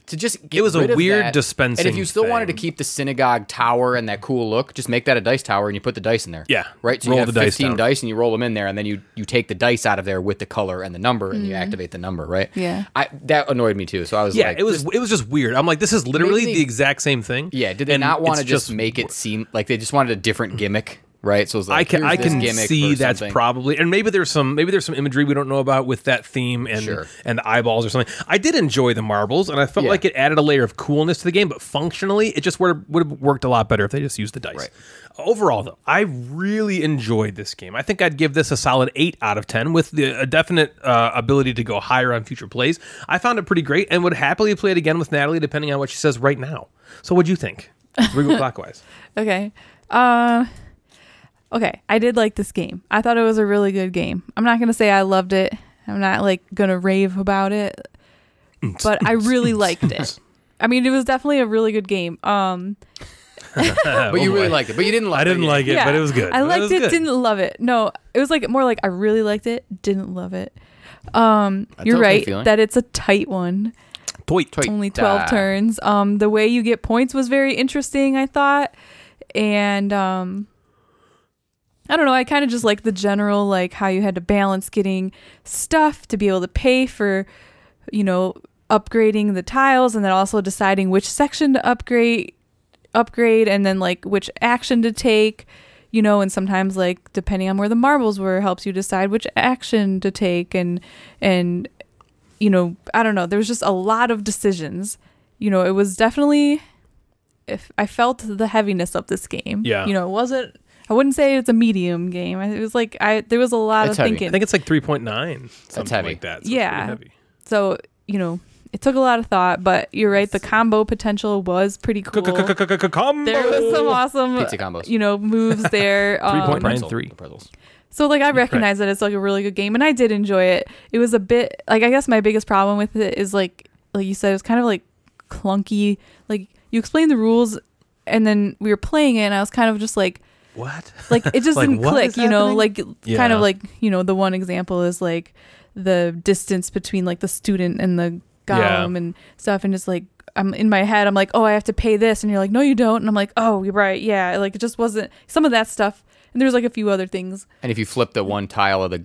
E: to just get
C: It was a
E: rid of
C: weird
E: that-
C: dispensing
E: And if you still wanted to
C: thing.
E: keep the synagogue tower and that cool look, just make that a dice tower, and you put the dice in there.
C: Yeah.
E: right. So
C: Roll
E: you have
C: the dice
E: 15
C: down.
E: dice, and you roll them in there, and then you you take the dice out of there with the color and the number, and you activate the number. Right.
D: Mm-hmm. Yeah.
E: I that annoyed me too. So I was
C: yeah,
E: like,
C: it was it was just weird. I'm like, this is literally
E: Maybe-
C: the exact same thing.
E: Yeah, did they
C: and
E: not want to
C: it's
E: just, make it seem like they just wanted a different gimmick, right? So it was like,
C: I can
E: here's
C: I
E: this
C: can
E: gimmick
C: see
E: for
C: that's
E: something.
C: probably and maybe there's some maybe there's some imagery we don't know about with that theme and
E: Sure.
C: and the eyeballs or something. I did enjoy the marbles and I felt
E: Yeah.
C: like it added a layer of coolness to the game, but functionally it just would would have worked a lot better if they just used the dice. Overall though, I really enjoyed this game. I think I'd give this a solid 8 out of 10 with the a definite uh, ability to go higher on future plays. I found it pretty great and would happily play it again with Natalie depending on what she says right now. So what'd you think? We go clockwise.
D: Okay. Uh, okay. I did like this game. I thought it was a really good game. I'm not gonna say I loved it. I'm not like gonna rave about it, but I really liked it. I mean, it was definitely a really good game. Um,
E: But you really liked it, but you didn't like.
C: Oh, I didn't
E: it.
C: like it,
D: yeah,
C: but it was good.
D: I liked
C: was
D: it,
C: good.
D: didn't love it. No, it was like more like I really liked it, didn't love it. Um, you're
E: okay
D: right
E: feeling.
D: that it's a tight one.
C: Toit.
E: Toit.
D: only 12
E: Ah.
D: turns um the way you get points was very interesting i thought and um i don't know i kind of just like the general like how you had to balance getting stuff to be able to pay for you know upgrading the tiles and then also deciding which section to upgrade upgrade and then like which action to take you know and sometimes like depending on where the marbles were helps you decide which action to take and and you know i don't know there was just a lot of decisions you know it was definitely if i felt the heaviness of this game
C: Yeah.
D: you know it wasn't i wouldn't say it's a medium game it was like i there was a lot
E: It's
D: of
E: heavy.
D: thinking
C: I think it's like 3.9. Something
E: heavy.
C: like that. So it's pretty
D: Yeah.
C: heavy.
D: so you know it took a lot of thought but you're right the combo potential was pretty cool there was some awesome
E: Pizza combos.
D: you know moves there um,
C: 3.9.
E: Pretzel-
C: Three.
E: pretzels.
D: so like i recognize that it's like a really good game and i did enjoy it it was a bit like i guess my biggest problem with it is like like you said it was kind of like clunky like you explained the rules and then we were playing it and i was kind of just like
C: What?
D: like it just
C: Like,
D: didn't
C: what
D: click
C: is
D: you
C: happening?
D: know like kind
C: Yeah.
D: of like you know the one example is like the distance between like the student and the
C: Yeah.
D: golem and stuff and just like i'm in my head i'm like oh i have to pay this and you're like no you don't and i'm like oh you're right yeah like it just wasn't some of that stuff and there's like a few other things
E: And if you flip the one tile of the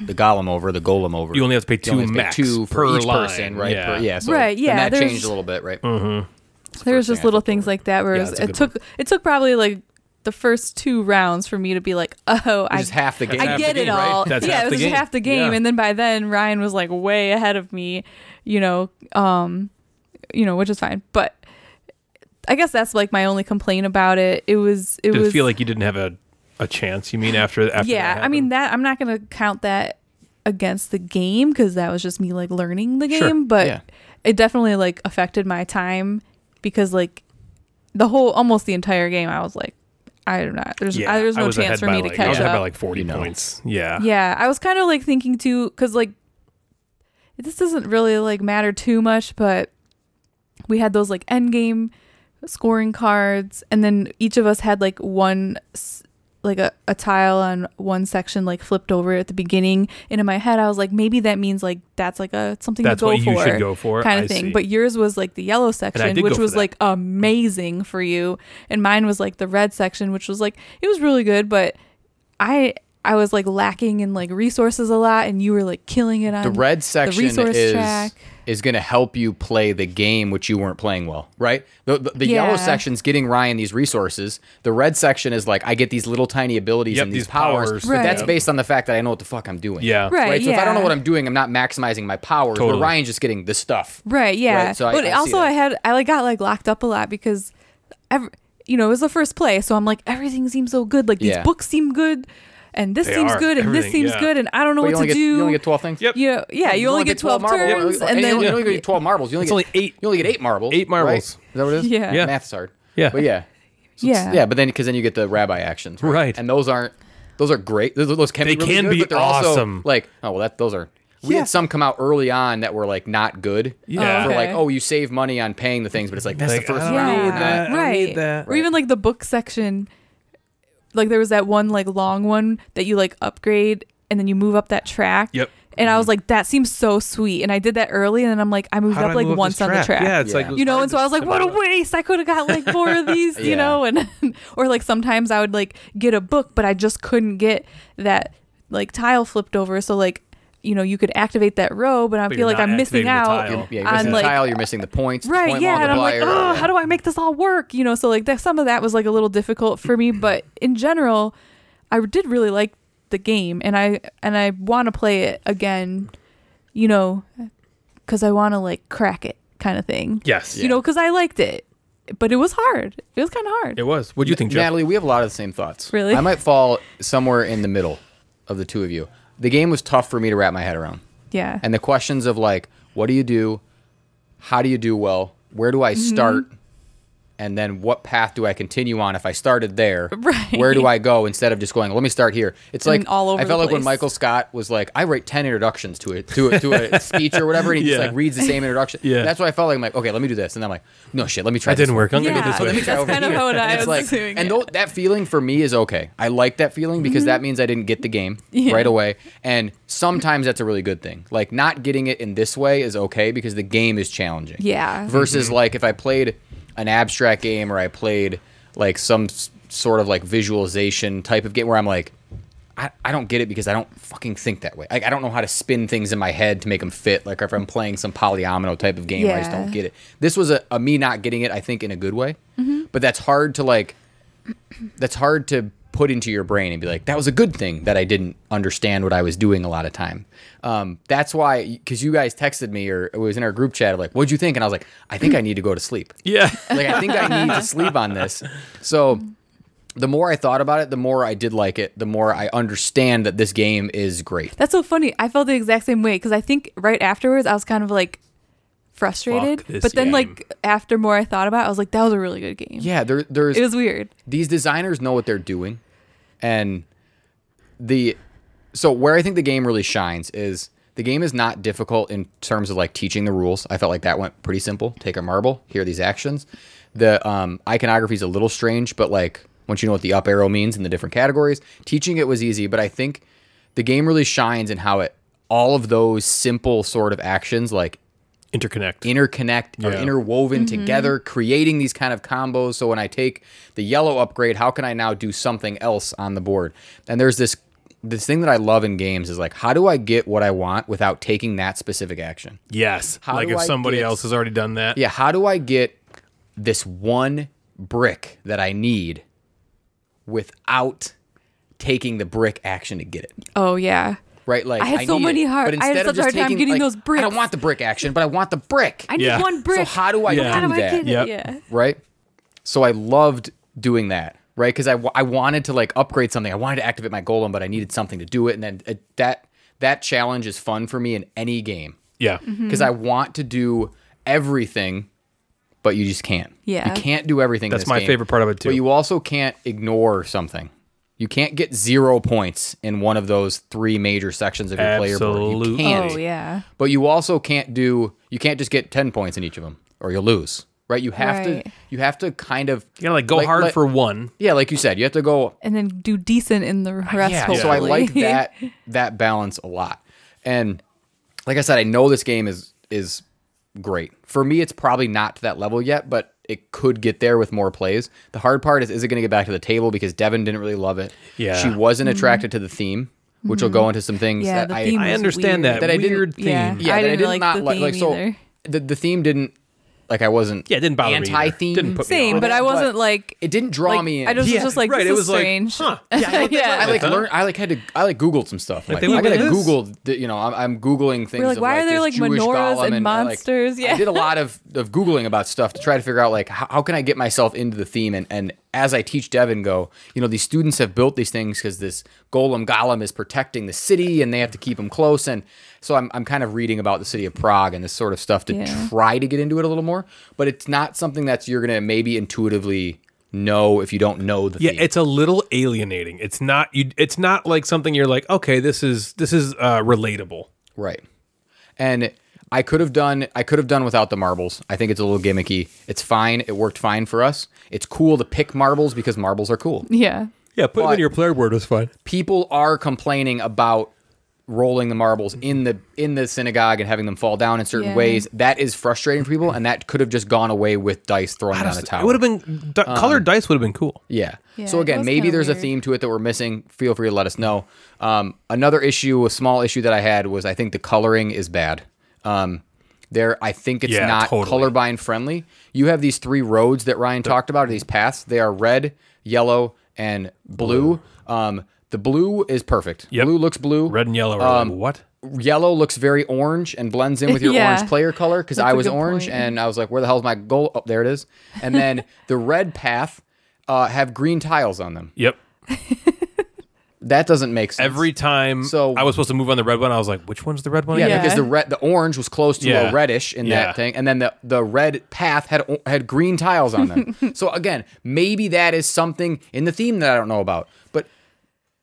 E: the golem over, the golem over,
C: You only have to pay two
E: only have to pay
C: max
E: two for
C: per
E: each
C: line.
E: person, right?
C: Yeah. Mm-hmm.
E: Per- yeah. So
D: Right,
E: and
D: yeah,
E: that
D: there's-
E: changed a little bit, right?
D: there was just
E: first thing I
D: little
E: flipped
D: things like that where it, was-
E: that's a
D: it
E: good
D: took it took probably like the first two rounds for me to be like oh i
E: Just half the game.
D: I
C: half
D: get
C: the
D: it
C: game, right?
D: all.
C: That's
D: yeah,
C: half
D: it
C: the
D: was just
C: game.
D: half the game,
C: Yeah.
D: and then by then Ryan was like way ahead of me, you know, um, you know, which is fine. But I guess that's like my only complaint about it. It was, it
C: Did
D: was
C: it feel like you didn't have a, a chance? You mean after after
D: yeah.
C: that
D: I mean
C: happened?
D: that I'm not gonna count that against the game because that was just me like learning the game,
C: Sure.
D: but um,
E: Yeah.
D: it definitely like affected my time because like the whole almost the entire game I was like, I do not. There's
C: yeah,
D: I, there's
C: I
D: no
C: was
D: chance
C: ahead
D: for
C: by
D: me to
C: like, I
D: catch
C: was ahead
D: up.
C: by like 40
E: You know.
C: points. Yeah.
D: Yeah, I was kind of like thinking too, because like this doesn't really like matter too much, but we had those like end game scoring cards, and then each of us had like one s- like a, a tile on one section like flipped over at the beginning, and in my head I was like, maybe that means like that's like a something
C: That's
D: to go
C: what
D: for
C: you should go for.
D: kind
C: I
D: of thing.
C: see.
D: But yours was like the yellow section,
C: did
D: which
C: go
D: was
C: for that.
D: like amazing for you, and mine was like the red section, which was like it was really good, but I I was like lacking in like resources a lot, and you were like killing it on
E: The red section
D: resource
E: is
D: track.
E: is going to help you play the game which you weren't playing well, right? The, the, the
D: Yeah.
E: yellow section's getting Ryan these resources. The red section is like I get these little tiny abilities
C: Yep,
E: and these,
C: these
E: powers,
C: powers.
E: but that's
D: Right.
E: based on the fact that I know what the fuck I'm doing.
C: Yeah.
D: Right.
E: Right. So if I don't know
D: yeah.
E: what I'm doing, I'm not maximizing my powers.
C: Totally.
E: But Ryan's just getting the stuff.
D: Right, yeah.
E: Right, so I-
D: but
E: I see
D: also,
E: that.
D: I had I like got like locked up a lot because, every, you know, it was the first play, so I'm like everything seems so good. Like these
E: Yeah.
D: books seem good, and this
C: They
D: seems
C: are.
D: good, and this
C: Everything,
D: seems
C: yeah.
D: good, and I don't know
E: But you
D: what to
E: only get
D: do.
E: you only get twelve things.
C: Yep.
D: You know, yeah, you, only, get twelve,
E: marbles.
D: turns, and
E: you
D: then
E: only, you only get twelve marbles. You only
C: It's
E: get,
C: only eight.
E: You only get eight marbles.
C: Eight marbles.
E: Right? Is that what it is?
D: Yeah.
C: Yeah.
E: Math's hard.
C: Yeah.
E: But yeah.
D: yeah.
E: Yeah, but then because then you get the rabbi actions, right?
C: Right.
E: And those aren't those are great. Those, those can
C: They
E: be really
C: can
E: good,
C: be
E: but they're
C: awesome.
E: Also like oh well, that those are. We
C: Yeah.
E: had some come out early on that were like not good.
C: Yeah.
E: For like
D: Okay.
E: oh you save money on paying the things, but it's like that's
C: Like,
E: the first
C: I
E: one.
C: don't
D: Yeah.
C: need that. I don't
D: Right.
C: need that.
D: Or even like the book section. Like there was that one like long one that you like upgrade and then you move up that track.
C: Yep. Mm-hmm.
D: And I was like, that seems so sweet. And I did that early and then I'm like, I moved
C: How do
D: up
C: I
D: like
C: move
D: once
C: this
D: on the track.
C: Yeah, it's
E: Yeah.
C: like
D: You know, and so I was like, what a waste. I could have got like more of these, you
E: Yeah.
D: know, and or like sometimes I would like get a book, but I just couldn't get that like tile flipped over. So like, you know, you could activate that row, but I
C: you're
D: feel like
C: not
D: I'm missing
C: activating the
D: out
C: tile.
E: Yeah, you're
D: on
E: missing
D: like
E: the tile. You're missing the points. the
D: right
E: point
D: yeah and i'm like
E: multiplier,
D: oh
E: yeah.
D: how do i make this all work you know so like that some of that was like a little difficult for me but in general i did really like the game and i and i want to play it again you know because i want to like crack it kind of thing
C: yes.
D: you know because i liked it but it was hard it was kind of hard
C: It was. What do you think, Jeff?
E: Natalie, we have a lot of the same thoughts.
D: Really?
E: I might fall somewhere in the middle of the two of you. The game was tough for me to wrap my head around.
D: yeah
E: And the questions of like, what do you do? How do you do well? Where do I
D: Mm-hmm.
E: start? And then what path do I continue on if I started there?
D: Right.
E: Where do I go instead of just going, let me start here? It's
D: And
E: like
D: all over
E: I
D: the
E: felt like when
D: place.
E: Michael Scott was like, I write 10 introductions to it to a, to a speech or whatever and he
C: Yeah.
E: just like reads the same introduction.
C: Yeah.
E: That's what I felt like I'm like, okay, let me do this. And then I'm like, no shit, let me try
C: That
E: this
C: didn't
E: one.
C: work. I'm gonna go
D: Yeah.
C: this
D: Oh,
C: way.
D: let me try- That's
E: over
D: kind of
E: here.
D: what I
E: And it's
D: was
E: like-
D: assuming,
E: And
D: yeah.
E: tho- that feeling for me is okay. I like that feeling
D: Mm-hmm.
E: because that means I didn't get the game right away. And sometimes that's a really good thing. Like not getting it in this way is okay because the game is challenging.
D: Yeah.
E: Versus like if I played an abstract game or I played like some s- sort of like visualization type of game where I'm like. I, I don't get it because I don't fucking think that way. Like I don't know how to spin things in my head to make them fit. Like if I'm playing some polyomino type of game, I just
D: Yeah.
E: don't get it. This was a, a me not getting it, I think, in a good way.
D: Mm-hmm.
E: But that's hard to like that's hard to put into your brain and be like, that was a good thing that I didn't understand what I was doing a lot of time. Um, that's why, because you guys texted me or it was in our group chat of like, what'd you think? And I was like, I think I need to go to sleep.
C: Yeah.
E: Like, I think I need to sleep on this. So the more I thought about it, the more I did like it, the more I understand that this game is great.
D: That's so funny. I felt the exact same way because I think right afterwards I was kind of like frustrated,
C: Fuck this
D: but then
C: game.
D: like after more I thought about, it, I was like, that was a really good game.
E: Yeah, there, there's
D: it was weird.
E: these designers know what they're doing and the so where i think the game really shines is the game is not difficult in terms of like teaching the rules i felt like that went pretty simple take a marble here are these actions the um, iconography is a little strange but like once you know what the up arrow means in the different categories teaching it was easy but i think the game really shines in how it all of those simple sort of actions like
C: Interconnect.
E: interconnect or
C: Yeah.
E: interwoven
D: Mm-hmm.
E: together, creating these kind of combos. So when I take the yellow upgrade, how can I now do something else on the board? And there's this this thing that I love in games is like, how do I get what I want without taking that specific action?
C: yes.
E: How
C: like
E: do
C: if
E: I
C: somebody
E: get-
C: else has already done that.
E: Yeah, how do I get this one brick that I need without taking the brick action to get it?
D: Oh yeah.
E: Right, like
D: I had so
E: need
D: many
E: it.
D: hard-
E: But
D: I had
E: instead of
D: such a
E: just
D: hard time
E: taking,
D: getting
E: like,
D: those
E: I
D: bricks.
E: don't want the brick action, but I want the brick.
D: I need
C: Yeah.
D: one brick.
E: So how do I
C: Yeah.
E: do
D: How do I
E: that?
D: get
C: Yep.
D: it? Yeah.
E: right? So I loved doing that, right? Because I, wa- I wanted to like upgrade something. I wanted to activate my golem, but I needed something to do it. And then uh, that that challenge is fun for me in any game
C: Yeah.
D: Mm-hmm.
E: because I want to do everything, but you just can't.
D: Yeah.
E: you can't do everything. in
C: That's
E: this
C: my
E: game.
C: favorite part of it, too.
E: But you also can't ignore something. You can't get zero points in one of those three major sections of your player board. You
C: Absolutely.
E: can't
D: Oh yeah.
E: but you also can't do you can't just get 10 points in each of them or you'll lose right you have to
D: Right.
E: you have to kind of
C: You gotta like go hard for one.
E: yeah like you said you have to go
D: And then do decent in the rest.
E: yeah, so I
D: hopefully.
E: like that that balance a lot. And like I said, I know this game is is great. For me, it's probably not to that level yet, but it could get there with more plays. The hard part is is it going to get back to the table because Devin didn't really love it.
C: Yeah.
E: she wasn't attracted to the theme, which will go into some
D: Mm-hmm.
E: things
D: Yeah,
E: that
D: the
E: I
D: theme
C: I
D: was
C: understand
D: weird.
C: that.
E: That I didn't-
C: weird theme.
D: Yeah.
E: yeah,
D: I
E: that
D: didn't
E: I did
D: like
E: not
D: the
E: like. Like
D: theme
E: so,
D: either.
E: the the theme didn't like I wasn't.
C: Yeah, it didn't bother me either.
E: anti theme.
C: Didn't put me
D: Same,
C: off.
D: but I wasn't
E: But
D: like
E: It didn't draw
D: like,
E: me in.
D: I was
C: Yeah,
D: just like
C: right,
D: this
C: it was
D: is
C: like,
D: strange.
C: huh.
D: Yeah.
E: I like learned. I like had to. I like Googled some stuff. Like,
C: they
E: I
C: look
E: gotta
C: like this.
E: Google. The, you know, I'm, I'm Googling things.
D: like,
E: of,
D: why are there,
E: this
D: like,
E: Jewish
D: menorahs
E: golem
D: and
E: I,
D: monsters?
E: I
D: Yeah.
E: did a lot of of Googling about stuff to try to figure out like how, how can I get myself into the theme and and as I teach Devin go, you know, these students have built these things because this golem golem is protecting the city and they have to keep them close and so I'm I'm kind of reading about the city of Prague and this sort of stuff to
D: Yeah.
E: try to get into it a little more, but it's not something that's you're gonna maybe intuitively know if you don't know the
C: Yeah,
E: theme.
C: it's a little alienating. It's not you. It's not like something you're like, okay, this is this is uh, relatable.
E: Right. And I could have done I could have done without the marbles. I think it's a little gimmicky. It's fine. It worked fine for us. It's cool to pick marbles because marbles are cool.
D: Yeah.
C: Yeah, put
E: in But- your
C: player board was fine.
E: People are complaining about rolling the marbles in the in the synagogue and having them fall down in certain
D: Yeah.
E: ways. That is frustrating for people and that could have just gone away with dice throwing down a tower.
C: It would have been d- colored dice would have been cool.
E: Yeah.
D: Yeah,
E: so
D: it
E: again,
D: was
E: maybe
D: kinda
E: there's a
D: weird.
E: theme to it that we're missing. Feel free to let us know. Um, another issue, a small issue that I had was I think the coloring is bad. Um, there, I think it's
C: Yeah,
E: not
C: totally.
E: colorblind friendly. You have these three roads that Ryan talked about, or these paths. They are red, yellow, and blue. Um, the blue is perfect.
C: Yep.
E: Blue looks blue.
C: Red and yellow are like, what?
E: Yellow looks very orange and blends in with your
D: Yeah.
E: orange player color because
D: That's
E: I
D: a
E: was
D: good
E: orange
D: point.
E: and I was like, where the hell's my goal? Oh, there it is. And then the red path uh, have green tiles on them.
C: Yep.
E: That doesn't make sense.
C: Every time
E: So-
C: I was supposed to move on the red one, I was like, which one's the red one?
E: yeah,
C: again?
E: because the red, the orange was close to
C: Yeah.
E: a reddish in
C: Yeah.
E: that thing, and then the, the red path had o- had green tiles on them. so again, maybe that is something in the theme that I don't know about, but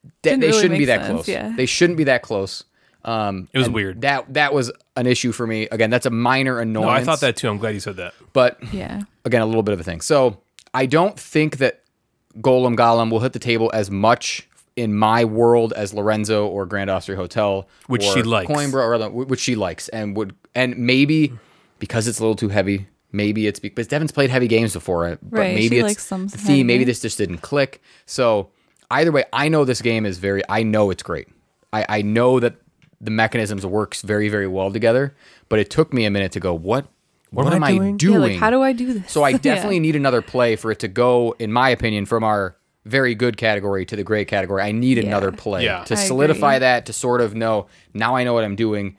E: that
D: Didn't
E: they
D: really
E: shouldn't be
D: make
E: that
D: sense,
E: close.
D: yeah.
E: They shouldn't be that close. Um,
C: It was
E: and
C: weird.
E: That that was an issue for me. Again, that's a minor annoyance.
C: No, I thought that too. I'm glad you said that.
E: but
D: Yeah.
E: again a little bit of a thing. So I don't think that Golem Golem will hit the table as much in my world as Lorenzo or Grand Austria Hotel,
C: Which
E: or
C: she likes.
E: Coimbra or other, which she likes, and would and maybe because it's a little too heavy. Maybe it's because Devin's played heavy games before, but
D: Right,
E: maybe
D: she
E: it's
D: likes some
E: the
D: heavy
E: theme. Maybe
D: games.
E: this just didn't click. So either way, I know this game is very. I know it's great. I, I know that the mechanisms works very very well together. But it took me a minute to go. What what, am I doing?
D: Yeah, like, how do I do this?
E: So I
D: Yeah.
E: definitely need another play for it to go, in my opinion, from our very good category to the great category. I need another play
C: Yeah.
E: to
D: I
E: solidify
D: agree.
E: that, to sort of know now I know what I'm doing.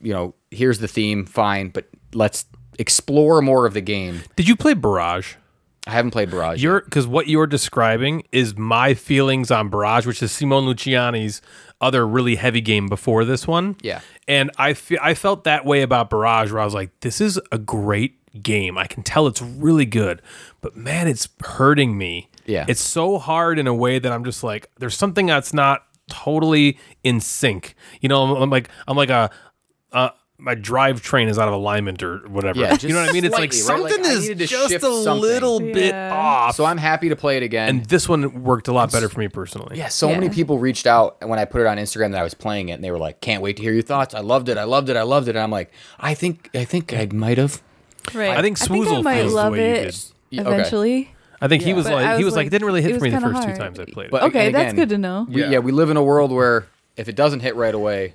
E: You know, here's the theme, fine, but let's explore more of the game.
C: Did you play Barrage?
E: I haven't played Barrage. yet.
C: You're because what you're describing is my feelings on Barrage, which is Simone Luciani's other really heavy game before this one.
E: Yeah.
C: and I fe- I felt that way about Barrage, where I was like, this is a great game. I can tell it's really good, but man, it's hurting me.
E: Yeah.
C: it's so hard in a way that I'm just like, there's something that's not totally in sync. You know, I'm, I'm like I'm like a. Uh, my drivetrain is out of alignment or whatever.
E: Yeah,
C: you know what I mean? It's like
E: slightly, right? Like,
C: something
E: I
C: is
E: needed to
C: just a
E: shift something.
C: little bit
D: Yeah.
C: off.
E: So I'm happy to play it again.
C: And this one worked a lot better for me personally.
E: Yeah, so many
D: Yeah.
E: people reached out when I put it on Instagram that I was playing it, and they were like, "Can't wait to hear your thoughts. I loved it. I loved it. I loved it." And I'm like, "I think, I think I might have."
D: Right.
C: I think Swoozle
D: I might
C: feels the
D: love
C: way you
D: it
E: did. Yeah, okay.
D: eventually.
C: I think he was
D: But
C: like
D: I
C: he
D: was
C: was like,
D: like,
C: it didn't really hit
D: it
C: for
D: was
C: me the
D: kinda
C: first two
D: hard.
C: times I played it.
E: But
D: Okay,
E: and
D: that's
E: again,
D: good to know.
E: We, yeah. we live in a world where if it doesn't hit right away,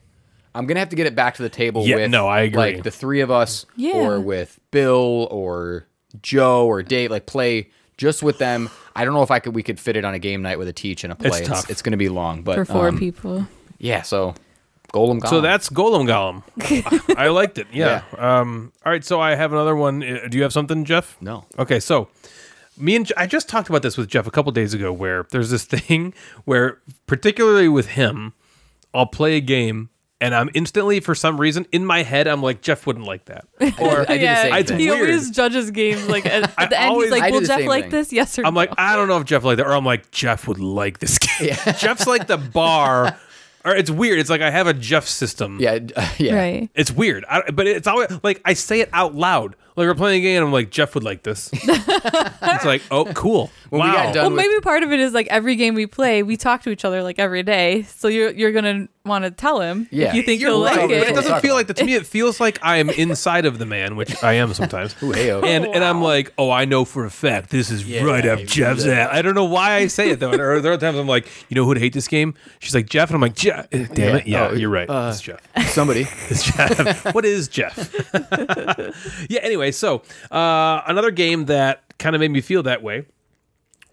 E: I'm gonna have to get it back to the table
C: Yeah,
E: with
C: no, I agree.
E: like the three of us
D: Yeah.
E: or with Bill or Joe or Dave, like play just with them. I don't know if I could we could fit it on a game night with a teach and a play. It's,
C: tough.
E: it's gonna be long, but
D: for four
E: um,
D: people.
E: Yeah, so Golem
D: Oh.
E: Golem.
C: so that's Golem Golem. I liked it. Yeah. Um, all right. So I have another one. Uh, Do you have something, Jeff?
E: No.
C: Okay. So me and I just talked about this with Jeff a couple days ago, where there's this thing where, particularly with him, I'll play a game and I'm instantly, for some reason, in my head, I'm like, Jeff wouldn't like that. Or
E: I did the same
C: I-
E: thing.
D: he
C: weird.
D: always judges games like at, at the end.
C: always-
D: he's like,
E: I do
D: "Will
E: the
D: Jeff
E: same
D: like
E: thing.
D: this? Yes or
C: I'm
D: no?"
C: like, I don't know if Jeff liked that, or I'm like, Jeff would like this game. Jeff's like the bar, or it's weird. It's like I have a Jeff system.
E: yeah,
C: "Oh,
E: yeah.
D: right?
C: it's weird, I, but it's always like I say it out loud. Like we're playing a game, and I'm like, Jeff would like this. it's like, oh, cool.
E: we
C: wow.
E: got done-
D: Well,
E: with-
D: maybe part of it is like every game we play, we talk to each other like every day. So you're you're gonna want to tell him. if
E: Yeah.
D: you think
C: You're
D: he'll
C: right,
D: like
C: but it
D: it.
C: doesn't feel like that to me. It feels like I am inside of the man, which I am sometimes.
E: hey-o.
C: and and I'm like, oh, I know for a fact this is right up Jeff's ass. I don't know why I say it though. Or there are times I'm like, you know who'd hate this game? She's like Jeff, and I'm like, Jeff. Damn it, yeah, uh,
E: Oh,
C: you're right. it's Jeff.
E: Somebody.
C: It's Jeff. what is Jeff? yeah. Anyway, so uh, another game that kind of made me feel that way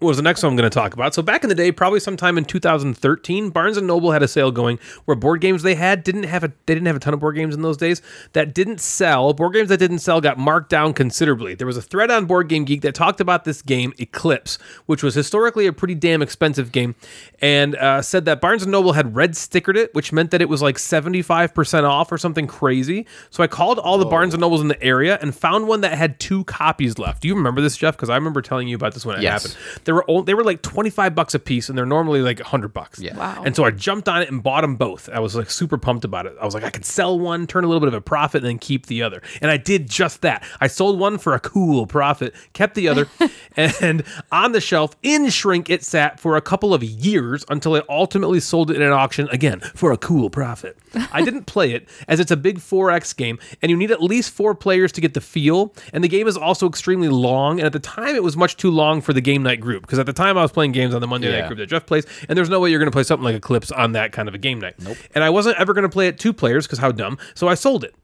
C: was the next one I'm going to talk about. So back in the day, probably sometime in 2013, Barnes and Noble had a sale going where board games they had didn't have a they didn't have a ton of board games in those days that didn't sell. Board games that didn't sell got marked down considerably. There was a thread on Board Game Geek that talked about this game Eclipse, which was historically a pretty damn expensive game, and uh, said that Barnes and Noble had red stickered it, which meant that it was like 75% off or something crazy. So I called all the Barnes and Nobles in the area and found one that had two copies left. Do you remember this, Jeff? Because I remember telling you about this when it
E: Yes.
C: happened. They were old, they were like 25 bucks a piece and they're normally like 100 bucks.
E: Yeah.
D: Wow.
C: And so I jumped on it and bought them both. I was like super pumped about it. I was like I could sell one, turn a little bit of a profit and then keep the other. And I did just that. I sold one for a cool profit, kept the other, and on the shelf in shrink it sat for a couple of years until I ultimately sold it in an auction again for a cool profit. I didn't play it as it's a big 4X game and you need at least 4 players to get the feel and the game is also extremely long and at the time it was much too long for the game night group because at the time I was playing games on the Monday night
E: Yeah.
C: group that Jeff plays, and there's no way you're going to play something like Eclipse on that kind of a game night. Nope. And I wasn't ever going to play it two players because how dumb. So I sold it.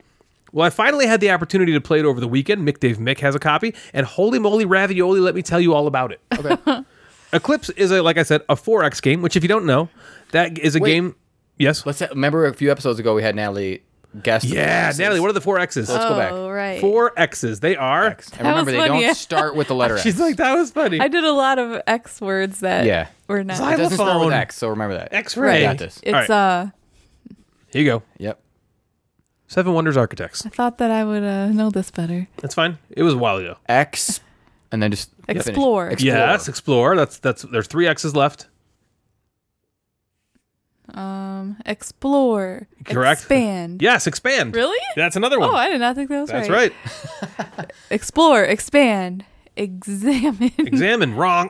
C: Well, I finally had the opportunity to play it over the weekend. Mick Dave Mick has a copy, and holy moly ravioli, let me tell you all about it.
E: Okay.
C: Eclipse is a like I said, a 4X game, which if you don't know, that is a
E: Wait.
C: game. Yes.
E: Let's ha- remember a few episodes ago we had Natalie guess. the
C: yeah,
E: X's.
C: Natalie. What are the four X's?
E: Let's go back.
D: Oh, right.
C: Four X's. They are.
E: And
D: That
E: remember, they
D: was
E: don't
D: funny.
E: start with the letter X.
C: She's like that was funny.
D: I did a lot of X words that
E: Yeah.
D: were not.
E: it doesn't start
C: Xylophone.
E: with X, so remember that.
C: X-ray.
E: I got this.
D: It's
C: Alright.
D: uh
C: Here you go.
E: Yep.
C: Seven Wonders Architects.
D: I thought that I would uh, know this better.
C: That's fine. It was a while ago.
E: X, and then just finish.
D: Explore.
C: Yes, explore. That's that's there's three X's left.
D: Um explore.
C: Correct.
D: Expand.
C: Yes, expand.
D: Really?
C: That's another one.
D: Oh, I did not think that was
C: That's right.
D: Explore, expand, examine.
C: Examine wrong.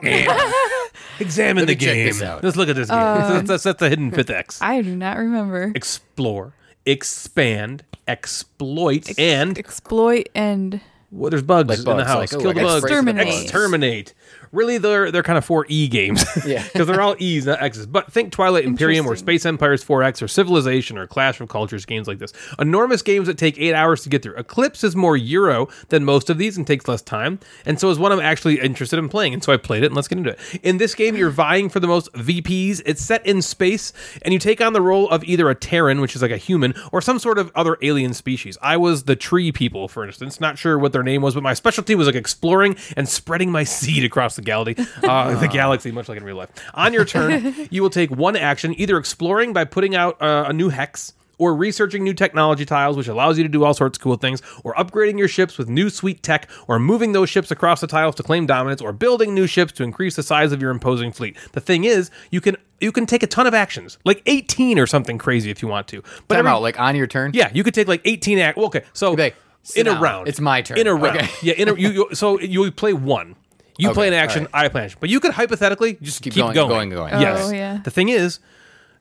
C: Examine
E: Let
C: the
E: me check
C: game.
E: this out.
C: Let's look at this game. that's, that's, that's the hidden fifth X.
D: Um, I do not remember.
C: Explore, expand, exploit, and
D: Exploit and
C: well, there's bugs,
E: Like
C: in the
E: bugs,
C: house.
E: like, ooh,
C: Kill
E: I
C: the
E: gotta
C: bugs.
E: break the
D: Exterminate.
E: bugs.
C: Exterminate. Really, they're they're kind of four E games.
E: Yeah.
C: because they're all E's, not X's. But think Twilight Imperium or
D: Interesting.
C: Space Empires 4X or Civilization or Clash of Cultures games like this. Enormous games that take eight hours to get through. Eclipse is more Euro than most of these and takes less time, and so is one I'm actually interested in playing. And so I played it, and let's get into it. In this game, you're vying for the most VPs. It's set in space, and you take on the role of either a Terran, which is like a human, or some sort of other alien species. I was the tree people, for instance. Not sure what their name was, but my specialty was like exploring and spreading my seed across the galaxy, uh,
E: Ah.
C: the galaxy, much like in real life. On your turn, you will take one action, either exploring by putting out uh, a new hex. Or researching new technology tiles, which allows you to do all sorts of cool things, or upgrading your ships with new sweet tech, or moving those ships across the tiles to claim dominance, or building new ships to increase the size of your imposing fleet. The thing is, you can you can take a ton of actions, like 18 or something crazy if you want to. But
E: Time
C: every-
E: out, like on your turn.
C: yeah, you could take like 18 act. well, Okay, so
E: be like, sit
C: in a
E: down.
C: round.
E: It's my turn.
C: In a round.
E: Okay.
C: Yeah, in a, you, you so you play one. You play an
E: Okay,
C: action, I play an action. But you could hypothetically just keep,
E: Keep going,
C: going.
E: going, going.
C: Yes.
D: Oh, yeah.
C: The thing is,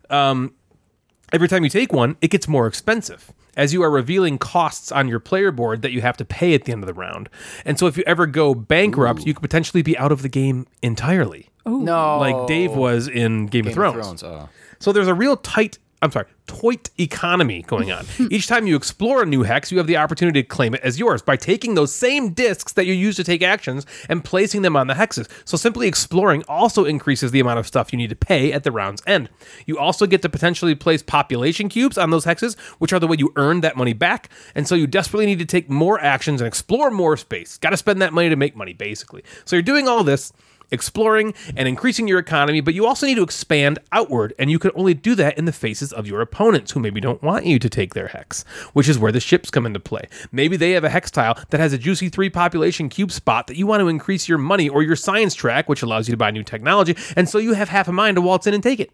C: um, every time you take one, it gets more expensive as you are revealing costs on your player board that you have to pay at the end of the round. And so if you ever go bankrupt, you could potentially be out of the game entirely.
E: No.
C: Like Dave
D: Oh.
C: was in Game, of
E: Game of
C: Thrones.
E: Thrones, oh.
C: So there's a real tight, I'm sorry, toit economy going on. Each time you explore a new hex, you have the opportunity to claim it as yours by taking those same discs that you use to take actions and placing them on the hexes. So simply exploring also increases the amount of stuff you need to pay at the round's end. You also get to potentially place population cubes on those hexes, which are the way you earn that money back. And so you desperately need to take more actions and explore more space. Got to spend that money to make money, basically. So you're doing all this exploring and increasing your economy, but you also need to expand outward, and you can only do that in the faces of your opponents who maybe don't want you to take their hex, which is where the ships come into play. Maybe they have a hex tile that has a juicy three population cube spot that you want to increase your money or your science track, which allows you to buy new technology, and so you have half a mind to waltz in and take it.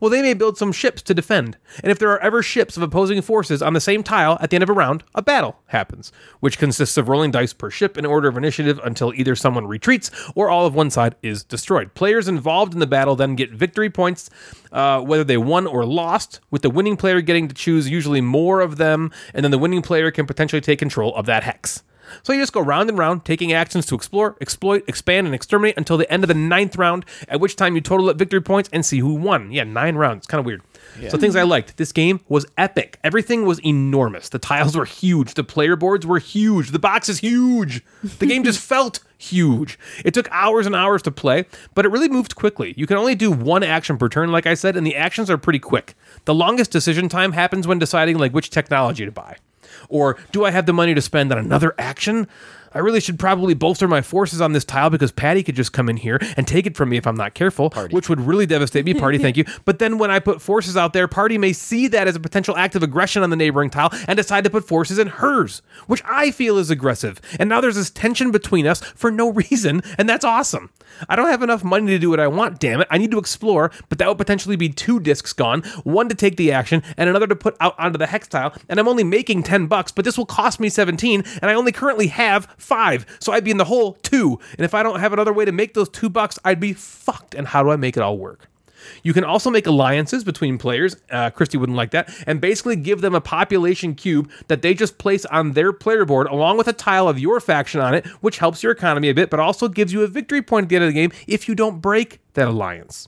C: Well, they may build some ships to defend, and if there are ever ships of opposing forces on the same tile at the end of a round, a battle happens, which consists of rolling dice per ship in order of initiative until either someone retreats or all of one side is destroyed. Players involved in the battle then get victory points, uh, whether they won or lost, with the winning player getting to choose usually more of them, and then the winning player can potentially take control of that hex. So you just go round and round, taking actions to explore, exploit, expand, and exterminate until the end of the ninth round, at which time you total up victory points and see who won. Yeah, nine rounds. It's kind of weird. So things I liked. This game was epic. Everything was enormous. The tiles were huge. The player boards were huge. The box is huge. The game just felt huge. It took hours and hours to play, but it really moved quickly. You can only do one action per turn, like I said, and the actions are pretty quick. The longest decision time happens when deciding like which technology to buy. Or do I have the money to spend on another action? I really should probably bolster my forces on this tile because Patty could just come in here and take it from me if I'm not careful, which would really devastate me. Party, thank you. But then when I put forces out there, Party may see that as a potential act of aggression on the neighboring tile and decide to put forces in hers, which I feel is aggressive. And now there's this tension between us for no reason, and that's awesome. I don't have enough money to do what I want, damn it. I need to explore, but that would potentially be two discs gone one to take the action and another to put out onto the hex tile. And I'm only making 10 bucks, but this will cost me 17, and I only currently have five. So I'd be in the hole two. And if I don't have another way to make those two bucks, I'd be fucked. And how do I make it all work? You can also make alliances between players. Uh, Christy wouldn't like that. And basically give them a population cube that they just place on their player board along with a tile of your faction on it, which helps your economy a bit, but also gives you a victory point at the end of the game if you don't break that alliance.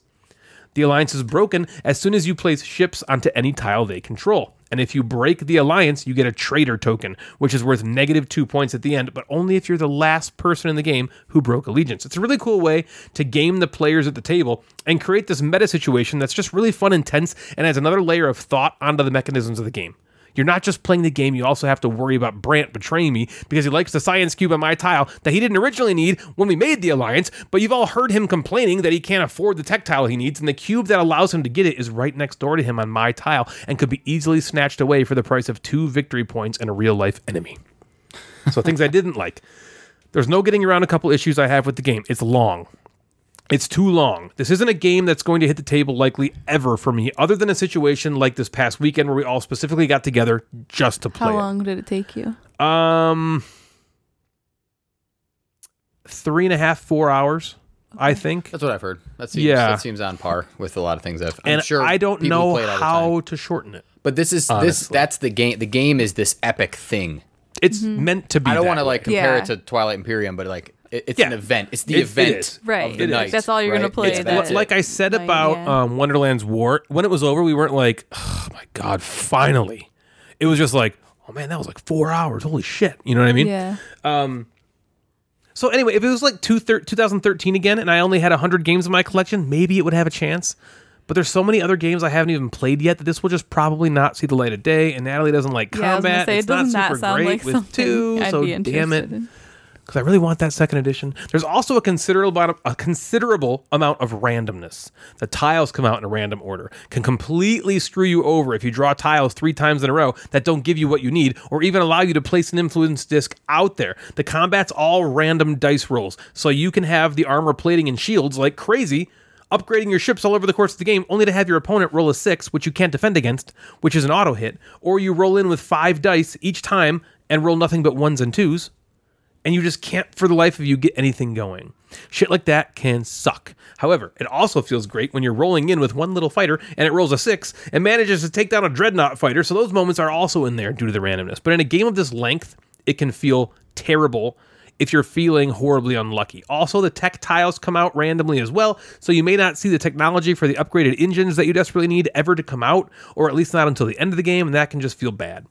C: The alliance is broken as soon as you place ships onto any tile they control. And if you break the alliance, you get a traitor token, which is worth negative two points at the end, but only if you're the last person in the game who broke allegiance. It's a really cool way to game the players at the table and create this meta situation that's just really fun and tense and adds another layer of thought onto the mechanisms of the game. You're not just playing the game, you also have to worry about Brant betraying me because he likes the science cube on my tile that he didn't originally need when we made the alliance, but you've all heard him complaining that he can't afford the tech tile he needs, and the cube that allows him to get it is right next door to him on my tile and could be easily snatched away for the price of two victory points and a real life enemy. So, things I didn't like. There's no getting around a couple issues I have with the game. It's long. It's too long. This isn't a game that's going to hit the table likely ever for me, other than a situation like this past weekend where we all specifically got together just to play.
D: How long did it take you?
C: It. Um, three and a half, four hours, I think.
E: That's what I've heard. That seems
C: Yeah.
E: that seems on par with a lot of things I've. I'm
C: and
E: sure
C: I don't
E: people
C: know
E: play it all the time.
C: how to shorten it.
E: But this is this that's the game. The game is this epic thing.
C: It's
E: Mm-hmm.
C: meant to be.
E: I don't
C: that
E: want to
C: way.
E: like compare
D: Yeah.
E: it to Twilight Imperium, but like it, it's an
C: Yeah.
E: event. It's the
C: It- it
E: event
C: is.
D: Right.
E: of the
D: It is.
E: night.
D: That's all you're gonna
E: right?
D: play
E: It's
D: that
E: that's
D: day.
E: it.
C: like I said
D: Like,
C: about
D: yeah.
C: um, Wonderland's War, when it was over, we weren't like, oh my God, finally. It was just like, oh man, that was like four hours. Holy shit. You know what I mean?
D: Yeah.
C: So anyway, if it was like two thir- 2013 again and I only had 100 games in my collection, maybe it would have a chance. But there's so many other games I haven't even played yet that this will just probably not see the light of day. And Natalie doesn't like
D: yeah, I was
C: combat.
D: gonna say
C: it's
D: it does
C: not
D: not,
C: super
D: sound
C: great
D: like
C: with
D: something
C: two.
D: I'd
C: so
D: be interested
C: damn it,
D: in.
C: because I really want that second edition. There's also a considerable amount of, a considerable amount of randomness. The tiles come out in a random order, can completely screw you over if you draw tiles three times in a row that don't give you what you need, or even allow you to place an influence disc out there. The combat's all random dice rolls, so you can have the armor plating and shields like crazy. Upgrading your ships all over the course of the game, only to have your opponent roll a six, which you can't defend against, which is an auto hit, or you roll in with five dice each time and roll nothing but ones and twos, and you just can't for the life of you get anything going. Shit like that can suck. However, it also feels great when you're rolling in with one little fighter and it rolls a six and manages to take down a dreadnought fighter, so those moments are also in there due to the randomness. But in a game of this length, it can feel terrible if you're feeling horribly unlucky. Also, the tech tiles come out randomly as well, so you may not see the technology for the upgraded engines that you desperately need ever to come out, or at least not until the end of the game, and that can just feel bad.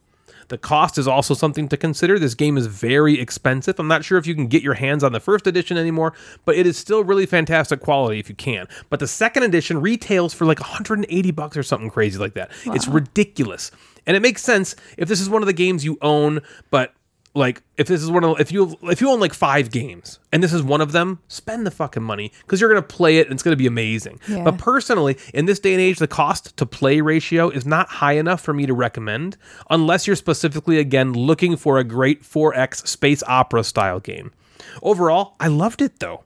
C: The cost is also something to consider. This game is very expensive. I'm not sure if you can get your hands on the first edition anymore, but it is still really fantastic quality if you can. But the second edition retails for like 180 bucks or something crazy like that. It's ridiculous. And it makes sense if this is one of the games you own, but like if this is one of if you if you own like five games and this is one of them, spend the fucking money because you're gonna play it and it's gonna be amazing.
D: Yeah.
C: But personally, in this day and age, the cost to play ratio is not high enough for me to recommend, unless you're specifically again looking for a great 4x space opera style game. Overall, I loved it though.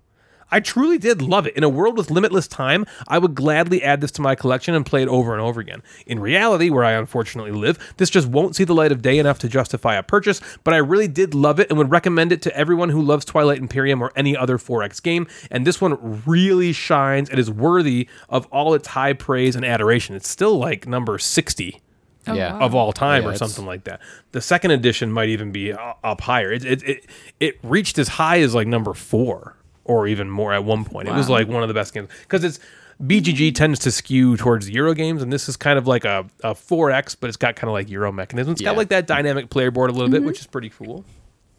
C: I truly did love it. In a world with limitless time, I would gladly add this to my collection and play it over and over again. In reality, where I unfortunately live, this just won't see the light of day enough to justify a purchase, but I really did love it and would recommend it to everyone who loves Twilight Imperium or any other 4X game. And this one really shines and is worthy of all its high praise and adoration. It's still like number 60
D: Oh,
E: Yeah.
D: wow.
C: of all time
E: Yeah,
C: or
E: it's-
C: something like that. The second edition might even be u- up higher. It it it, it reached as high as like number four or even more at one point. It was
D: Wow.
C: like one of the best games because it's BGG tends to skew towards Euro games, and this is kind of like a, a 4X, but it's got kind of like Euro mechanism. It's
E: Yeah.
C: got like that dynamic player board a little bit, which is pretty cool.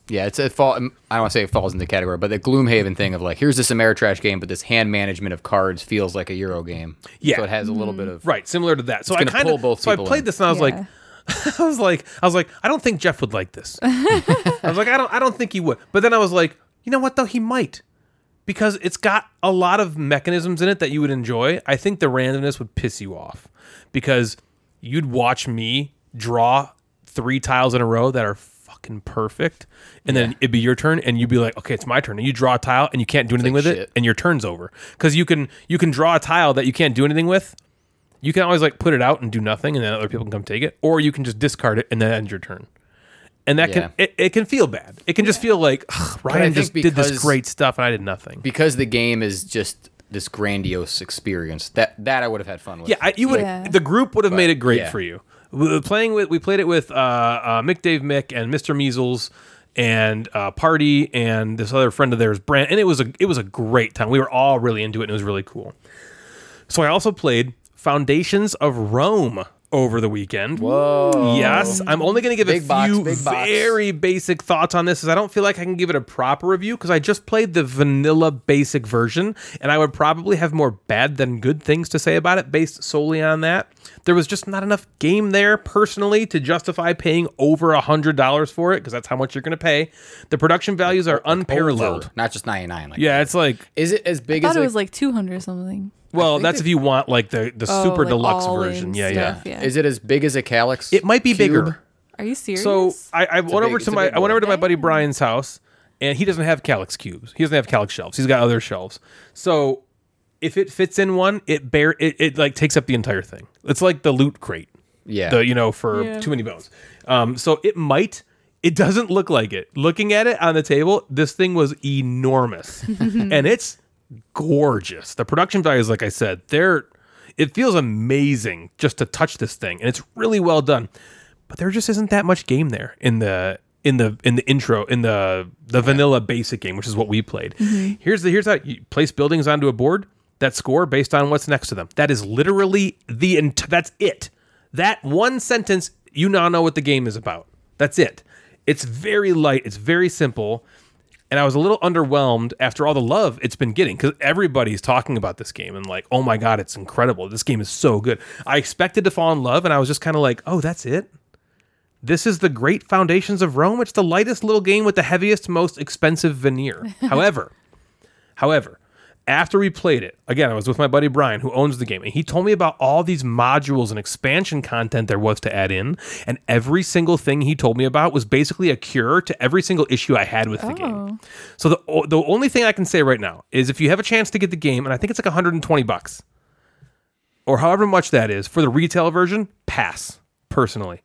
E: Yeah, it's a fall. I don't want to say it falls in the category, but the Gloomhaven thing of like, here's this Ameritrash game, but this hand management of cards feels like a Euro game.
C: Yeah. Mm.
E: so it has a little bit of
C: Right, similar to that. So I
E: gonna
C: kind
E: pull
C: of
E: both
C: so I
E: people
C: played
E: in.
C: this and I was like,
D: Yeah.
C: I was like, I was like, I don't think Jeff would like this. I was like, I don't, I don't think he would. But then I was like, you know what though, he might, because it's got a lot of mechanisms in it that you would enjoy. I think the randomness would piss you off, because you'd watch me draw three tiles in a row that are fucking perfect, and then it'd be your turn, and you'd be like, okay, it's my turn, and you draw a tile, and you can't do anything
E: like,
C: with it,
E: shit.
C: and your turn's over, because you can, you can draw a tile that you can't do anything with, you can always like put it out and do nothing and then other people can come take it or you can just discard it and then end your turn and that can
E: Yeah.
C: it, it can feel bad it can just feel like "Ugh, ryan
E: think
C: just did this
E: because-
C: great stuff and i did nothing
E: because the game is just this grandiose experience. That that I would have had fun with.
C: yeah I, you would
D: Yeah.
C: the group would have made it great
E: yeah.
C: for you we playing with we played it with uh, uh mick dave mick and mr measles and uh, party and this other friend of theirs brand and it was a it was a great time we were all really into it and it was really cool So I also played Foundations of Rome over the weekend. Whoa. Yes. I'm only going to give
E: Big
C: a
E: box,
C: few
E: big box.
C: very basic thoughts on this because I don't feel like I can give it a proper review because I just played the vanilla basic version and I would probably have more bad than good things to say about it based solely on that. There was just not enough game there personally to justify paying over a $100 for it because that's how much you're going to pay. The production values are unparalleled.
E: Over, not just ninety nine. Like,
C: Yeah, it's like
E: is it as big
D: I
E: as
D: thought it
E: like,
D: was like 200 or something.
C: well, that's if you want like the the
D: Oh,
C: super
D: like
C: deluxe
D: all
C: version.
D: in
C: Yeah, yeah.
D: stuff, yeah.
E: Is it as big as a Calyx?
C: It might be
E: cube?
C: bigger.
D: Are you serious?
C: So I, I went
E: big-
C: over
E: it's
C: to
E: a
C: my
E: big
C: I went over to my
D: board.
C: buddy Brian's house, and he doesn't have calyx cubes. He doesn't have calyx shelves. He's got other shelves. So if it fits in one, it bear it, it like takes up the entire thing. It's like the loot crate.
E: Yeah.
C: The you know for
D: Yeah.
C: too many bones. Um. So it might. It doesn't look like it. Looking at it on the table, this thing was enormous, and it's gorgeous. The production values, like I said, they're it feels amazing just to touch this thing, and it's really well done. But there just isn't that much game there in the in the in the intro in the the vanilla basic game, which is what we played. Here's the here's how you place buildings onto a board that score based on what's next to them. That is literally the ent- that's it. That one sentence, you now know what the game is about. That's it. It's very light. It's very simple and I was a little underwhelmed after all the love it's been getting because everybody's talking about this game and like, oh my god, it's incredible. This game is so good. I expected to fall in love, and I was just kind of like, oh, that's it. This is the great foundations of Rome. It's the lightest little game with the heaviest, most expensive veneer. However, However, after we played it, again, I was with my buddy Brian, who owns the game, and he told me about all these modules and expansion content there was to add in. And every single thing he told me about was basically a cure to every single issue I had with the
D: Oh.
C: game. So the o- the only thing I can say right now is if you have a chance to get the game, and I think it's like 120 bucks, or however much that is for the retail version, pass personally.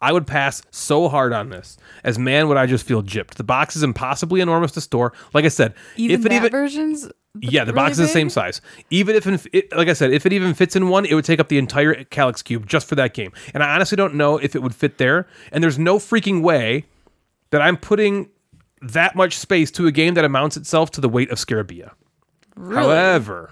C: I would pass so hard on this. As man, would I just feel gypped? The box is impossibly enormous to store. Like I said,
D: even
C: if it
D: that
C: even
D: version's
C: yeah, the box
D: really
C: is the same
D: big?
C: size. Even if, in, it, like I said, if it even fits in one, it would take up the entire Calyx cube just for that game. And I honestly don't know if it would fit there. And there's no freaking way that I'm putting that much space to a game that amounts itself to the weight of Scarabia. However,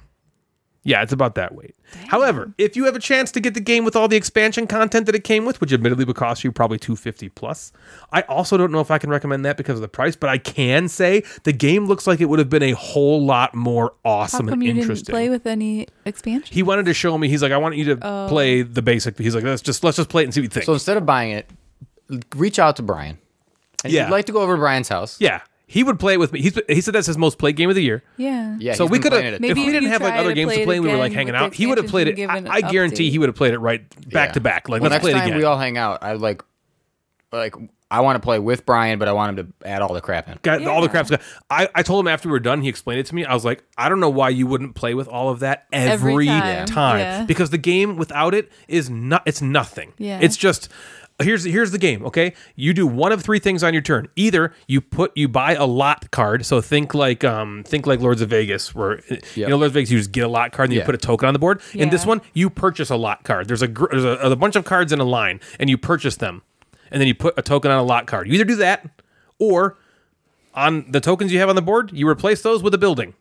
C: yeah, it's about that weight. However, if you have a chance to get the game with all the expansion content that it came with, which admittedly would cost you probably 250 plus, I also don't know if I can recommend that because of the price, but I can say the game looks like it would have been a whole lot more
D: How
C: awesome
D: come
C: and
D: you
C: interesting.
D: didn't play with Oh. any expansion?
C: he wanted to show me. He's like, I want you to play the basic. He's like, let's just let's just play it and see what you think.
E: So instead of buying it, reach out to Brian. And if
C: Yeah.
E: you'd like to go over to Brian's house.
C: yeah, he would play it with me. He's, he said that's his most played game of the year.
D: yeah.
E: Yeah,
C: so
E: he's
C: we
E: been
C: could have,
E: playing it
C: if
E: a
C: we
D: Maybe
E: ton.
D: you
C: didn't
D: could
C: have like
D: try
C: other
D: to
C: games
D: play
C: to
D: it
C: play, and we were
D: again
C: like hanging
D: with
C: out.
D: the
C: He would have played it.
D: expansions and
C: I, I
D: give an
C: guarantee he
D: update.
C: would have played it right back to back. Like
E: Well,
C: let's
E: next
C: play it
E: time
C: again.
E: we all hang out, I like, like I want to play with Brian, but I want him to add all the crap in.
C: got all the crap's got. I, I told him after we were done, he explained it to me. I was like, I don't know why you wouldn't play with all of that every,
D: Every
C: time,
D: time. Yeah.
C: because the game without it is not. It's nothing.
D: Yeah.
C: It's just. here's here's the game. Okay, you do one of three things on your turn. Either you put you buy a lot card. So think like um think like Lords of Vegas, where you
E: Yep.
C: know Lords of Vegas, you just get a lot card and you
E: Yeah.
C: put a token on the board. In this
D: Yeah.
C: one, you purchase a lot card. There's a gr- there's a, a bunch of cards in a line, and you purchase them, and then you put a token on a lot card. You either do that, or on the tokens you have on the board, you replace those with a building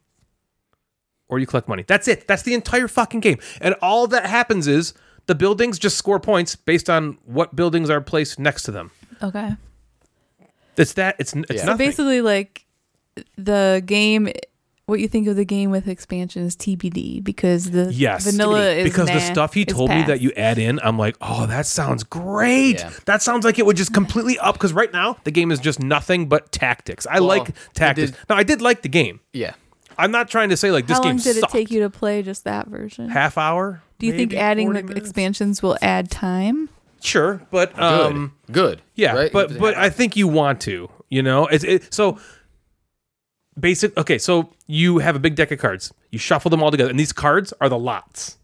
C: or you collect money. That's it. That's the entire fucking game. And all that happens is the buildings just score points based on what buildings are placed next to them.
D: Okay.
C: It's that. It's it's
E: Yeah.
C: nothing.
D: Basically, like the game, what you think of the game with expansion is TBD because the
C: yes,
D: vanilla is
C: because
D: nah,
C: the stuff he
D: it's
C: told me that
D: passed.
C: you add in, I'm like, oh, that sounds great.
E: Yeah.
C: That sounds like it would just completely up. Because right now the game is just nothing but tactics. I like tactics.
E: did-
C: now I did like the game.
E: Yeah.
C: I'm not trying to say like this
D: How
C: game
D: long did
C: sucked.
D: it take you to play just that version?
C: Half hour.
D: Do you think
C: maybe
D: adding
C: 40
D: the
C: minutes?
D: expansions will add time?
C: Sure, but
E: Good.
C: um,
E: Good.
C: Yeah,
E: right?
C: but but I think you want to, you know. It's it, so basic. Okay, so you have a big deck of cards. You shuffle them all together, and these cards are the lots.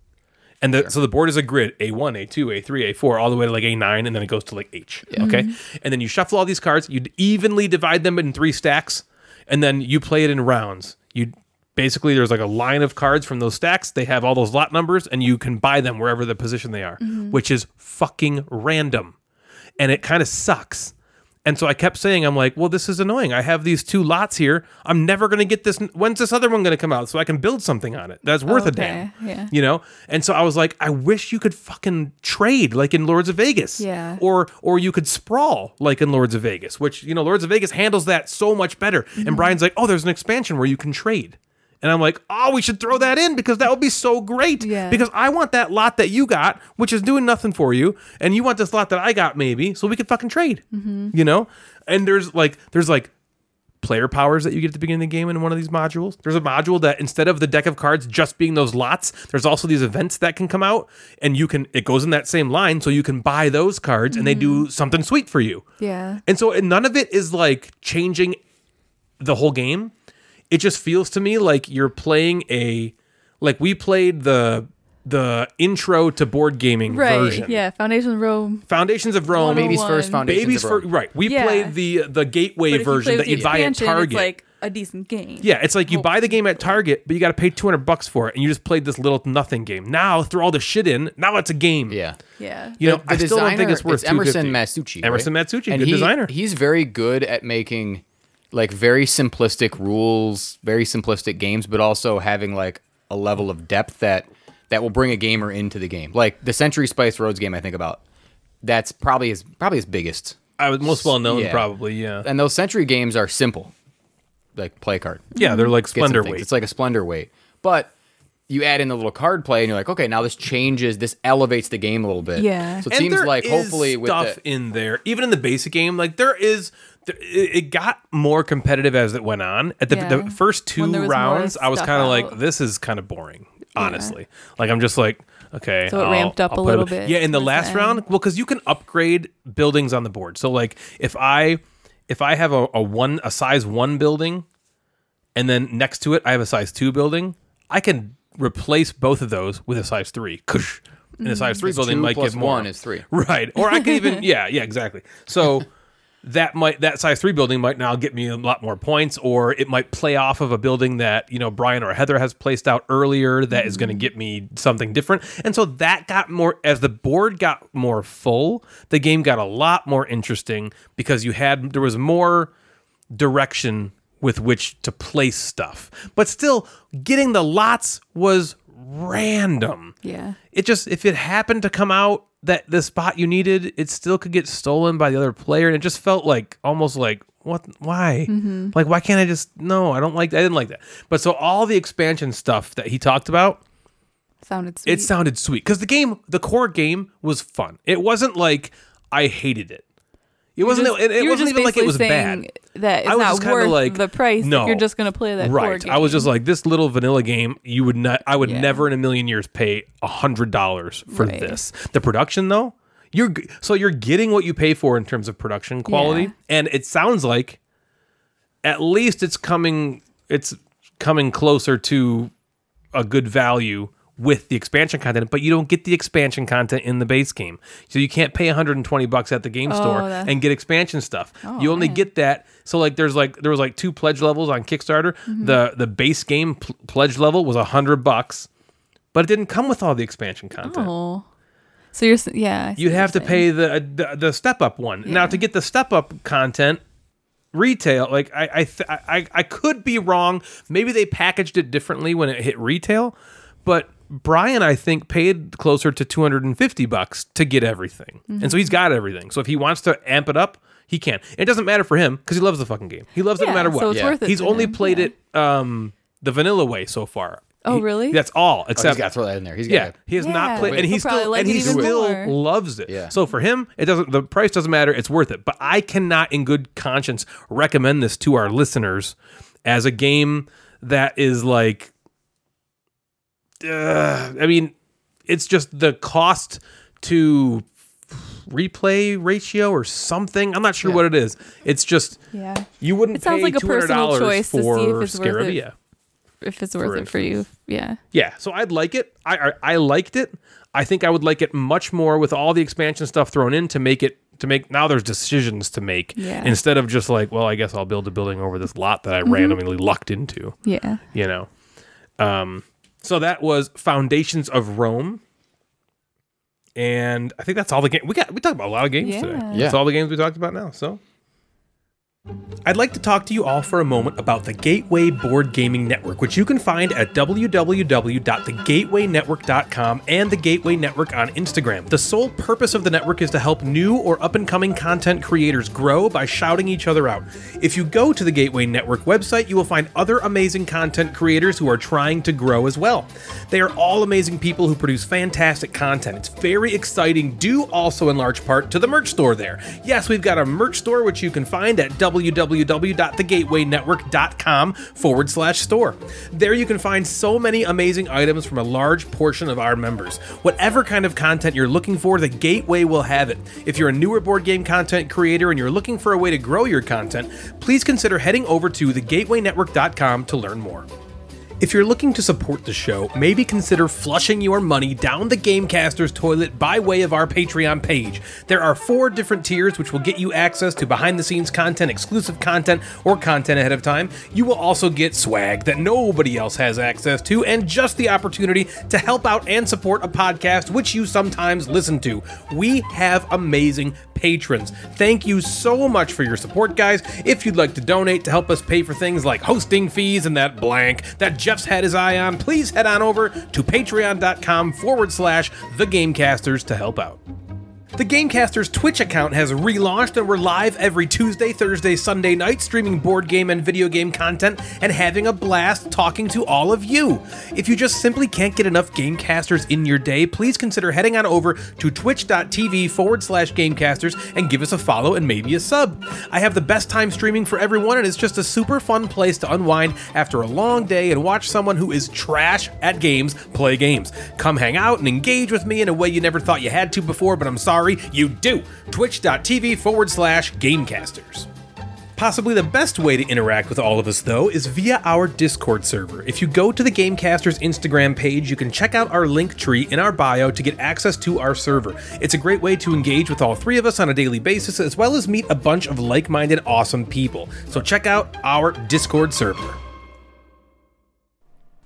C: And the, so the board is a grid: a one, a two, a three, a four, all the way to like a nine, and then it goes to like H. Okay,
D: Mm-hmm.
C: and then you shuffle all these cards. You evenly divide them in three stacks, and then you play it in rounds. You basically there's like a line of cards from those stacks. They have all those lot numbers, and you can buy them wherever the position they are,
D: Mm-hmm.
C: which is fucking random and it kind of sucks. And so I kept saying, I'm like, well, this is annoying. I have these two lots here. I'm never going to get this. When's this other one going to come out so I can build something on it that's worth a
D: Okay,
C: damn?
D: yeah.
C: You know? And so I was like, I wish you could fucking trade like in Lords of Vegas.
D: Yeah.
C: Or or you could sprawl like in Lords of Vegas, which, you know, Lords of Vegas handles that so much better.
D: Mm-hmm.
C: And Brian's like, oh, there's an expansion where you can trade. And I'm like, oh, we should throw that in because that would be so great.
D: Yeah.
C: Because I want that lot that you got, which is doing nothing for you, and you want this lot that I got, maybe, so we could fucking trade.
D: Mm-hmm.
C: You know? And there's like there's like player powers that you get at the beginning of the game in one of these modules. There's a module that instead of the deck of cards just being those lots, there's also these events that can come out and you can it goes in that same line, so you can buy those cards and they do something sweet for you.
D: Mm-hmm. Yeah.
C: And so and none of it is like changing the whole game. It just feels to me like you're playing a like we played the the intro to board gaming
D: Right.
C: version.
D: Yeah. Foundation Rome.
C: Foundations of Rome.
D: Baby
E: Baby's first
D: One.
E: foundations.
C: Babies
E: of
C: for
E: Rome.
C: right. We
D: Yeah.
C: played the the gateway version that you buy at Target.
D: It's like a decent game.
C: Yeah, it's like you buy the game at Target, but you got to pay 200 bucks for it, and you just played this little nothing game. Now throw all the shit in. Now it's a game.
E: Yeah.
D: Yeah.
C: you know,
E: The
C: I still don't think
E: designer-
C: it's worth
E: Emerson
C: 250.
E: Matsucci.
C: Emerson
E: right?
C: Matsucci,
E: And
C: good
E: he-
C: designer.
E: He's very good at making like very simplistic rules, very simplistic games, but also having like a level of depth that that will bring a gamer into the game. Like the Century Spice Roads game, I think about. That's probably his probably his biggest.
C: I was most well known,
E: Yeah.
C: probably. Yeah,
E: And those Century games are simple, like play card.
C: yeah, they're like
E: get some
C: Splendor
E: things.
C: weight.
E: It's like a splendor weight. But you add in the little card play, and you're like, okay, now this changes, this elevates the game a little bit.
D: Yeah.
E: So it
C: And
E: seems
C: there
E: like
C: is
E: hopefully with
C: stuff
E: the,
C: in there, even in the basic game, like there is. there- It it got more competitive as it went on. At the,
D: Yeah.
C: the first two
D: When there was more
C: rounds, I was
D: stuff
C: kind of
D: out.
C: like, "This is kind of boring." Honestly, like I'm just like, "Okay."
D: So it
C: I'll-
D: ramped up
C: I'll
D: a
C: play
D: little
C: with it.
D: bit
C: Yeah, in the
D: towards
C: last
D: the
C: round,
D: end.
C: well, because you can upgrade buildings on the board. So like, if I if I have a, a one a size one building, and then next to it I have a size two building, I can replace both of those with a size three. Kush. And a size three building
E: two
C: might
E: plus
C: give more.
E: one is three.
C: Right. Or I could even yeah, yeah, exactly. So that might that size three building might now get me a lot more points, or it might play off of a building that, you know, Brian or Heather has placed out earlier that is gonna get me something different. And so that got more as the board got more full, the game got a lot more interesting because you had there was more direction with which to place stuff. But still, getting the lots was random
D: Yeah.
C: it just if it happened to come out that the spot you needed it still could get stolen by the other player and it just felt like almost like what why
D: Mm-hmm.
C: like why can't i just no i don't like i didn't like that but so all the expansion stuff that he talked about
D: Sounded sweet.
C: it sounded sweet because the game the core game was fun it wasn't like i hated it it wasn't
D: Just-
C: it, it
D: you were
C: wasn't
D: just
C: even like it
D: basically
C: was
D: saying
C: bad
D: That it's
C: I was just
D: not
C: kinda
D: worth
C: like,
D: the price.
C: no.
D: if you're just going to play that core
C: right i
D: game.
C: was just like this little vanilla game you would not i would
D: Yeah.
C: never in a million years pay a hundred dollars for
D: Right.
C: this the production though you're g- so you're getting what you pay for in terms of production quality
D: Yeah.
C: and it sounds like at least it's coming it's coming closer to a good value with the expansion content, but you don't get the expansion content in the base game. So you can't pay 120 bucks at the game store
D: that's-
C: and get expansion stuff. you only get that. So like there's like there was like two pledge levels on Kickstarter. The the base game pl- pledge level was 100 bucks, but it didn't come with all the expansion content.
D: Oh. So you're s- yeah. I see
C: You'd
D: what
C: have to
D: you're
C: pay
D: saying.
C: the, uh, the the step up one. Now to get the step up content retail, like I I, th- I I could be wrong. Maybe they packaged it differently when it hit retail, but Brian I think paid closer to 250 bucks to get everything.
D: Mm-hmm.
C: And so he's got everything. So if he wants to amp it up, he can. It doesn't matter for him cuz he loves the fucking game. He loves it
D: Yeah,
C: no matter what.
D: so it's
E: Yeah.
D: worth it
C: He's
D: to
C: only
D: them,
C: played
D: yeah.
C: it um the vanilla way so far.
D: Oh,
C: He-
D: really?
C: That's all
E: Oh, he's
C: except
E: got to throw that in there. He's got.
C: yeah,
E: to
C: he has not
D: Yeah.
C: played, and
D: He'll
C: he
D: probably
C: still
D: like
C: and
D: it
C: he
D: even
C: still
D: more.
C: loves it.
E: Yeah.
C: So for him, it doesn't. The price doesn't matter. It's worth it. But I cannot, in good conscience, recommend this to our listeners as a game that is like. uh, I mean, it's just the cost to replay ratio or something. I'm not sure what it is. It's just
D: Yeah.
C: you wouldn't.
D: It sounds
C: pay
D: like a personal
C: $200
D: choice to see
C: for
D: if it's worth it.
C: Scarabia.
D: If it's worth it for you, yeah.
C: Yeah, so I'd like it. I, I I liked it. I think I would like it much more with all the expansion stuff thrown in to make it to make now there's decisions to make
D: Yeah. Mm-hmm.
C: instead of just like, well, I guess I'll build a building over this lot that I randomly lucked into,
D: Yeah.
C: you know. Um so that was Foundations of Rome. And I think that's all the game we got we talked about a lot of games
D: Yeah.
C: today.
D: Yeah.
C: That's all the games we talked about now, so I'd like to talk to you all for a moment about the Gateway Board Gaming Network, which you can find at www.thegatewaynetwork.com and the Gateway Network on Instagram. The sole purpose of the network is to help new or up and coming content creators grow by shouting each other out. If you go to the Gateway Network website, you will find other amazing content creators who are trying to grow as well. They are all amazing people who produce fantastic content. It's very exciting, due also in large part to the merch store there. Yes, we've got a merch store which you can find at www.thegatewaynetwork.com forward slash store. There you can find so many amazing items from a large portion of our members. Whatever kind of content you're looking for, the Gateway will have it. If you're a newer board game content creator and you're looking for a way to grow your content, please consider heading over to thegatewaynetwork.com to learn more. If you're looking to support the show, maybe consider flushing your money down the Gamecasters toilet by way of our Patreon page. There are four different tiers which will get you access to behind the scenes content, exclusive content, or content ahead of time. You will also get swag that nobody else has access to and just the opportunity to help out and support a podcast which you sometimes listen to. We have amazing patrons. Thank you so much for your support, guys. If you'd like to donate to help us pay for things like hosting fees and that blank that Jeff's had his eye on, please head on over to patreon.com forward slash the Gamecasters to help out. The Gamecasters Twitch account has relaunched, and we're live every Tuesday, Thursday, Sunday night, streaming board game and video game content and having a blast talking to all of you. If you just simply can't get enough Gamecasters in your day, please consider heading on over to twitch.tv forward slash Gamecasters and give us a follow and maybe a sub. I have the best time streaming for everyone, and it's just a super fun place to unwind after a long day and watch someone who is trash at games play games. Come hang out and engage with me in a way you never thought you had to before, but I'm sorry, you do. Twitch.tv forward slash Gamecasters. Possibly the best way to interact with all of us, though, is via our Discord server. If you go to the Gamecasters Instagram page, you can check out our link tree in our bio to get access to our server. It's a great way to engage with all three of us on a daily basis, as well as meet a bunch of like minded, awesome people. So check out our Discord server.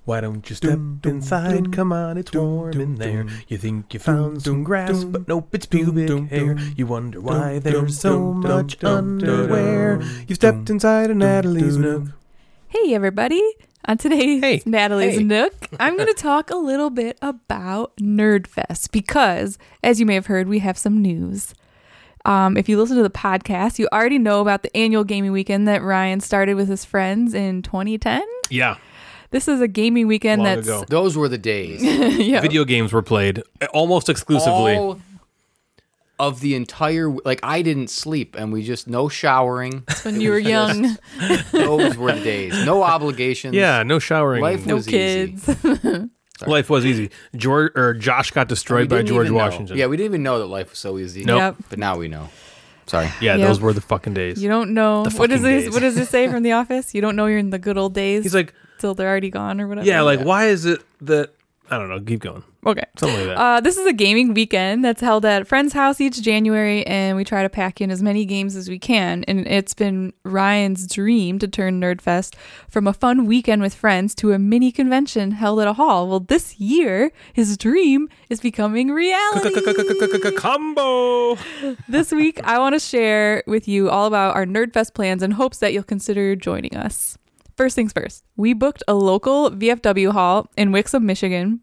C: Why don't you step inside? Come on, it's warm in there. You think you found some grass, but nope, it's pubic hair. You wonder why there's so much underwear. You've stepped inside of Natalie's nook.
D: Hey everybody! On today's
C: Hey.
D: Natalie's
C: Hey.
D: Nook, I'm going to talk a little bit about Nerdfest because, as you may have heard, we have some news. Um, if you listen to the podcast, you already know about the annual gaming weekend that Ryan started with his friends in 2010.
C: Yeah,
D: This is a gaming weekend
C: Long
D: that's
C: ago.
E: Those were the days.
D: yeah,
C: video games were played almost exclusively.
E: All of the entire like I didn't sleep and we just no showering.
D: when you were young,
E: Those were the days. No obligations.
C: yeah, no showering.
E: Life
D: no
E: was easy.
D: kids.
C: Life was easy. George or Josh got
E: We
C: destroyed by
E: didn't
C: George
E: even know.
C: Washington.
E: Yeah, we didn't even know that life was so easy.
C: Nope.
D: Yep.
E: But now we know. Sorry.
C: yeah,
D: Yep.
C: those were the fucking days.
D: You don't know
C: The
D: what does
C: fucking
D: this
C: days.
D: what does it say from the office? You don't know you're in the good old days.
C: He's like,
D: till they're already gone or whatever.
C: yeah, like why is it that I don't know. Keep going.
D: Okay.
C: Something like that.
D: Uh, this is a gaming weekend that's held at a friend's house each January, and we try to pack in as many games as we can. And it's been Ryan's dream to turn Nerdfest from a fun weekend with friends to a mini convention held at a hall. Well, this year, his dream is becoming reality.
C: Combo.
D: this week, I want to share with you all about our Nerdfest plans in hopes that you'll consider joining us. First things first, we booked a local VFW hall in Wixom, Michigan.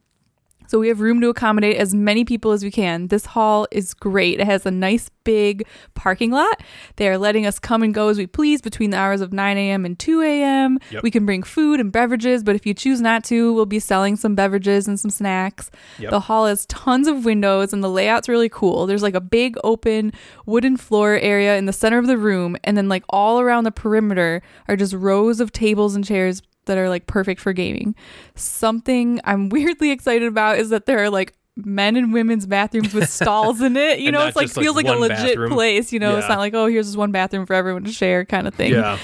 D: So we have room to accommodate as many people as we can. This hall is great. It has a nice big parking lot. They are letting us come and go as we please between the hours of 9 a.m. and 2 a.m. We can bring food and beverages, but if you choose not to, we'll be selling some beverages and some snacks. The hall has tons of windows and the layout's really cool. There's like a big open wooden floor area in the center of the room, and then like all around the perimeter are just rows of tables and chairs that are like perfect for gaming. Something I'm weirdly excited about is that there are like men and women's bathrooms with stalls in it. You
C: And
D: know,
C: not
D: it's like
C: just, like,
D: feels like, a
C: one
D: legit
C: bathroom.
D: place. You know,
C: Yeah.
D: it's not like oh here's this one bathroom for everyone to share kind of thing.
C: Yeah.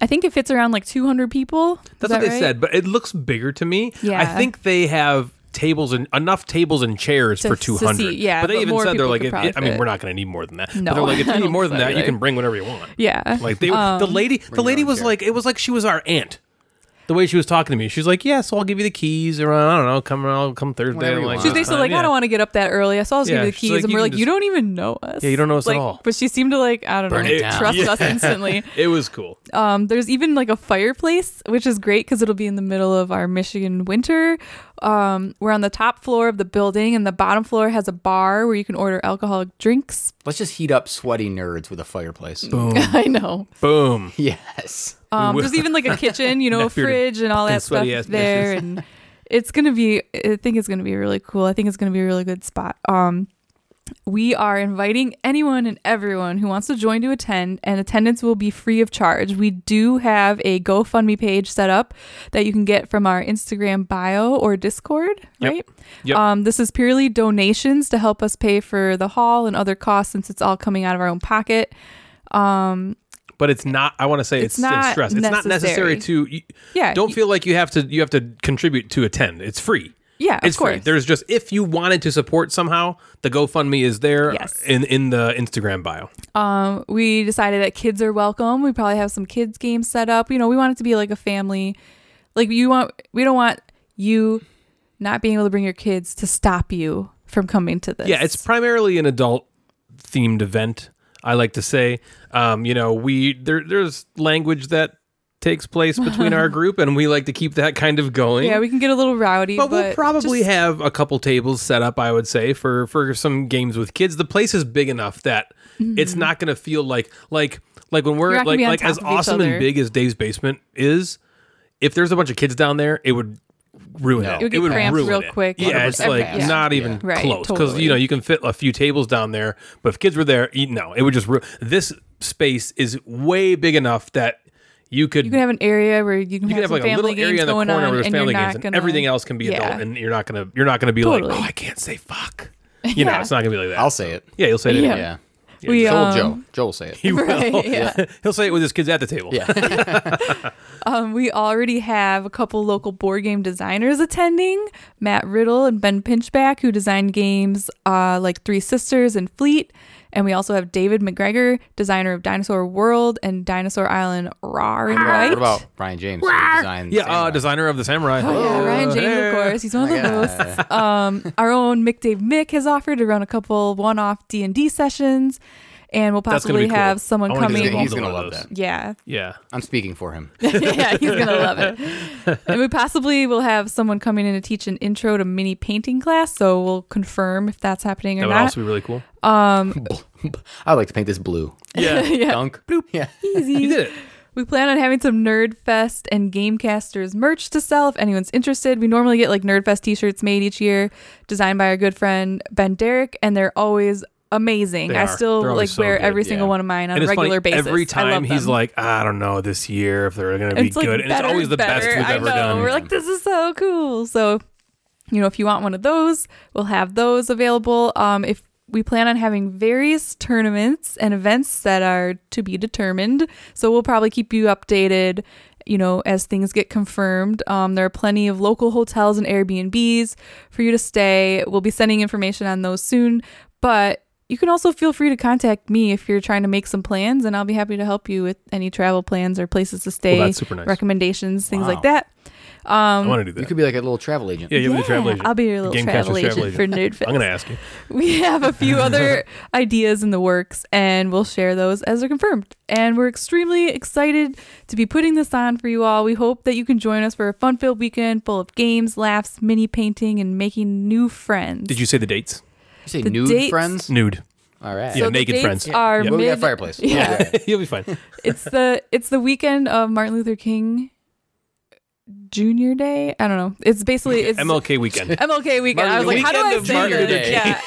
D: I think it fits around like 200 people.
C: That's
D: is
C: what
D: that
C: they
D: right?
C: said, but it looks bigger to me. I
D: Yeah.
C: think they have tables and enough tables and chairs
D: To-
C: for
D: to
C: 200.
D: see, yeah,
C: but they
D: but
C: even
D: more
C: said they're
D: people
C: like,
D: could
C: if,
D: probably
C: I mean,
D: fit.
C: we're not going to need more than that.
D: No,
C: but they're like, if
D: I
C: you need
D: don't Um,
C: more than
D: think
C: that,
D: so
C: you can
D: either.
C: bring whatever you want.
D: Yeah.
C: Like they, the lady, the
E: your
C: lady
E: own
C: was
E: chair.
C: like, it was like she was our aunt. The way she was talking to me, she's like, "Yeah, so I'll give you the keys, or uh, I don't know, come around, come Thursday."
E: Whatever you
C: Like,
E: want.
D: She's basically like, I don't want to get up that early. So I'll just
C: uh, Yeah,
D: give you the
C: she's
D: keys.
C: like,
D: and
C: you
D: we're
C: can
D: like, you
C: just-
D: don't even know us.
C: Yeah, you don't know us at
D: Like,
C: all.
D: But she seemed to like, I don't
E: Burn it
D: know,
E: down.
D: trust us instantly.
C: It was cool.
D: Um, there's even like a fireplace, which is great because it'll be in the middle of our Michigan winter. Um, we're on the top floor of the building, and the bottom floor has a bar where you can order alcoholic drinks.
E: Let's just heat up sweaty nerds with a fireplace.
D: I know.
C: Boom.
E: Yes.
D: Um,
C: will-
D: there's even like a kitchen, you know, a
C: Neck-bearded
D: fridge and all
C: fucking
D: that stuff
C: sweaty ass
D: there, and it's gonna be. I think it's gonna be really cool. I think it's gonna be a really good spot. Um, we are inviting anyone and everyone who wants to join to attend, and attendance will be free of charge. We do have a GoFundMe page set up that you can get from our Instagram bio or Discord,
C: Yep.
D: right?
C: Yep.
D: Um, this is purely donations to help us pay for the hall and other costs since it's all coming out of our own pocket.
C: but it's not i want to say
D: It's
C: it's, still
D: not
C: stress it's not necessary
D: necessary.
C: to you,
D: Yeah,
C: don't
D: y-
C: feel like you have to you have to contribute to attend it's free
D: Yeah, of
C: it's free
D: course.
C: there's just if you wanted to support somehow the gofundme is there
D: Yes.
C: in in the instagram bio
D: Um, we decided that kids are welcome. We probably have some kids games set up. You know, we want it to be like a family. Like you want, we don't want you not being able to bring your kids to stop you from coming to this.
C: yeah it's primarily an adult themed event i like to say um you know we there there's language that takes place between our group and we like to keep that kind of going
D: yeah. We can get a little rowdy,
C: but, we'll probably
D: just-
C: have a couple tables set up i would say for for some games with kids the place is big enough that it's not going to feel like like like when we're
D: Mm-hmm. You're not gonna
C: like
D: be on
C: like
D: top
C: as
D: of each
C: awesome and
D: other.
C: big as dave's basement is if there's a bunch of kids down there it would ruin it
D: would get cramped real quick.
C: yeah it's
E: 100%.
C: like
E: Yeah.
C: not even
D: Right,
C: close because
D: totally.
C: you know you can fit a few tables down there but if kids were there you- no it would just ru- this space is way big enough that you could
D: you can have an area where you can
C: you can have
D: have, some
C: like a
D: family
C: little
D: games
C: area in the
D: going
C: corner
D: on,
C: where there's
D: and you're
C: family
D: not
C: games, and
D: gonna-
C: everything else can be
D: Yeah.
C: adult, and you're not gonna you're not gonna be
D: Totally.
C: like, oh, I can't say fuck. You know,
D: Yeah.
C: it's not gonna be like that.
E: I'll say it.
C: yeah, you'll say it.
D: Yeah.
C: anyway.
E: Yeah.
D: We,
E: So will
D: um,
E: Joe. Joe will say it.
C: He will.
D: Right, yeah.
C: He'll say it with his kids at the table.
E: Yeah.
D: Um, we already have a couple local board game designers attending Matt Riddle and Ben Pinchback, who designed games uh, like Three Sisters and Fleet. And we also have David McGregor, designer of Dinosaur World and Dinosaur Island Raw
C: Ah.
D: and Right.
E: What about Ryan James? Who designed
C: Yeah, uh,
E: Samurai?
C: designer of the samurai.
D: Oh, Yeah,
E: Oh.
D: Ryan
C: Oh,
D: James, of course. He's one of the hosts. Um, our own Mick Dave Mick has offered to run a couple one-off D and D sessions, and we'll
C: That's gonna be
D: possibly
C: cool.
D: have someone
C: I wanna get
E: He's
D: coming.
E: gonna-
C: involved
E: he's
C: in
E: gonna
C: one of
E: love
C: those.
E: that.
D: Yeah,
C: Yeah.
E: I'm speaking for him.
D: yeah, he's gonna love it. And we possibly will have someone coming in to teach an intro to mini painting class, so we'll confirm if that's happening
C: That
D: or
C: would
D: not.
C: also be really cool.
E: I like to paint this blue.
C: Yeah.
D: yeah,
E: Dunk. Yeah.
D: easy.
C: You did it.
D: We plan on having some Nerdfest and Gamecasters merch to sell if anyone's interested. We normally get like Nerdfest t-shirts made each year, designed by our good friend Ben Derrick, and they're always amazing.
C: They
D: I
C: are.
D: still
C: They're always
D: like
C: so
D: wear
C: good,
D: every single
E: yeah.
D: one of mine on
C: And
D: a
C: it's
D: regular
C: funny,
D: basis.
C: every
D: I love
C: time he's
D: them.
C: like, I don't know this year if they're going to be
D: it's like
C: good. and it's
D: better
C: always the best
D: better.
C: we've
D: I
C: ever
D: know.
C: done.
D: We're like, this is so cool. So, you know, if you want one of those, we'll have those available. Um, if we plan on having various tournaments and events that are to be determined, so we'll probably keep you updated you know, as things get confirmed, um, there are plenty of local hotels and Airbnbs for you to stay. We'll be sending information on those soon, but you can also feel free to contact me if you're trying to make some plans, and I'll be happy to help you with any travel plans or places to stay,
C: that's super nice.
D: recommendations, things
E: Wow.
D: like that.
C: I want to do that.
E: You could be like a little travel agent.
C: yeah, you'll be the travel agent.
D: Um, I'll be your little
C: Gamecaster's
D: travel agent, for Nerdfest.
C: I'm gonna ask you.
D: we have a few other ideas in the works and we'll share those as they're confirmed. And we're extremely excited to be putting this on for you all. We hope that you can join us for a fun filled weekend full of games, laughs, mini painting, and making new friends.
C: Did you say the dates?
E: You say
D: The
E: nude
D: dates-
E: friends?
C: Nude.
E: All right.
C: Yeah,
D: so the
C: naked
D: dates
C: friends.
D: Are
C: Yeah.
E: Move
D: mid-
E: that fireplace.
D: Yeah.
E: Okay.
C: You'll be fine.
D: it's the it's the weekend of Martin Luther King Junior Day. I don't know. It's basically it's
C: MLK weekend.
D: MLK weekend. I was like,
E: Martin
D: how do I
C: Weekend of
D: say
C: Martin
D: this?
C: Day.
D: Yeah.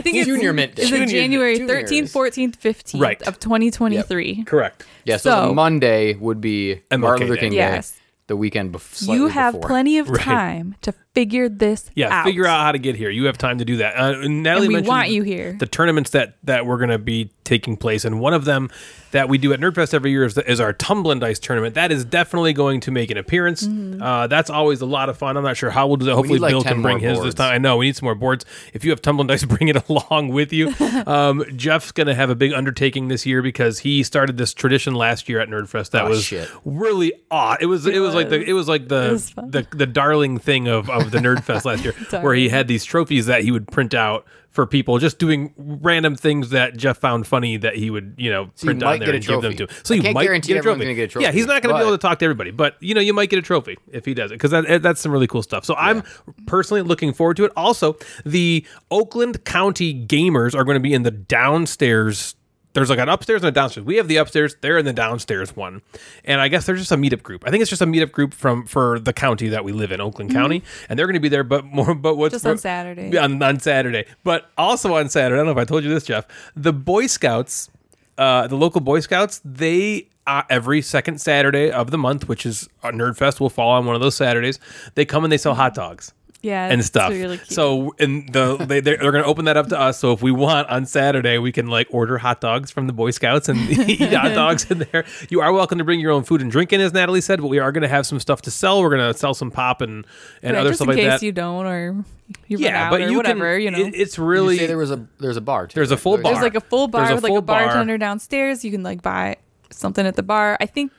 D: think it's
E: Junior Mint Day.
D: Is it
E: Junior-
D: January
E: juniors.
D: 13th, 14th, 15th
C: Right.
D: of 2023?
C: Correct.
E: Yeah, so, the
D: So-
E: Monday would be
C: MLK
E: Martin Luther
C: Day.
E: King Day.
D: Yes.
E: The weekend before.
D: You have plenty of
C: Right.
D: time to figure this
C: Yeah,
D: out.
C: figure out how to get here. You have time to do that. Uh, and Natalie
D: And we
C: mentioned
D: want you here.
C: The tournaments that that we're going to be taking place, and one of them that we do at Nerdfest every year is, the, is our Tumble and Dice tournament. That is definitely going to make an appearance. Uh, that's always a lot of fun. I'm not sure how we'll do that. Hopefully,
E: like
C: Bill
E: 10
C: can bring
E: more
C: his this
E: boards.
C: time. I know we need some more boards. If you have Tumble and Dice, bring it along with you. um, Jeff's going to have a big undertaking this year because he started this tradition last year at Nerdfest that
E: Oh,
C: was
E: shit.
C: really odd. It was it, was, like the it was like the
D: was fun.
C: the the darling thing of of the Nerd Fest last year, where he had these trophies that he would print out for people, just doing random things that Jeff found funny that he would you know
E: you
C: print out
E: might
C: there
E: get a
C: and give them to.
E: trophy.
C: him. So
E: I
C: you
E: can't
C: might
E: guarantee
C: get a
E: everyone's
C: trophy.
E: gonna get a trophy,
C: Yeah, he's not going to be
E: but-
C: able to talk to everybody, but you know you might get a trophy if he does it because that, eh, that's some really cool stuff. So I'm personally looking forward to it. Also, the Oakland County Gamers are going to be in the downstairs there's like an upstairs and a downstairs. We have the upstairs, they're in the downstairs one. And I guess they're just a meetup group. I think it's just a meetup group from for the county that we live in, Oakland County. And they're gonna be there, but more but what's
D: Just on Saturday.
C: Yeah, on, on Saturday. But also on Saturday, I don't know if I told you this, Jeff, the Boy Scouts, uh, the local Boy Scouts, they uh, every second Saturday of the month, which is uh, Nerdfest will fall on one of those Saturdays, they come and they sell hot dogs
D: yeah,
C: and
D: it's
C: stuff.
D: Really cute.
C: So and the they they're, they're going to open that up to us. So if we want on Saturday, we can like order hot dogs from the Boy Scouts and eat hot dogs in there. You are welcome to bring your own food and drink in, as Natalie said. But we are going to have some stuff to sell. We're going to sell some pop and and
D: yeah,
C: other
D: just
C: stuff
D: in
C: like
D: case
C: that.
D: you don't or you run
C: yeah,
D: out
C: but
D: or
C: you
D: whatever,
C: can.
D: you know.
C: it- it's
E: You
C: really
E: say there was a there's a bar. too,
C: There's a
E: right?
C: full
D: There's
C: bar.
D: like a full bar
C: There's a
D: with like
C: full
D: a
C: bar.
D: bartender downstairs. You can like buy something at the bar. I think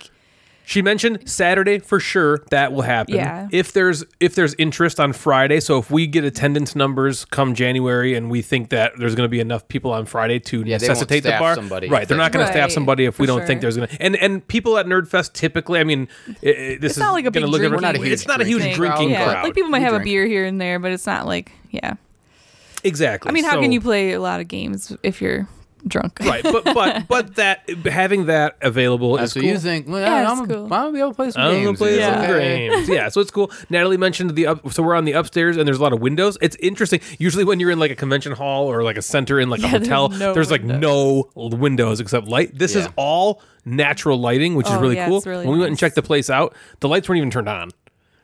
C: She mentioned Saturday for sure that will happen.
D: Yeah.
C: If there's if there's interest on Friday, so if we get attendance numbers come January and we think that there's going to be enough people on Friday to
E: Yeah, they won't
C: necessitate the
E: staff
C: bar,
E: somebody
C: right?
E: if
C: They're
E: they-
C: not going to staff
D: Right,
C: somebody if we
D: for
C: don't think
D: sure.
C: there's going to and and people at Nerdfest typically, I mean, i- i this is
D: not like a
C: going to
D: big
C: look at-
D: drinking We're not a huge
C: it's not a huge
E: drinking
D: thing-
C: drinking
D: yeah,
C: crowd,
D: Like people might
E: We
D: have
E: drink.
D: a beer here and there, but it's not like yeah.
C: exactly.
D: I mean, how
C: So-
D: can you play a lot of games if you're drunk?
C: Right, but but but that having that available
E: Uh,
C: is
E: so
C: cool.
E: you think, well,
D: Yeah,
E: I'm,
D: it's cool.
E: I'm gonna be able to play some
C: I don't
E: games.
C: know, play
E: yeah.
C: some games. Yeah, so it's cool. Natalie mentioned the up, so we're on the upstairs and there's a lot of windows. It's interesting. Usually when you're in like a convention hall or like a center in like a
D: Yeah, there's
C: hotel, there's,
D: no
C: like no windows except light. This is
E: Yeah.
C: all natural lighting, which is
D: Oh,
C: really
D: yeah,
C: cool.
D: it's really
C: when we went and
D: nice.
C: checked the place out, the lights weren't even turned on.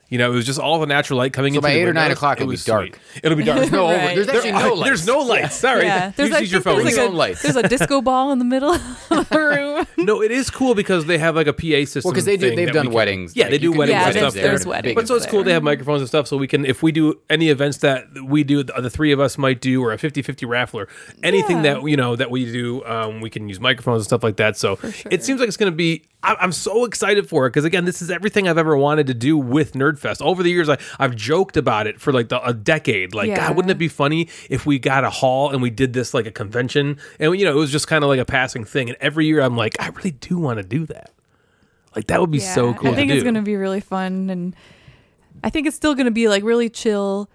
C: You know, it was just all the natural light coming in.
E: by
C: through the
E: eight or nine
C: windows.
E: o'clock, it'll be
C: was
E: dark.
C: sweet. It'll be dark.
E: No,
D: Right.
E: there's actually no lights.
C: There's no lights. Sorry.
D: Yeah,
C: You
D: there's,
C: just
D: I
C: use your
D: think
C: phone.
D: there's, like
E: Phone lights.
D: a, there's a disco ball in the middle of the room.
C: no, it is cool because they have like a PA system.
E: Well, 'cause they do-
C: thing
E: they've
C: that
E: done
C: we can-
E: weddings,
C: Yeah,
E: like,
C: they
E: you
C: do
E: can do
C: weddings. and
D: weddings
C: stuff
D: there.
C: there.
D: There's weddings
C: But so it's
D: there.
C: cool. They have microphones and stuff, so we can, if we do any events that we do, the the three of us might do, or a 50-50 raffle, or anything
D: Yeah.
C: that you know that we do, um, we can use microphones and stuff like that. So
D: sure.
C: it seems like it's going to be. I- I'm so excited for it because again, this is everything I've ever wanted to do with Nerdfest. Over the years, I, I've joked about it for like the, a decade. Like,
D: Yeah.
C: God, wouldn't it be funny if we got a hall and we did this like a convention? And you know, it was just kind of like a passing thing. And every year, I'm like, I really do want to do that. Like that would be
D: Yeah,
C: so cool.
D: I think
C: to
D: it's
C: do.
D: going to be really fun, and I think it's still going to be like really chill,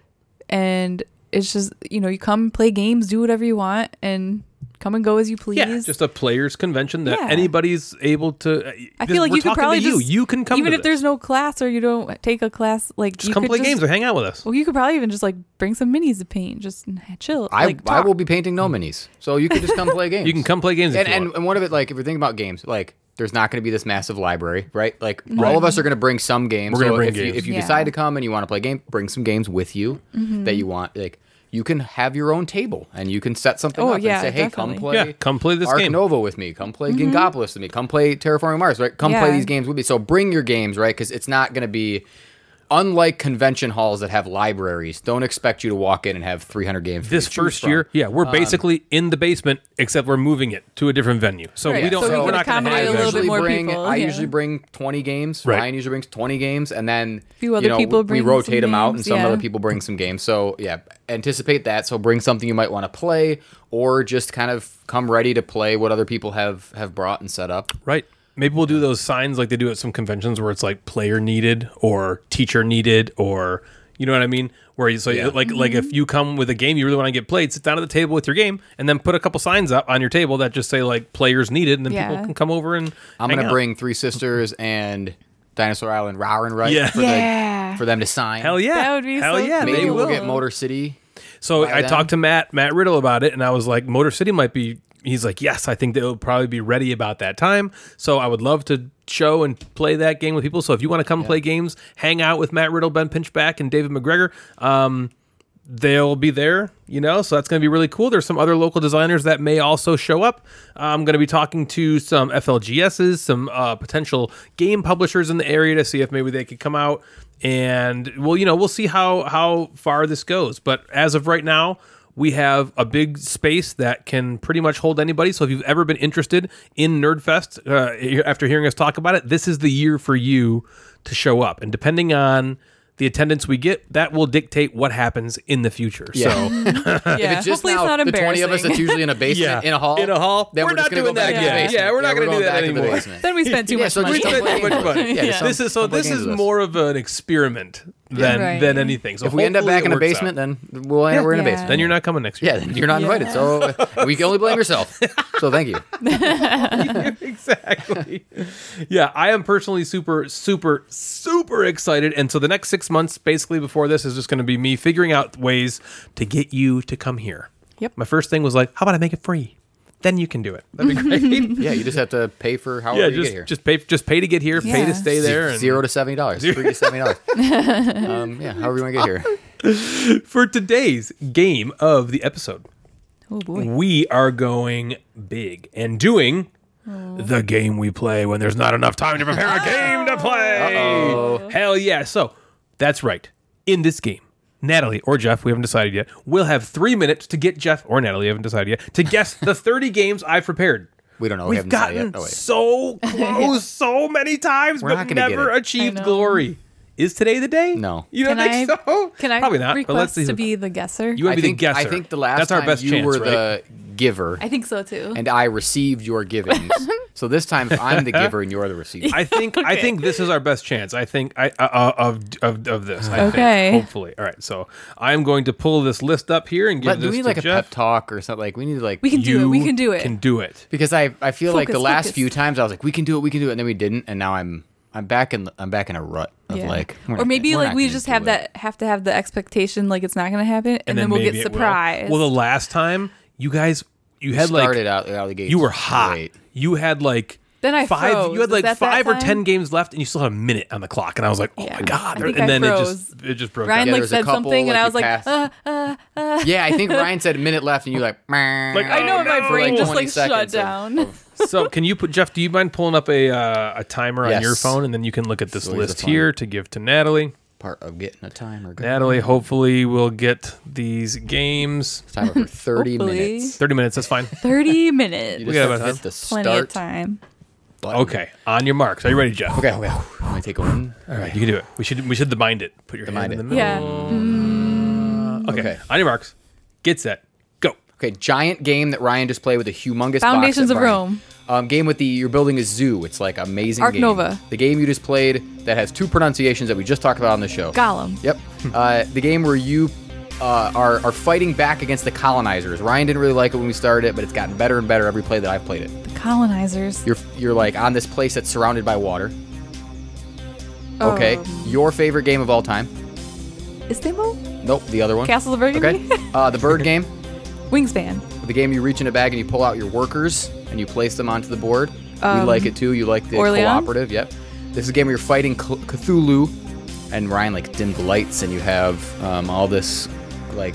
D: and it's just you know you come play games, do whatever you want, and come and go as you please.
C: Yeah, just a players convention that
D: Yeah.
C: anybody's able to. uh,
D: I feel like
C: we're
D: you could
C: talking to
D: probably
C: you.
D: just-
C: You can come
D: even
C: to
D: if
C: this.
D: there's no class or you don't take a class. Like
C: just
D: you
C: come
D: could
C: play
D: just-
C: games or hang out with us.
D: Well, you could probably even just like bring some minis to paint, just chill.
E: I,
D: like,
E: I
D: talk.
E: will be painting no minis, so you can just come play games.
C: You can come play games.
E: and
C: if you
E: and,
C: want.
E: and one of it like if you're thinking about games like there's not going to be this massive library right like all of us are going to bring some games
C: We're gonna
E: so
C: bring
E: if you,
C: games.
E: if you
D: Yeah. Mm-hmm.
E: decide to come and you want to play a game bring some games with you that you want like you can have your own table and you can set something
D: Oh,
E: up
D: yeah,
E: and say, hey,
D: definitely. Mm-hmm.
E: come play.
C: Yeah, come play this
E: Ark
C: game."
E: Nova with me. Come play Gingopolis with me. Come play Terraforming Mars, right? Come
D: Yeah.
E: play these games with me. So bring your games, right? Because it's not going to be. Unlike convention halls that have libraries, don't expect you to walk in and have 300 games. for you
C: This
E: to choose
C: first
E: from.
C: year, yeah, we're
D: Um,
C: basically in the basement, except we're moving it to a different venue. So
D: Right,
C: we don't.
D: so we
C: we're
D: can
C: not going to
D: accommodate
C: have
D: a little
C: that.
D: bit more
E: bring,
D: people,
E: I
D: yeah.
E: usually bring 20 games.
C: Right.
E: Ryan usually brings 20 games, and then
D: Few other
E: you know,
D: people
E: we
D: bring
E: rotate
D: some
E: them out, and
D: games,
E: some
D: yeah.
E: other people bring some games. So yeah, anticipate that. So bring something you might want to play, or just kind of come ready to play what other people have have brought and set up.
C: Right. Maybe we'll do those signs like they do at some conventions where it's like player needed or teacher needed or you know what I mean? Where you so you- like like
D: Mm-hmm.
C: if you come with a game you really want to get played, sit down at the table with your game and then put a couple signs up on your table that just say like players needed and then people
D: Yeah.
C: can come over and
E: I'm
C: hang
E: gonna
C: out.
E: bring Three Sisters and Dinosaur Island, Rowren right
C: Yeah.
E: for,
D: Yeah.
E: The, for them to sign.
C: Hell yeah.
D: That would be
C: Hell
D: so
C: yeah,
D: cool.
E: Maybe
C: they
E: we'll
C: will.
E: get Motor City.
C: So
E: by
C: I
E: then.
C: talked to Matt Matt Riddle about it, and I was like, Motor City might be. He's like, yes, I think they'll probably be ready about that time. So I would love to show and play that game with people. So if you want to come play games, hang out with Matt Riddle, Ben Pinchback, and David McGregor. Um, they'll be there, you know. So that's going to be really cool. There's some other local designers that may also show up. I'm going to be talking to some FLGSs, some uh, potential game publishers in the area to see if maybe they could come out. And well, you know, we'll see how how far this goes. But as of right now. We have a big space that can pretty much hold anybody. So if you've ever been interested in Nerdfest, uh, after hearing us talk about it, this is the year for you to show up. And depending on the attendance we get, that will dictate what happens in the future. So
D: yeah.
E: It's just
D: Hopefully
E: now
D: it's not
E: the 20 of us
D: embarrassing.
E: that's usually in a basement,
C: Yeah.
E: in a hall.
C: In a hall.
E: Then
C: We're
E: we're,
C: not
E: just gonna
C: doing
E: go
C: that
E: back to the
D: again.
E: basement.
C: Yeah, we're not gonna do
E: going
C: that
E: back to the
C: anymore.
E: basement.
D: then we spend too
E: Yeah,
D: much
E: so
D: money.
E: just don't play
C: Too much money.
E: Yeah, just
C: this is so
E: don't play
C: this
E: games
C: is
E: with us.
C: more of an experiment than
D: Right.
C: than anything. So
E: If we end up
C: hopefully
E: back
C: it
E: in a
C: works out.
E: basement, then we'll end, we're in a
D: Yeah.
E: basement.
C: then you're not coming next year.
E: Yeah, then you're not invited. So uh, we can only blame yourself. So thank you.
C: exactly. yeah, I am personally super, super, super excited. And so the next six months, basically before this, is just going to be me figuring out ways to get you to come here.
D: Yep.
C: My first thing was like, how about I make it free? Then you can do it. That'd be great.
E: Yeah, you just have to pay for however
C: yeah,
E: you get
C: just
E: here.
C: just pay just pay to get here, pay
D: Yeah.
C: to stay there, and
E: Zero to seventy dollars. Three to seventy dollars. um, yeah, however you want to get here.
C: for today's game of the episode,
D: Oh boy.
C: we are going big and doing the game we play when there's not enough time to prepare a game to play. Hell yeah. So that's right. In this game, Natalie or Jeff, we haven't decided yet, will have three minutes to get Jeff or Natalie, we haven't decided yet, to guess the 30 games I've prepared.
E: We don't know. We
C: We've
E: haven't decided
C: gotten
E: yet. Oh, wait.
C: so close so many times,
E: We're not
C: but
E: gonna get
C: never
E: it.
C: achieved
D: I know.
C: glory. Is today the day?
E: No.
C: You don't
D: Can
C: think
D: I-
C: so?
D: Can I
C: Probably not.
D: request
C: but let's see.
D: to be the guesser?
C: you want
E: I
C: to be
E: think
C: the guesser.
E: I think the last
C: That's our
E: time
C: best
E: you
C: chance,
E: were
C: right?
E: the giver,
D: I think so too.
E: and I received your givings. so this time, if I'm the giver and you're the receiver.
C: I think I think this is our best chance. I think I uh, of of of this. I
D: Okay.
C: Think, hopefully. All right. So I'm going to pull this list up here and give
E: But
C: this
E: do we need
C: to
E: like a
C: Jeff.
E: pep talk or something? Like we need like
D: we can do it. We can do it.
C: Can do it.
E: because I I feel like the
D: Focus,
E: last
D: focus.
E: few times I was like we can do it, we can do it, and then we didn't, and now I'm I'm back in I'm back in a rut of
D: Yeah.
E: like we're
D: or
E: not
D: maybe
E: gonna- we're
D: like
E: not
D: we
E: gonna
D: just
E: do
D: have
E: it.
D: that have to have the expectation like it's not going to happen, and, then, we'll
C: maybe
D: get
C: it will.
D: surprised.
C: Well, the last time you guys you had like
E: started out, out of the gate.
C: you were hot. You had like
D: Then I
C: five. You
D: froze.
C: had
D: Is
C: like
D: that that
C: five or
D: time?
C: ten games left, and you still had a minute on the clock. And I was like, oh
D: Yeah.
C: my god!
D: I think
C: and
D: I
C: then
D: froze.
C: it just it just broke. down.
D: Ryan
E: Yeah, there
D: like
E: was a
D: said
E: couple,
D: something,
E: like,
D: and I
E: you
D: was like,
E: passed.
D: uh,
E: Yeah, I think Ryan said a minute left, and you're like, like
C: I know, my brain just,
D: like, shut down.
C: so can you put Jeff? Do you mind pulling up a uh, a timer on
E: Yes.
C: your phone, and then you can look at this
E: So here's the
C: list
E: phone.
C: here to give to Natalie.
E: part of getting a timer. going.
C: Natalie, hopefully we'll get these games.
E: timer for 30
D: Hopefully.
E: minutes.
C: 30 minutes, that's fine.
D: thirty minutes,
E: You
C: got
E: just
C: about
E: have to hit
C: time.
E: the start
D: plenty of time.
E: button.
C: Okay, on your marks. Are you ready, Jeff?
E: Okay, okay. I'm gonna take one.
C: All right, you can do it. We should we should the mind it. Put your hand
E: Mind
C: in the middle.
E: it.
D: Yeah.
E: Oh.
C: Okay.
E: Okay.
C: on your marks. Get set. Go.
E: Okay, giant game that Ryan just played with a humongous box
D: Foundations
E: that
D: of
E: Ryan-
D: Rome.
E: Um, game with the you're building a zoo. It's like amazing.
D: Arc
E: game.
D: Nova.
E: The game you just played that has two pronunciations that we just talked about on the show.
D: Gollum.
E: Yep. Uh, the game where you uh, are are fighting back against the colonizers. Ryan didn't really like it when we started it, but it's gotten better and better every play that I've played it.
D: The colonizers.
E: You're you're like on this place that's surrounded by water. Okay.
D: Um,
E: Your favorite game of all time?
D: Istanbul.
E: Nope. The other one.
D: Castle of Burgundy.
E: Okay. Uh, the bird game.
D: Wingspan.
E: The game you reach in a bag and you pull out your workers and you place them onto the board. we
D: Um,
E: like it too. You like the
D: Orlean?
E: cooperative. Yep. This is a game where you're fighting Cl- Cthulhu, and Ryan like dimmed the lights and you have um, all this like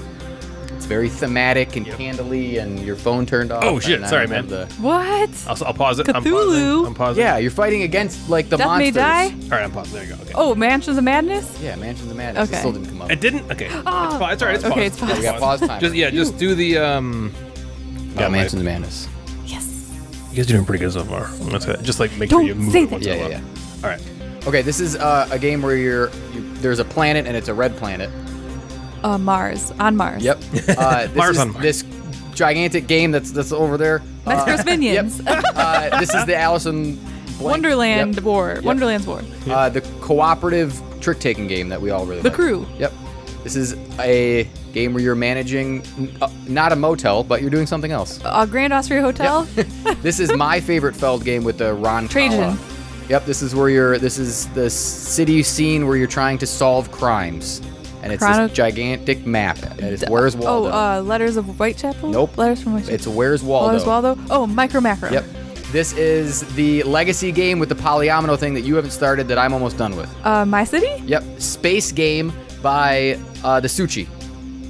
E: It's very thematic and candly, and your phone turned off.
C: Oh, shit.
E: and I
C: Sorry,
E: don't have
C: man.
E: the-
D: What?
C: I'll, I'll pause it. I'm
D: Cthulhu.
C: pausing. I'm pausing.
E: yeah, you're fighting against like the
D: Death may
E: monsters.
D: die?
C: All right, I'm pausing. There you go. Okay.
D: Oh, Mansions of Madness?
E: Yeah, Mansion of the Madness. It
D: Okay.
E: still didn't come up.
C: It didn't. Okay. It's fine. It's all right. It's
D: Ah. Okay,
C: paused.
D: it's paused.
E: We got pause time.
C: Just yeah, just do the um.
E: Oh,
C: Yeah,
E: Mansion of the Madness.
D: Yes.
C: You guys are doing pretty good so far. That's it. Just like make
D: Don't
C: sure you move
D: say
C: it once
E: Yeah,
C: in a
E: yeah,
C: while.
E: yeah.
C: All right.
E: Okay, this is uh, a game where you're you, there's a planet and it's a red planet.
D: Uh, Mars. On Mars.
E: Yep. Uh, this
C: Mars
E: is
C: on Mars.
E: This gigantic game that's that's over there.
D: That's
E: Uh,
D: Chris Minions.
E: Yep. Uh, this is the Allison
D: Wonderland War. Wonderland's War.
E: Uh, the cooperative trick taking game that we all really
D: The
E: like.
D: Crew.
E: Yep. This is a game where you're managing n- uh, not a motel, but you're doing something else.
D: Uh, Grand Austria Hotel.
E: this is my favorite Feld game with the Ron
D: Trajan.
E: Kala. Yep, this is where you're. This is the city scene where you're trying to solve crimes, and it's
D: Chrono-
E: this gigantic map. And it's where's
D: oh,
E: Waldo?
D: uh, Letters of Whitechapel?
E: Nope.
D: Letters from Whitechapel.
E: it's where's Waldo.
D: Letters Waldo. Oh, Micro Macro.
E: Yep. This is the legacy game with the polyomino thing that you haven't started that I'm almost done with.
D: Uh, My City?
E: Yep. Space game by uh, the Suchi.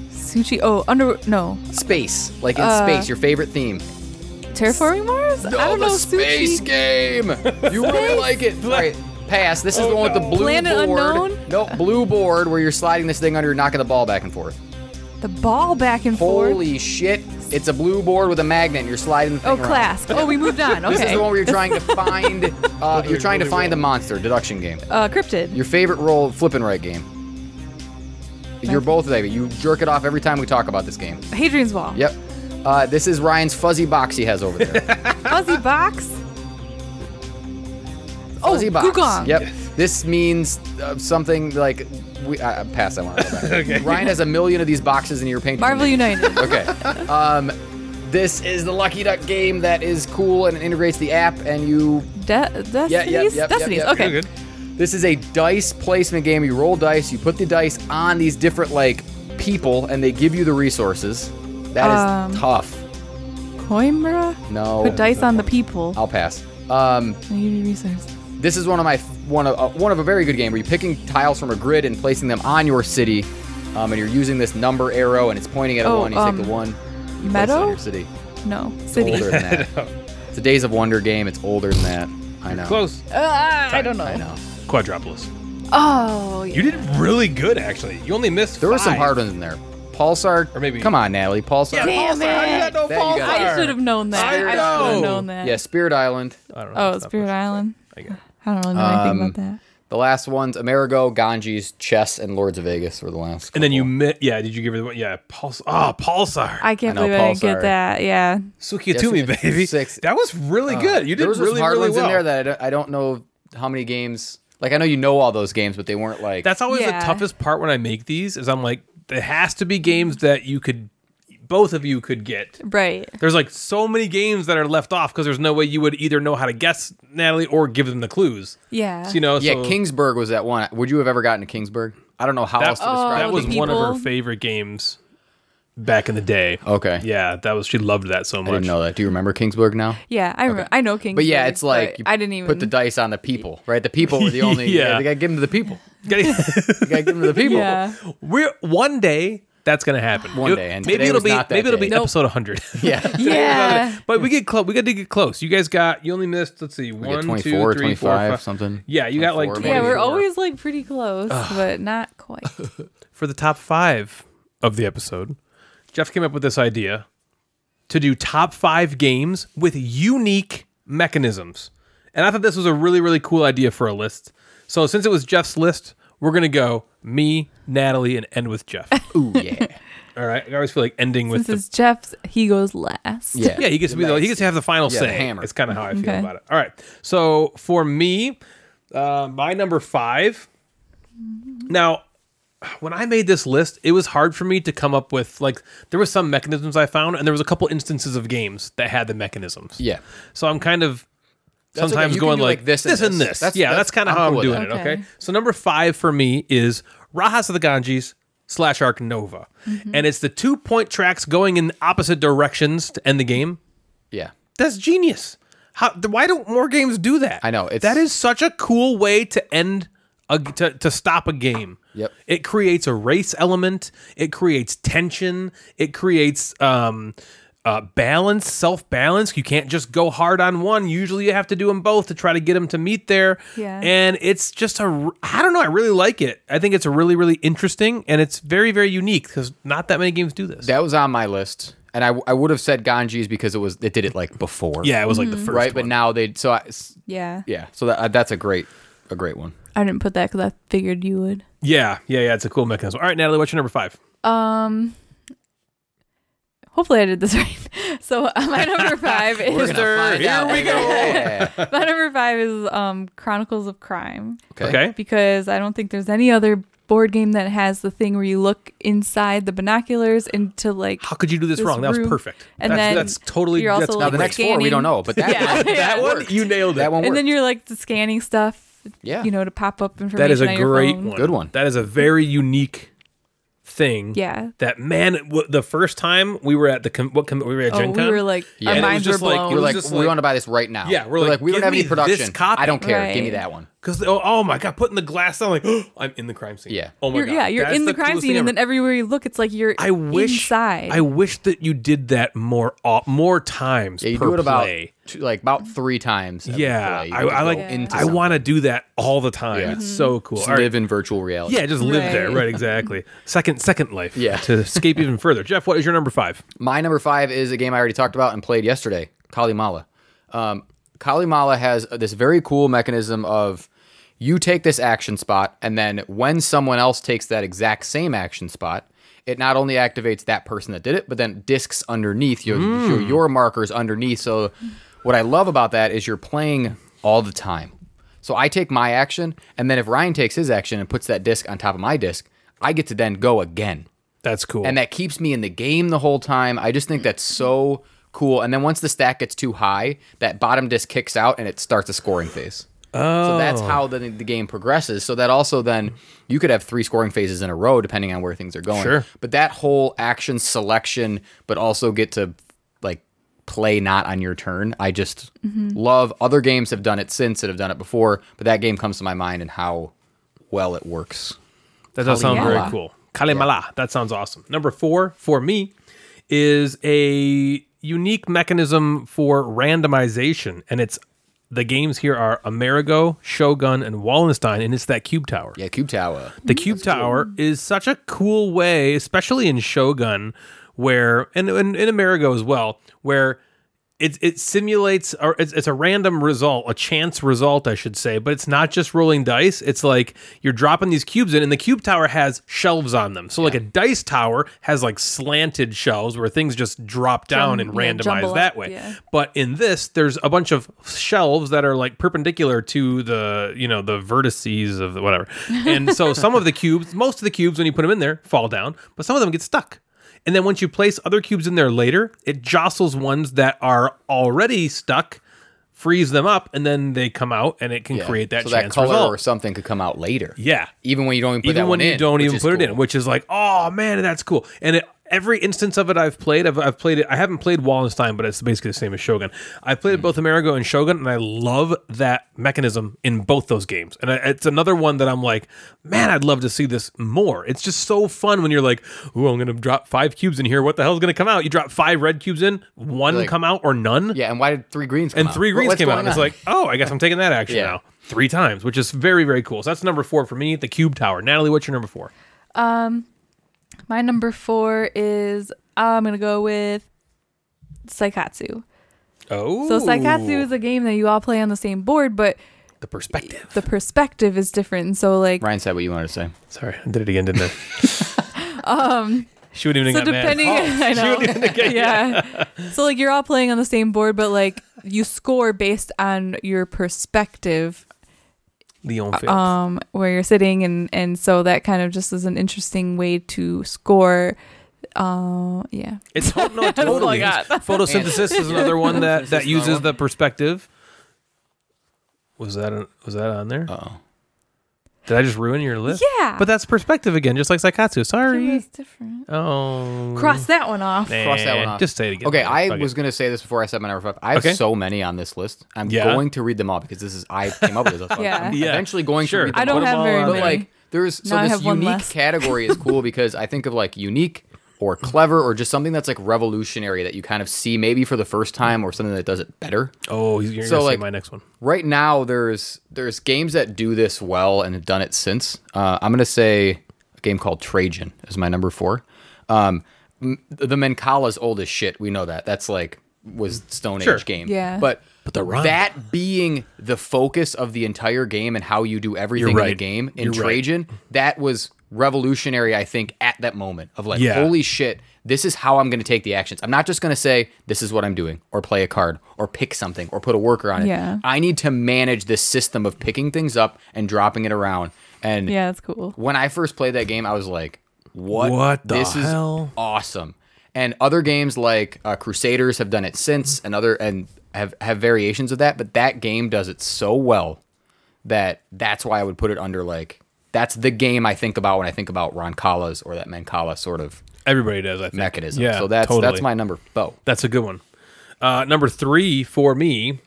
D: Sushi. Oh, Under. No.
E: Space, like in
D: Uh,
E: space. Your favorite theme.
D: Terraforming Mars? I
E: Oh,
D: don't
E: the
D: know.
E: space
D: Sushi.
E: game. You really like it. All right, pass. This is the one with the blue
D: Oh, Planet
E: board.
D: Unknown?
E: No, blue board where you're sliding this thing under, you're knocking the ball back and forth.
D: The ball back and forth.
E: Holy shit! It's a blue board with a magnet. and You're sliding the thing
D: Oh,
E: around.
D: class. Oh, we moved on. Okay.
E: This is the one where you're trying to find. Uh, you're trying to find the monster. Deduction game.
D: uh, Cryptid.
E: Your favorite role, flipping right game. You're both of it. You jerk it off every time we talk about this game.
D: Hadrian's Wall.
E: Yep. Uh, this is Ryan's fuzzy box he has over there.
D: Fuzzy Box.
E: fuzzy
D: oh,
E: box.
D: Gugong.
E: Yep. This means uh, something like we uh, pass that one. I'll go back. Ryan has a million of these boxes in your paint.
D: Marvel United.
E: Okay. Um, this is the Lucky Duck game that is cool and it integrates the app and you
D: De- Destinies?
E: yep, yep, yep,
D: Destinies.
E: yep.
D: okay.
C: Good.
E: This is a dice placement game. You roll dice, you put the dice on these different like people, and they give you the resources. That is
D: Um,
E: tough.
D: Coimbra?
E: Oh, No,
D: Put dice on the people.
E: I'll pass. Um,
D: And give you resources.
E: this is one of my one of uh, one of a very good game where you're picking tiles from a grid and placing them on your city, um, and you're using this number arrow and it's pointing at a
D: Oh,
E: one. You take
D: um,
E: the one. You place it
D: Meadow?
E: on your city.
D: No.
E: It's
D: City.
E: older than that. It's a Days of Wonder game. It's older than that. I know.
C: Close.
D: Uh, I don't know.
E: I know.
C: Quadruplus.
D: Oh, yeah.
C: You did really good, actually. You only missed.
E: There were some
C: five.
E: hard ones in there. Pulsar.
C: Or maybe-
E: Come on, Natalie. Pulsar.
C: Yeah,
D: Damn
C: Pulsar. How did I
D: it.
C: know
E: There you go.
C: Pulsar?
D: I should have known that. I,
C: I
D: should have
C: know.
D: known that.
E: Yeah, Spirit Island.
C: I don't know.
D: Oh,
C: It's not
D: Spirit
C: much.
D: Island.
C: I get it.
D: I don't really know anything about
E: Um,
D: that.
E: The last ones, Amerigo, Ganges, Chess, and Lords of Vegas were the last.
C: And then you,
E: couple.
C: mi- yeah. Did you give her the one? Yeah, Puls. Oh, Pulsar.
D: I can't
E: I know,
D: believe I didn't
E: Pulsar.
D: get that. Yeah.
C: Sukiatumi,
E: Yes,
C: baby.
E: six. Uh,
C: That was really good. You did
E: there was
C: really,
E: some hard
C: really
E: ones
C: well.
E: in there that I don't, I don't know how many games. Like I know you know all those games, but they weren't like.
C: That's always
D: Yeah.
C: the toughest part when I make these. Is I'm like, there has to be games that you could, both of you could get.
D: Right.
C: There's like so many games that are left off because there's no way you would either know how to guess Natalie or give them the clues.
D: Yeah.
C: So, you know,
E: yeah.
C: so
E: Kingsburg was that one. Would you have ever gotten to Kingsburg? I don't know how
C: that,
E: else to
D: Oh,
E: describe.
C: that
D: the
C: was one of her
D: people.
C: favorite games back in the day.
E: Okay.
C: Yeah, that was she loved that so
E: Oh. I
C: much.
E: didn't know that. Do you remember Kingsburg now?
D: Yeah, I remember. I know King.
E: But yeah, it's like you
D: I didn't even
E: put the dice on the people, right? The people were the only.
C: Yeah.
E: yeah. they gotta give them to the people.
C: know.
E: They gotta give them to the people.
D: Yeah.
C: We're one day that's gonna happen.
E: One
C: It-
E: day, and
C: maybe
E: today
C: it'll
E: was
C: be
E: not that
C: maybe it'll be
E: day. Nope.
C: episode 100.
E: Yeah.
D: Yeah.
C: but we get close. We got to get close. You guys got you only missed. Let's see,
E: get
C: one,
E: 24,
C: two, three, four,
E: 25,
C: five.
E: something.
C: Yeah, you got like
E: 24,
D: Yeah, we're
C: 24.
D: always like pretty close, but not quite.
C: for the top five of the episode, Jeff came up with this idea to do top five games with unique mechanisms. And I thought this was a really, really cool idea for a list. So since it was Jeff's list, we're going to go me, Natalie, and end with Jeff.
E: Ooh, yeah.
C: All right. I always feel like ending with
D: This
C: the.
D: is Jeff's. He goes last.
E: Yeah.
C: Yeah, he gets to be the, he gets to have the final
E: Yeah, the
C: say.
E: hammer.
C: It's kind of how I feel
D: Okay.
C: about it. All right. So for me, uh, my number five. Now, when I made this list, it was hard for me to come up with like there was some mechanisms I found, and there was a couple instances of games that had the mechanisms.
E: Yeah.
C: So I'm kind of
E: That's okay.
C: sometimes
E: You can
C: going
E: do,
C: like,
E: like,
C: this,
E: this and
C: and
E: this.
C: this.
E: That's-
C: yeah,
E: that's-
C: that's kind of
E: I'm
C: how
E: cool
C: I'm
E: with
C: doing
E: that.
C: it. Okay?
D: Okay.
C: So number five for me is Rajas of the Ganges slash Arc Nova, and it's the two point tracks going in opposite directions to end the game.
E: Yeah.
C: That's genius. How? th- Why don't more games do that?
E: I know, it's-
C: that is such a cool way to end a to, to stop a game.
E: Yep.
C: It creates a race element. It creates tension. It creates um, uh, balance, self balance. You can't just go hard on one. Usually, you have to do them both to try to get them to meet there.
D: Yeah.
C: And it's just a. r- I don't know. I really like it. I think it's a really, really interesting, and it's very, very unique because not that many games do this.
E: That was on my list, and I, w- I would have said Ganges because it was it did it like before.
C: yeah, it was like the first.
E: Right,
C: one.
E: but now they so I, s-
D: Yeah.
E: yeah, so that, uh, that's a great a great one.
D: I didn't put that because I figured you would.
C: yeah, yeah, yeah. It's a cool mechanism. All right, Natalie, what's your number five?
D: Um. Hopefully I did this right. So uh, my number five is
C: gonna- Mister, here we
E: go.
D: my number five is um Chronicles of Crime
E: Okay.
C: okay.
D: because I don't think there's any other board game that has the thing where you look inside the binoculars into like
C: How could you do this,
D: This
C: wrong? That was
D: room.
C: perfect.
D: And
C: that's,
D: then
C: that's totally.
D: you're also,
C: that's
E: Now
D: like,
E: the next four we
D: scanning-
E: don't know, but that
D: Yeah,
E: one,
D: yeah.
E: that
C: that
E: one
C: one you nailed it.
E: that one
D: and
E: worked.
D: then you're like the scanning stuff.
E: Yeah.
D: You know to pop up information.
C: That is
D: on
C: a
D: your
C: great
D: phone.
C: one.
E: Good one.
C: That is a very unique thing.
D: Yeah.
C: That man, w- the first time we were at the com- what com- we were at
D: Oh,
C: Gen
D: we
C: Con,
D: were like
E: Yeah.
D: our
E: And it was
D: minds were
C: just like-
D: blown.
C: it
E: we're
C: was
E: like
C: just
E: we
C: like-
E: want to buy this right now.
C: Yeah, we're
E: They're
C: like,
E: we don't
C: "Give
E: have
C: me
E: any
C: this
E: production.
C: copy."
E: I don't care.
D: Right.
E: Give me that one.
C: because oh, oh my god, putting the glass on, like I'm in the crime scene.
E: Yeah.
C: Oh my
D: You're-
C: god.
D: yeah, you're
C: That's
D: in the, crime
C: coolest
D: scene,
C: thing
D: and
C: ever.
D: then everywhere you look, it's like you're
C: I wish
D: inside.
C: I wish that you did that more o- more times
E: Yeah, you
C: per
E: do it about
C: play.
E: two, like about three times. every
C: yeah,
E: play. You
C: I,
E: have to
C: I
E: go
C: like.
E: into
C: I
E: something.
C: want to do that all the time.
E: Yeah.
C: It's so cool.
E: Just
C: All right.
E: live in virtual reality.
C: Yeah, just live there.
D: Right.
C: Right, exactly. Second, second life.
E: Yeah.
C: to escape even further. Jeff, what is your number five?
E: My number five is a game I already talked about and played yesterday, Kalimala. Um, Kalimala has this very cool mechanism of you take this action spot, and then when someone else takes that exact same action spot, it not only activates that person that did it, but then discs underneath your your, your markers underneath. So, what I love about that is you're playing all the time. So I take my action, and then if Ryan takes his action and puts that disc on top of my disc, I get to then go again
C: That's cool.
E: and that keeps me in the game the whole time. I just think that's so cool. And then once the stack gets too high, that bottom disc kicks out and it starts a scoring phase. Oh. So that's how the, the game progresses. So that also then you could have three scoring phases in a row depending on where things are going.
C: Sure.
E: But that whole action selection, but also get to like play not on your turn. I just love other games have done it since that have done it before, but that game comes to my mind and how well it works.
C: That does sound very
E: Kalimala.
C: cool. Kalimala. That sounds awesome. Number four for me is a unique mechanism for randomization, and it's the games here are Amerigo, Shogun, and Wallenstein, and it's that cube tower.
E: Yeah, Cube Tower.
C: The cube tower is such a cool way, especially in Shogun, where and and in Amerigo as well, where it it simulates or it's, it's a random result, a chance result, I should say, but it's not just rolling dice. It's like you're dropping these cubes in, and the cube tower has shelves on them. So like a dice tower has like slanted shelves where things just drop down
D: Jum- yeah,
C: and randomize
D: jumble up,
C: that way.
D: yeah.
C: But in this, there's a bunch of shelves that are like perpendicular to the, you know, the vertices of the whatever. And so some of the cubes, most of the cubes, when you put them in there, fall down, but some of them get stuck. And then once you place other cubes in there later, it jostles ones that are already stuck, frees them up, and then they come out and it can
E: Yeah.
C: create that
E: so that
C: chance
E: color
C: result.
E: or something could come out later.
C: yeah
E: even when you don't even put
C: even
E: that
C: when
E: one
C: you
E: in,
C: don't
E: which
C: even
E: is
C: put it in,
E: cool.
C: which is like, oh man, that's cool. And it, every instance of it I've played, I've, I've played it. I haven't played Wallenstein, but it's basically the same as Shogun. I
E: Hmm.
C: played both Amerigo and Shogun, and I love that mechanism in both those games. And I, it's another one that I'm like, man, I'd love to see this more. It's just so fun when you're like, oh, I'm gonna drop five cubes in here. What the hell's gonna come out? You drop five red cubes in, one
E: Like-
C: come out or none
E: yeah, and why did three greens come
C: and
E: out?
C: three
E: What-
C: greens
E: what's
C: came out.
E: going
C: And it's
E: on?
C: like, oh, I guess I'm taking that action
E: Yeah.
C: now. Three times, which is very, very cool. So that's number four for me, the cube tower. Natalie, what's your number four?
D: My number four is I'm gonna go with Saikatsu.
C: Oh,
D: So Saikatsu is a game that you all play on the same board, but
C: the perspective.
D: the perspective is different. And so like
E: Ryan said what you wanted to say.
C: Sorry, I did it again, didn't I? um, she wouldn't even
D: so
C: get
D: depending,
C: mad. Oh,
D: I know, yeah. So like you're all playing on the same board, but like you score based on your perspective
C: The own field.
D: um, where you're sitting, and and so that kind of just is an interesting way to score. Uh, yeah,
C: it's to- no,
D: Oh
C: totally.
D: all I
C: is. Photosynthesis is another one that that uses the perspective. Was that a, was that on there?
E: Uh-oh.
C: Did I just ruin your list?
D: Yeah.
C: But that's perspective again, just like Saikatsu.
D: it
C: Sorry.
D: was different.
C: Oh.
D: Cross that one off.
E: Cross that one
C: Nah,
E: off.
C: Just say it again.
E: Okay, I
C: Fuck it.
E: was gonna say this before I said my number five. I have
C: Okay.
E: so many on this list. I'm
C: Yeah.
E: going to read them all because this is I came up with this.
D: Yeah.
E: I'm
C: Yeah.
E: eventually going
C: Sure.
E: to read them
D: I don't
C: Put 'em
D: have
C: all
D: very
C: on
E: all.
C: there.
E: But
D: many.
E: like There's so
D: Now I
E: this
D: have one
E: unique
D: less.
E: category is cool because I think of like unique or clever or just something that's like revolutionary that you kind of see maybe for the first time or something that does it better.
C: Oh, you're
E: So,
C: gonna
E: like-
C: say my next one.
E: Right now, there's there's games that do this well and have done it since. Uh, I'm gonna say a game called Trajan is my number four. Um, m- the Mancala's old as shit. We know that. That's like was Stone
C: Sure.
E: Age game.
D: Yeah.
E: But
C: But the rhyme.
E: that being the focus of the entire game and how you do everything in the
C: right.
E: game in
C: You're right.
E: Trajan, that was revolutionary. I think at that moment of like,
C: Yeah.
E: holy shit, this is how I'm going to take the actions. I'm not just going to say this is what I'm doing, or play a card, or pick something, or put a worker on it.
D: Yeah.
E: I need to manage this system of picking things up and dropping it around. And
D: Yeah, that's cool.
E: when I first played that game, I was like, "What?
C: What the
E: this
C: hell?"
E: is awesome." And other games like uh, Crusaders have done it since, and other and have have variations of that. But that game does it so well that that's why I would put it under like that's the game I think about when I think about Roncala's or that Mancala sort of
C: Everybody does, I think.
E: mechanism.
C: Yeah,
E: so that's
C: totally.
E: that's my number. Bo.
C: That's a good one. Uh, number three for me.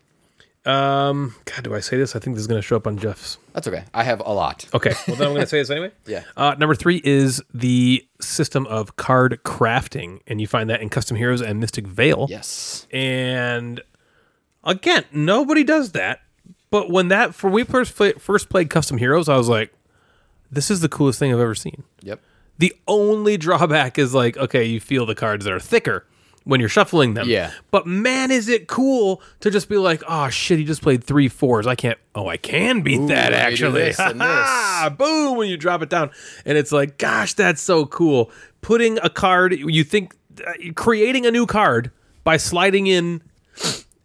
C: Um, God, do I say this? I think this is going to show up on Jeff's.
E: That's okay. I have a lot.
C: Okay, well then I'm going to say this anyway.
E: Yeah.
C: Uh, number three is the system of card crafting, and you find that in Custom Heroes and Mystic Veil.
E: Yes.
C: And again, nobody does that. But when that for we first play, first played Custom Heroes, I was like, this is the coolest thing I've ever seen.
E: Yep.
C: The only drawback is like, okay, you feel the cards that are thicker when you're shuffling them.
E: Yeah.
C: But man, is it cool to just be like, oh shit, he just played three fours. I can't. Oh, I can beat that
E: I do
C: actually.
E: this and
C: Ha-ha! Boom! When you drop it down, and it's like, gosh, that's so cool. Putting a card, you think, uh, creating a new card by sliding in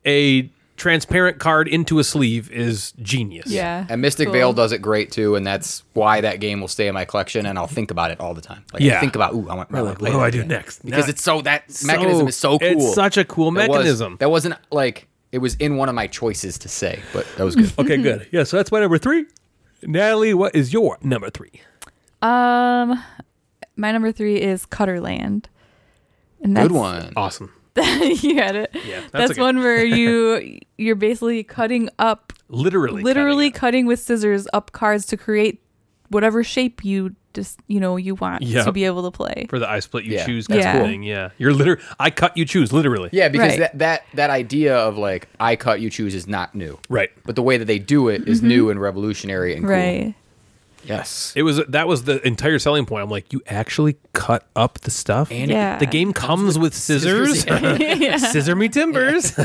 C: a transparent card into a sleeve is genius.
D: Yeah.
E: And Mystic
D: cool.
E: Veil does it great too, and that's why that game will stay in my collection, and I'll think about it all the time. Like I
C: Yeah.
E: think about, ooh, I want. I
C: Like,
E: want to
C: what
E: play
C: do
E: that
C: I do
E: again.
C: next?
E: Because
C: Now-
E: it's so that mechanism is so cool.
C: It's such a cool
E: That was-
C: mechanism.
E: that wasn't like it was in one of my choices to say, but that was good.
D: Mm-hmm.
C: Okay, good. Yeah, so that's my number three. Natalie, what is your number three?
D: Um, my number three is Cutterland. And
E: good
D: that's,
E: one.
C: Awesome.
D: you had it.
C: Yeah, that's
D: that's
C: a good-
D: one where you you're basically cutting up,
C: Literally.
D: literally
C: cutting
D: cutting with scissors up cards to create whatever shape you just you know you want to
C: Yep.
D: be able to play.
C: it. for the eye split you
E: Yeah,
C: choose
D: that's
C: kind of
D: cool.
C: thing. Yeah. You're literally I cut you choose, literally.
E: Yeah, because
D: Right.
E: that, that that idea of like I cut you choose is not new.
C: Right.
E: But the way that they do it is new and revolutionary and cool.
D: Mm-hmm. Right.
E: Yes.
C: It was that was the entire selling point. I'm like, you actually cut up the stuff?
E: And
D: Yeah.
C: the game comes with scissors.
D: yeah.
C: Scissor me timbers.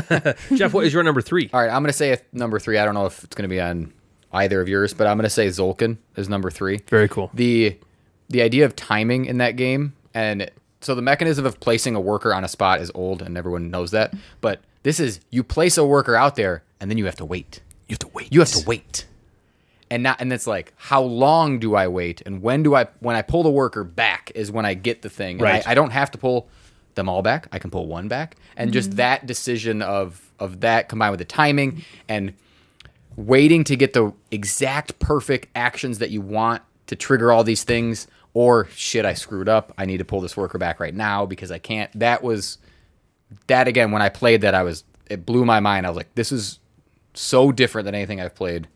C: Jeff, what is your number three?
E: All right, I'm gonna say a, number three. I don't know if it's gonna be on either of yours, but I'm gonna say Zolkin is number three.
C: Very cool.
E: The the idea of timing in that game, and so the mechanism of placing a worker on a spot is old, and everyone knows that. But this is you place a worker out there, and then you have to wait.
C: You have to wait.
E: You have to wait, and not and it's like how long do I wait, and when do I when I pull the worker back is when I get the thing. And
C: Right.
E: I, I don't have to pull them all back. I can pull one back, and just that decision of of that combined with the timing and waiting to get the exact perfect actions that you want to trigger all these things or shit i screwed up i need to pull this worker back right now because i can't that was that again when i played that i was it blew my mind i was like this is so different than anything i've played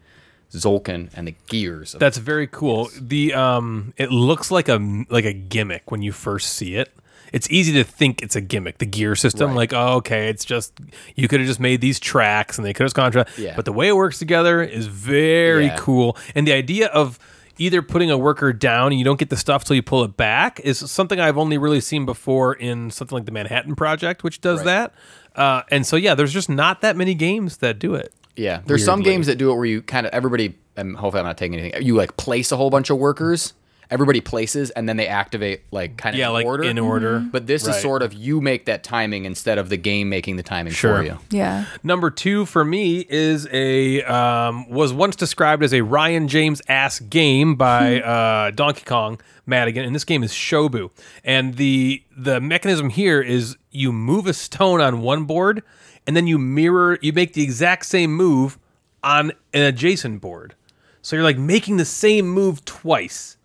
E: zolkin and the gears of
C: That's very cool. The um, it looks like a like a gimmick when you first see it. It's easy to think it's a gimmick. The gear system,
E: Right.
C: like, oh, okay, it's just you could have just made these tracks and they could have contra.
E: Yeah.
C: But the way it works together is very
E: Yeah.
C: cool, and the idea of either putting a worker down and you don't get the stuff till you pull it back is something I've only really seen before in something like the Manhattan Project, which does
E: Right.
C: that. Uh, and so yeah, there's just not that many games that do it.
E: Yeah, there's some
C: weirdly.
E: games that do it where you kind of everybody. And hopefully, I'm not taking anything. You like place a whole bunch of workers. Everybody places, and then they activate like kind of
C: Yeah,
E: in
C: like,
E: order.
C: in order. Mhm.
E: But this
C: Right.
E: is sort of you make that timing instead of the game making the timing
C: Sure.
E: for you.
D: Yeah.
C: Number two for me is a um, was once described as a Ryan James ass game by uh, Donkey Kong Madigan, and this game is Shobu. And the the mechanism here is you move a stone on one board, and then you mirror you make the exact same move on an adjacent board. So you're like making the same move twice.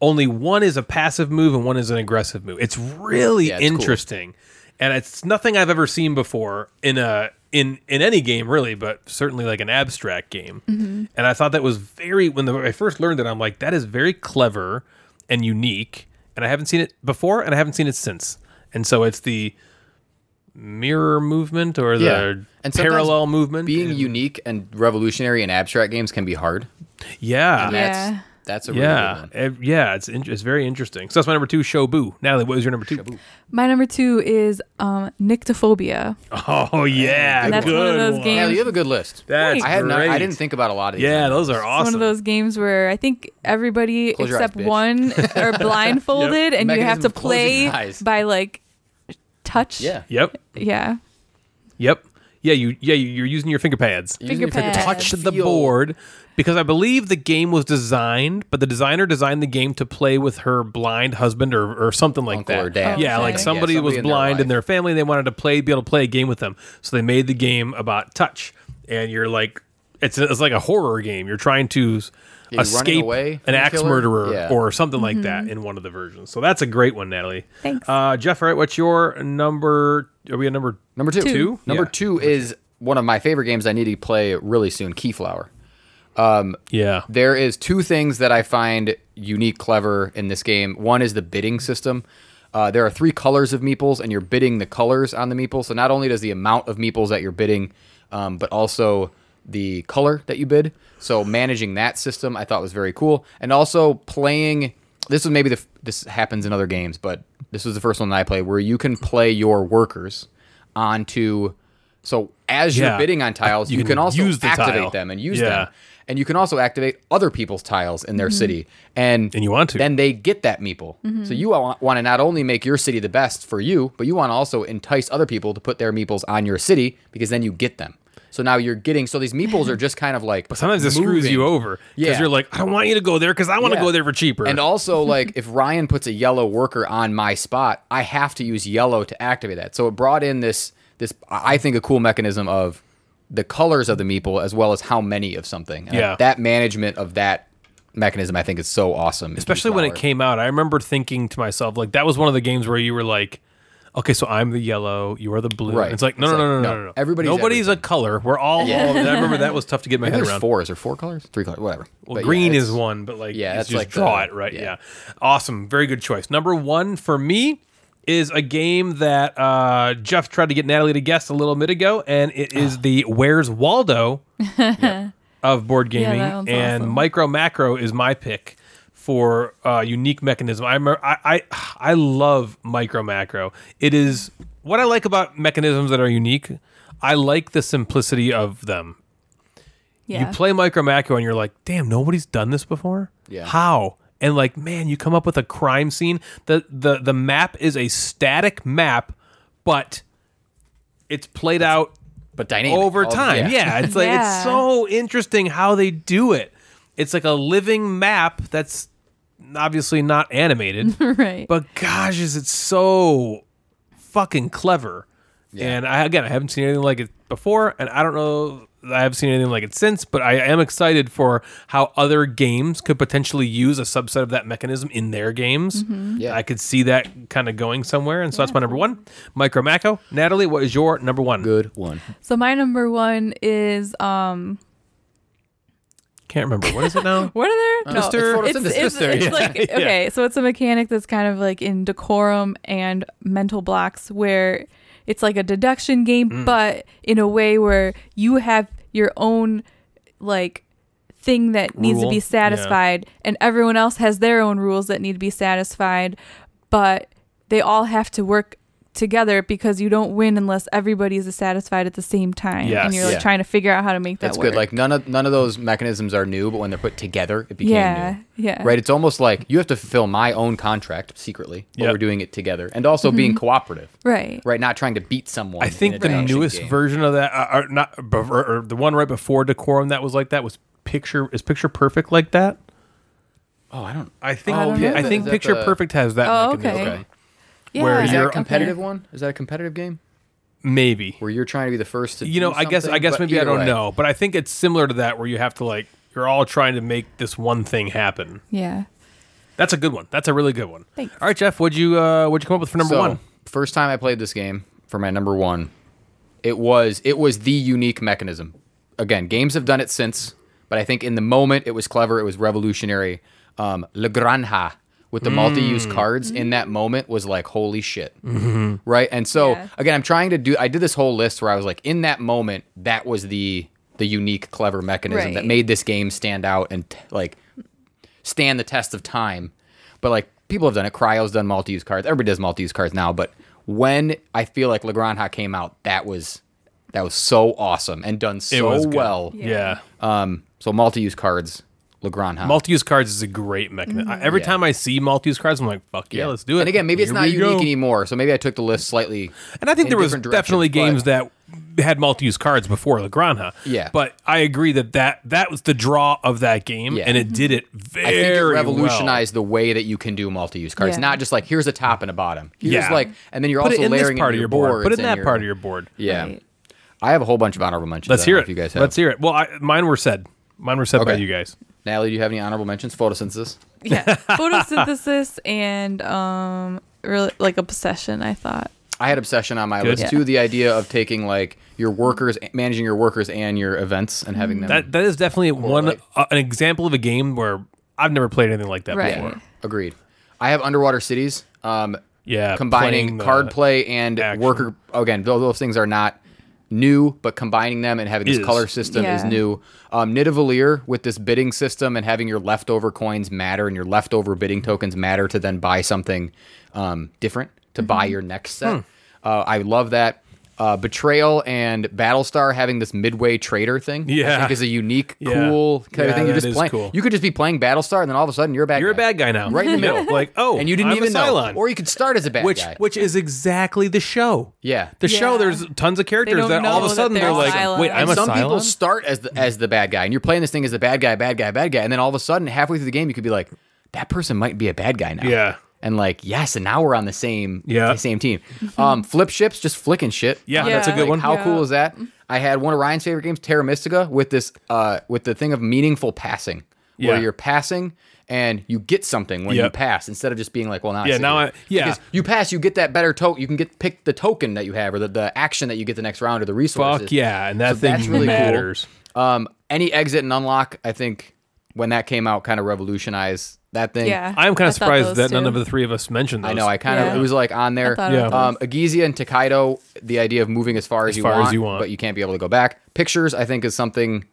C: Only one is a passive move and one is an aggressive move. It's really
E: Yeah, it's cool.
C: interesting, and it's nothing I've ever seen before in a in in any game really, but certainly like an abstract game.
E: Mm-hmm.
C: And I thought that was very when, the, when I first learned it, I'm like, that is very clever and unique. And I haven't seen it before, and I haven't seen it since. And so it's the mirror movement or the
E: And sometimes
C: parallel movement.
E: Being unique and revolutionary in abstract games can be hard.
C: yeah,
D: Yeah.
E: That's that's a really good
C: yeah,
E: one.
C: Eh, yeah. It's in, it's very interesting. So that's my number two, Shobu. Natalie, what was your number two?
D: My number two is um, Nyctophobia.
C: Oh yeah,
D: And that's one of those games-
E: Yeah, you have a good list.
C: That's
E: I had no, I
C: great.
E: didn't think about a lot of these.
C: Yeah, those are awesome.
D: It's one of those games where I think everybody
E: Close your eyes,
D: except
E: bitch.
D: one are blindfolded and you
E: Mechanism
D: have to
E: of closing
D: play
E: your eyes.
D: by like touch.
E: Yeah.
C: Yep.
D: Yeah.
C: Yep. Yeah, you yeah, you- you're using your finger pads.
D: Finger
E: Using your
D: pads.
C: Touch the
E: Feel.
C: board because I believe the game was designed, but the designer designed the game to play with her blind husband or, or something like
E: Uncle
C: that.
E: or dad.
C: Yeah,
D: Okay.
C: like
D: Yeah,
C: somebody,
E: somebody
C: was
E: in their
C: blind in
E: life.
C: their family. They wanted to play, be able to play a game with them, so they made the game about touch. And you're like, it's it's like a horror game. You're trying to
E: you're running
C: escape
E: away
C: an
E: from the
C: axe
E: killer?
C: murderer
E: Yeah.
C: or something like that in one of the versions. So that's a great one, Natalie.
D: Mm-hmm. Thanks.
C: uh, Jeff. All right, what's your number? Are we at number?
E: Number two.
C: Two?
E: Number
C: Yeah.
E: two is one of my favorite games I need to play really soon, Keyflower.
C: Yeah.
E: There is two things that I find unique, clever in this game. One is the bidding system. Uh, there are three colors of meeples, and you're bidding the colors on the meeple. So not only does the amount of meeples that you're bidding, um, but also the color that you bid. So managing that system, I thought was very cool, and also playing. This was maybe the f- this happens in other games, but this was the first one that I played where you can play your workers onto. So as
C: Yeah.
E: you're bidding on tiles,
C: You
E: you,
C: can
E: can, also
C: use the
E: activate
C: tile.
E: them and use
C: Yeah.
E: them and you can also activate other people's tiles in their city and
C: And you want to.
E: then they get that meeple so you want to not only make your city the best for you but you want to also entice other people to put their meeples on your city because then you get them so now you're getting so these meeples are just kind of like
C: But sometimes it screws
E: moving.
C: you over because
E: Yeah.
C: you're like, I don't want you to go there because I want to
E: Yeah.
C: go there for cheaper.
E: And also, like, if Ryan puts a yellow worker on my spot, I have to use yellow to activate that. So it brought in this this I think a cool mechanism of the colors of the meeple as well as how many of something. And
C: Yeah.
E: that management of that mechanism I think is so awesome. in
C: especially when it
E: Keyflower.
C: came out, I remember thinking to myself, like, that was one of the games where you were like, okay, so I'm the yellow, you are the blue.
E: Right.
C: It's like, no,
E: It's
C: no, no,
E: like,
C: no,
E: no.
C: no, no.
E: Everybody's
C: Nobody's a color. We're all, all I remember that was tough to get my
E: I think
C: head
E: there's
C: around.
E: four. Is there four colors? Three colors, whatever.
C: Well,
E: But yeah,
C: green is
E: it's-
C: one, but like,
E: Yeah,
C: yeah,
E: that's
C: just
E: like
C: draw
E: the-
C: it right. Yeah.
E: yeah.
C: awesome, very good choice. Number one for me is a game that uh, Jeff tried to get Natalie to guess a little bit ago, and it
E: Ah.
C: is the Where's Waldo of board
D: Yeah, that
C: gaming,
D: one's
C: and
D: awesome.
C: Micro Macro is my pick for uh, unique mechanism. I, remember, I I I love Micro Macro. It is what I like about mechanisms that are unique. I like the simplicity of them
D: Yeah.
C: you play micro macro and you're like damn nobody's done this before
E: Yeah.
C: how and like man you come up with a crime scene the the the map is a static map but it's played out
E: But dynamic
C: over
E: All-
C: time yeah. it's like it's
D: Yeah.
C: so interesting how they do it it's like a living map that's obviously not animated
D: right.
C: but gosh, is it so fucking clever? And I, again, I haven't seen anything like it before, and I don't know. I haven't seen anything like it since, but I am excited for how other games could potentially use a subset of that mechanism in their games.
E: Mm-hmm. Yeah.
C: I could see that kind of going somewhere, and so that's my number one. Micro Macro, Natalie, what is your number one?
E: Good one.
D: so my number one is um
C: Can't remember what is it now.
D: what are
E: Uh,
D: there? no,
C: Twister.
D: it's, it's, it's,
E: Twister, yeah.
D: like okay, so it's a mechanic that's kind of like in decorum and mental blocks where it's like a deduction game,
E: Mm.
D: but in a way where you have your own like thing that needs to
C: Rule, yeah.
D: be satisfied and everyone else has their own rules that need to be satisfied but they all have to work together because you don't win unless everybody's satisfied at the same time
C: Yes.
D: and you're like
E: Yeah.
D: trying to figure out how to make that
E: That's
D: work
E: good. Like none of none of those mechanisms are new, but when they're put together, it became
D: Yeah,
E: new.
D: yeah.
E: Right. It's almost like you have to fulfill my own contract secretly, but
C: Yep.
E: we're doing it together, and
D: Mm-hmm.
E: also being cooperative.
D: right
E: Right. Not trying to beat someone.
C: I think the newest
E: version.
C: version of that, uh, or not, or, or the one right before Decorum that was like that was picture is picture perfect like that.
E: oh, I don't.
C: I think
D: I don't
C: yeah,
D: know.
C: I think
E: Is that
C: Picture
E: the-
C: Perfect has that.
D: Oh,
C: mechanism.
D: okay.
E: Okay.
D: yeah.
C: Where
E: Is
C: you're-
E: that a
C: Okay.
E: competitive one? Is that a competitive game
C: Maybe.
E: where you're trying to be the first to?
C: You know,
E: do
C: I guess I
E: something?
C: guess
E: But
C: maybe I
E: either
C: don't
E: way,
C: know, but I think it's similar to that where you have to like you're all trying to make this one thing happen.
D: yeah
C: That's a good one. That's a really good one.
D: Thanks.
C: All right, Jeff, what'd you uh what'd you come up with for number
E: So,
C: one?
E: First time I played this game for my number one It was it was the unique mechanism. Again, games have done it since, but I think in the moment it was clever. It was revolutionary. Um, Le Granja with the multi-use cards in that moment was like holy shit, right? And so
D: Yeah.
E: again, I'm trying to do. I did this whole list where I was like, in that moment, that was the the unique clever mechanism that
D: Right.
E: made this game stand out and t- like stand the test of time. But like people have done it. Cryo's done multi-use cards. Everybody does multi-use cards now. But when I feel like Legrandha came out, that was that was so awesome and done
C: was
E: so
C: good.
E: well.
D: Yeah.
C: Yeah.
E: Um, so multi-use cards, Legrandha.
C: Multi-use cards is a great mechanism. I Every time I see multi-use cards, I'm like, "Fuck yeah, let's do it."
E: And again, maybe it's
C: Here
E: not
C: we
E: unique
C: go.
E: anymore. So maybe I took the list slightly.
C: And I think
E: in
C: there was
E: different directions,
C: definitely games
E: but-
C: that had multi-use cards before La Granja.
E: Yeah.
C: But I agree that that, that was the draw of that game,
E: Yeah.
C: and it did it very
E: I think it
C: well.
E: revolutionized the way that you can do multi-use cards.
D: Yeah.
E: Not just like here's a top and a bottom. Here's
C: Yeah.
E: like, and then you're
C: Put
E: also
C: it in this
E: layering
C: part
E: into
C: of your
E: boards
C: board. Put it in
E: and
C: that part of your board.
E: Yeah.
D: Right.
E: I have a whole bunch of honorable mentions.
C: Let's
E: I don't
C: hear
E: know
C: it.
E: If you guys have.
C: Let's hear it. Well, I, mine were said. Mine were said by
E: Okay.
C: you guys.
E: Natalie, do you have any honorable mentions? Photosynthesis.
D: yeah photosynthesis and um really like a possession i thought
E: I had obsession on my
C: Good.
E: list too. The idea of taking like your workers, managing your workers and your events, and having them.
C: Mm, That that is definitely one
E: like-
C: uh, an example of a game where I've never played anything like that
D: Right.
C: before.
E: agreed. I have underwater cities. Um,
C: Yeah, playing
E: combining
C: the-
E: card play and
C: action.
E: worker. Again, those, those things are not new, but combining them and having this
C: Is.
E: color system is
D: Yeah.
E: new. Um, Nidavellir with this bidding system and having your leftover coins matter and your leftover bidding tokens matter to then buy something um, different to buy
C: Mm-hmm.
E: your next set.
C: Hmm.
E: Uh, I love that. Uh, Betrayal and Battlestar having this midway trader thing, I
C: Yeah.
E: think is a unique,
C: Yeah.
E: cool kind
C: Yeah,
E: of thing. You
C: that
E: just
C: is
E: playing.
C: cool.
E: You could just be playing Battlestar, and then all of a sudden you're a bad.
C: You're a
E: guy.
C: bad guy now,
E: Right in the
C: You know,
E: middle,
C: like oh,
E: and you didn't
C: I'm
E: even
C: a Cylon.
E: know, or you could start as a bad
C: which
E: guy.
C: which is exactly the show.
E: Yeah.
C: the
D: Yeah.
C: show. There's tons of characters
D: don't
C: that all of
D: know
C: a
D: that
C: sudden they're,
D: they're
C: like,
D: Cylons.
C: wait,
D: And
C: I'm a
E: some
C: Cylon.
E: people start as the, as the bad guy, and you're playing this thing as the bad guy, bad guy, bad guy, and then all of a sudden, halfway through the game, you could be like, "That person might be a bad guy now."
C: Yeah.
E: and like, yes, and now we're on the same
C: Yeah.
E: the same team. Um, flip ships, just flicking shit.
C: yeah, that's a
D: Yeah.
C: good
E: Like,
C: one.
E: How
D: Yeah.
E: cool is that? I had one of Ryan's favorite games, Terra Mystica, with this uh, with the thing of meaningful passing,
C: Yeah.
E: where you're passing and you get something when you
C: Yep.
E: pass instead of just being like, well, now I
C: Yeah,
E: sit
C: now
E: here.
C: I- yeah.
E: Because you pass, you get that better token. You can get pick the token that you have or the, the action that you get the next round or the resources.
C: Fuck yeah, and that
E: So
C: thing
E: that's really cool.
C: matters.
E: Um, any exit and unlock, I think when that came out, kind of revolutionized that thing.
D: yeah
C: I'm kind
D: I
C: of
D: thought
C: surprised
D: those
C: that none
D: two.
C: of the three of us mentioned those.
E: I know. I kind of
D: Yeah.
E: it was like on there.
D: thought Yeah. of
E: Um, Agizia and Takedo, the idea of moving as far as, you,
C: far as
E: want,
C: you want.
E: but you can't be able to go back. Pictures, I think, is something.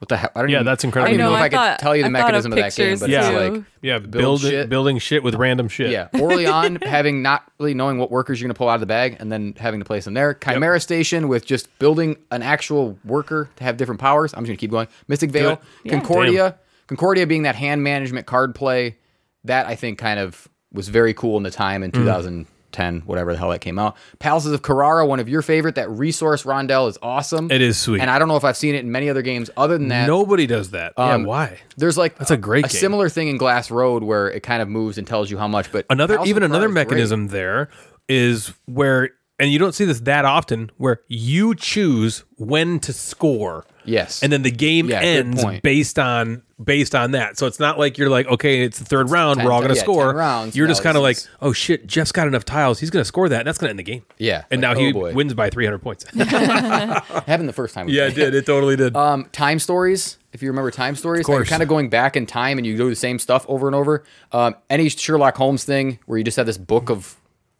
E: What the hell? I don't.
C: Yeah,
E: even,
C: that's
E: I
C: incredible.
E: don't even
C: I
E: know,
C: know,
E: if
D: I
E: I,
D: thought-
E: could tell you the
D: I thought of
E: menism of that game,
D: pictures,
E: but
C: yeah,
E: it's
D: too.
E: like
C: yeah, build,
E: shit.
C: it, building shit with random shit.
E: yeah. Early on, having not really knowing what workers you're gonna pull out of the bag, and then having to place them there. Chimera Station with just building an actual worker to have different powers. I'm just gonna keep going. Mystic Veil,
C: it.
E: Concordia, Concordia being that hand management card play. That I think kind of was very cool in the time
C: Mm.
E: in 2010, whatever the hell that came out. Palaces of Carrara, one of your favorite. That resource rondel is awesome.
C: It is sweet.
E: and I don't know if I've seen it in many other games other than that.
C: Nobody does that.
E: Um,
C: yeah, why?
E: There's like
C: That's a great
E: a
C: game.
E: similar thing in Glass Road where it kind of moves and tells you how much. But
C: another
E: House of
C: even
E: Cards
C: another
E: is great.
C: mechanism there is where and you don't see this that often where you choose when to score
E: Yes.
C: and then the game
E: Yeah, good
C: ends
E: point.
C: based on based on that so it's not like you're like okay it's the third round
E: Ten-
C: we're all gonna
E: yeah,
C: score
E: ten rounds.
C: you're
E: No,
C: just kind of like
E: this is-
C: oh shit jeff's got enough tiles he's gonna score that and that's gonna end the game
E: Yeah,
C: and
E: like,
C: now
E: oh
C: he
E: boy.
C: wins by 300 points
E: happened the first time. we
C: yeah
E: played.
C: it did it totally did
E: Um, time stories. If you remember time stories,
C: course.
E: you're kind of going back in time and you do the same stuff over and over. Um, any Sherlock Holmes thing where you just have this book of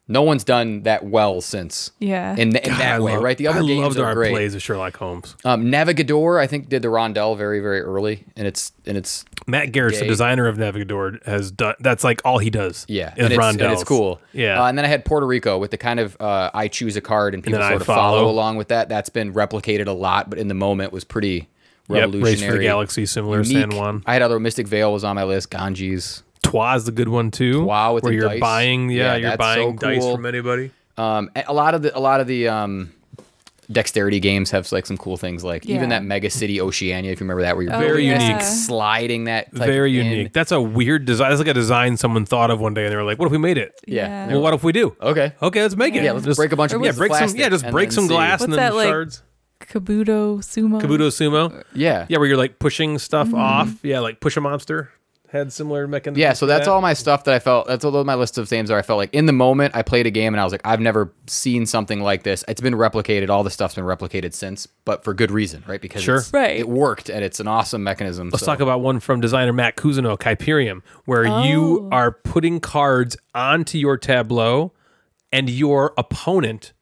E: no one's done that well since.
D: Yeah.
E: In, th- in
C: God,
E: that
C: I
E: way,
C: love-
E: right? The other
C: I
E: games
C: loved
E: are
C: our
E: great.
C: plays of sherlock holmes
E: Um, Navigador, I think, did the rondel very, very early, and it's and it's
C: matt garrett's the
E: Gay.
C: designer of navigador has done that's like all he does
E: Yeah,
C: is
E: and it's, and
C: rondels.
E: it's cool.
C: yeah
E: Uh, and then I had Puerto Rico with the kind of uh, I choose a card and people
C: then I
E: sort of follow.
C: follow.
E: along with that. That's been replicated a lot, but in the moment was pretty
C: Yep,
E: revolutionary.
C: Race for the Galaxy, similar to San
E: unique.
C: Juan.
E: I had other Mystic Veil was on my list. Ganges.
C: Twa's the good one too.
E: Twa with
C: where
E: the
C: you're
E: dice.
C: buying, yeah,
E: Yeah,
C: you're
E: that's
C: buying
E: so
C: dice
E: cool.
C: from anybody.
E: Um, a a lot of the a lot of the um, dexterity games have like some cool things, like
D: Yeah. Oh,
E: even that Mega City Oceania, if you remember that, where you're
C: Very
E: building this
C: unique.
E: and sliding that. type
C: Very
E: in.
C: unique. That's a weird design. That's like a design someone thought of one day, and they were like, "What if we made it?
E: Yeah.
C: Well, what if we do?
E: Okay.
C: okay, let's make it.
E: Oh. Yeah, let's break a bunch of
C: yeah,
E: pieces of
C: break some,
E: plastic
C: yeah, just
E: and
C: break
E: then
C: some
E: see.
C: glass and
D: What's
C: then
D: that, like-
C: shards.
D: kabuto sumo
C: Kabuto sumo.
E: Yeah.
D: Mm-hmm.
C: Yeah, where you're like pushing stuff off. Yeah, like push a monster. had similar mechanisms.
E: Yeah, so
C: to
E: that's
C: that?
E: all my stuff that I felt. That's all my list of things that I felt like in the moment I played a game and I was like, I've never seen something like this. It's been replicated. All the stuff's been replicated since, but for good reason, right? Because
C: Sure.
E: it's-
D: Right.
E: it worked and it's an awesome mechanism.
C: Let's talk about one from designer Matt Cousineau, Kyperium, where
D: Oh.
C: you are putting cards onto your tableau and your opponent.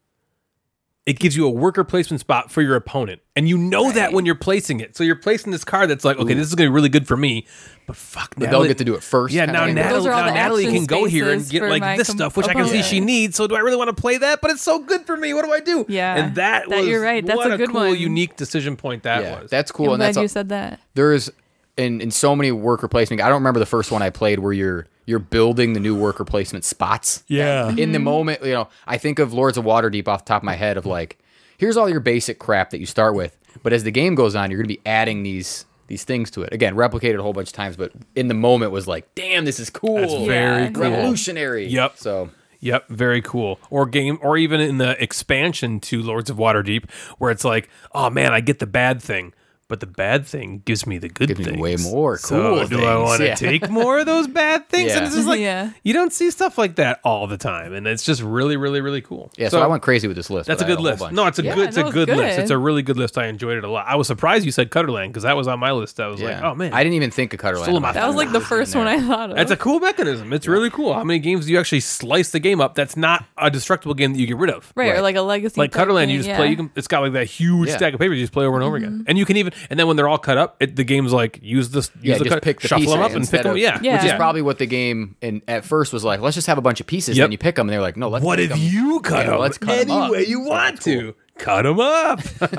C: It gives you a worker placement spot for your opponent. And you know that when you're placing it. So you're placing this card that's like, okay, this is going to be really good for me. But fuck,
E: they'll
C: Natalie.
E: get to do it first.
C: Yeah,
E: kinda
C: now
E: thing.
C: Natalie,
D: Those are all
C: now
D: the
C: Natalie
D: action
C: can go here and
D: spaces
C: get
D: for
C: like
D: my
C: this
D: com-
C: stuff, which I can see
D: opponent.
C: she needs. So do I really want to play that? But it's so good for me. What do I do?
D: Yeah.
C: and that,
D: That-
C: was
D: you're right. That's
C: what
D: a good
C: cool,
D: one.
C: unique decision point that
E: Yeah,
C: was.
E: that's cool.
D: I'm
E: and
D: glad
E: that's
D: you
E: a-
D: said that.
E: there's in in so many worker placement. I don't remember the first one I played where you're you're building the new worker placement spots.
A: Yeah.
E: in
D: Mm-hmm.
E: the moment, you know, I think of Lords of Waterdeep off the top of my head of like, here's all your basic crap that you start with, but as the game goes on, you're gonna be adding these these things to it. Again, replicated a whole bunch of times, but in the moment was like, damn, this is cool,
C: very
D: Yeah.
C: cool.
E: revolutionary.
C: Yep.
E: So
C: Yep, very cool. Or game, or even in the expansion to Lords of Waterdeep, where it's like, oh man, I get the bad thing, but the bad thing gives me the good
E: Gives me
C: thing.
E: way more
C: So
E: cool
C: do I
E: things,
C: want to
E: yeah.
C: take more of those bad things? And
E: Yeah.
C: it's just like
D: Yeah.
C: you don't see stuff like that all the time, and it's just really, really, really cool.
E: yeah, so, I went crazy with this list.
C: That's a good
E: but I had a whole
C: list.
E: bunch.
C: No, it's a
D: Yeah,
C: good, it's a
D: no, it's
C: good, list.
D: good.
C: It's a really good list. I enjoyed it a lot. I was surprised you said Cutterland because that was on my list. I was like,
E: Yeah.
C: oh man,
E: I didn't even think of Cutter
C: Still in my
D: That was like the first one I thought of.
C: That's a cool mechanism. It's really cool. How many games do you actually slice the game up? That's not a destructible game that you get rid of.
D: right, or
E: Right.
D: like a legacy.
C: Like
D: type
C: Cutterland,
D: thing,
C: you just
D: yeah. Mm-hmm.
C: play. You can. It's got like that huge
E: Yeah.
C: stack of papers. You just play over and over again, and you can even. And then when they're all cut up, it, the game's like use this. Use
E: Yeah,
C: the
E: just
C: cut,
E: pick the
C: shuffle them up
E: pieces
C: and pick
E: instead
C: them.
E: of-
C: Yeah,
D: Yeah.
E: which is
D: Yeah.
E: probably what the game and at first was like. Let's just have a bunch of pieces,
C: Yep.
E: and you pick them, and they're like, no, let's.
C: What
E: pick
C: if
E: 'em.
C: you cut
E: Yeah,
C: them
E: let's cut
C: any
E: 'em up.
C: way you
E: So
C: want
E: that's
C: to? Cut them up.
E: Cut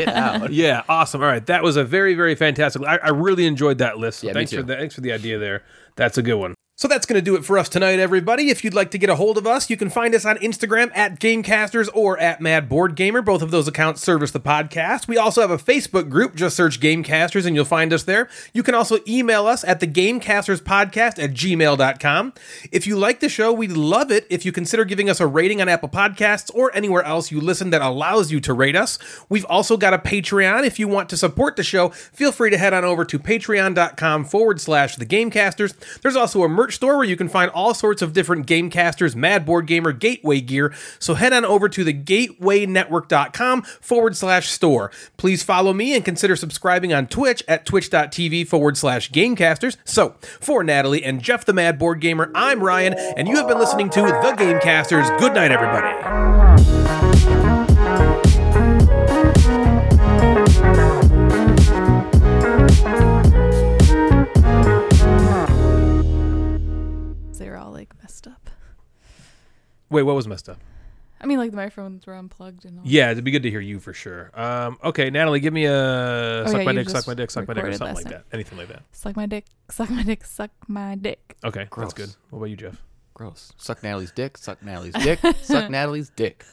E: it out.
C: yeah, awesome. All right, that was a very, very fantastic. I, I really enjoyed that list. So
E: Yeah, me
C: thanks
E: too.
C: for the, thanks for the idea there. That's a good one. So that's going to do it for us tonight, everybody. If you'd like to get a hold of us, you can find us on Instagram at Gamecasters or at Mad Board Gamer. Both of those accounts service the podcast. We also have a Facebook group. Just search Gamecasters and you'll find us there. You can also email us at the Podcast at gmail.com. If you like the show, we'd love it if you consider giving us a rating on Apple Podcasts or anywhere else you listen that allows you to rate us. We've also got a Patreon. If you want to support the show, feel free to head on over to patreon.com forward slash the Gamecasters. There's also a merch store where you can find all sorts of different Gamecasters, Mad Board Gamer, Gateway gear. So head on over to the gatewaynetwork.com forward slash store. Please follow me and consider subscribing on Twitch at twitch.tv forward slash Gamecasters. So for Natalie and Jeff the Mad Board Gamer, I'm Ryan, and you have been listening to The Gamecasters. Good night, everybody.
D: They were all like messed up.
C: Wait, what was messed up?
D: I mean, like the microphones were unplugged and all.
C: Yeah, it'd be good to hear you for sure. Um, okay, Natalie, give me a suck
D: Oh, yeah,
C: my
D: you
C: dick, suck
D: just
C: my dick, suck my dick, or
D: recorded
C: something
D: last
C: like that.
D: time.
C: Anything like that.
D: Suck my dick. Suck my dick. Suck my dick.
C: Okay,
E: Gross.
C: that's good. What about you, Jeff?
E: Gross. Suck Natalie's dick. Suck Natalie's dick. suck Natalie's dick.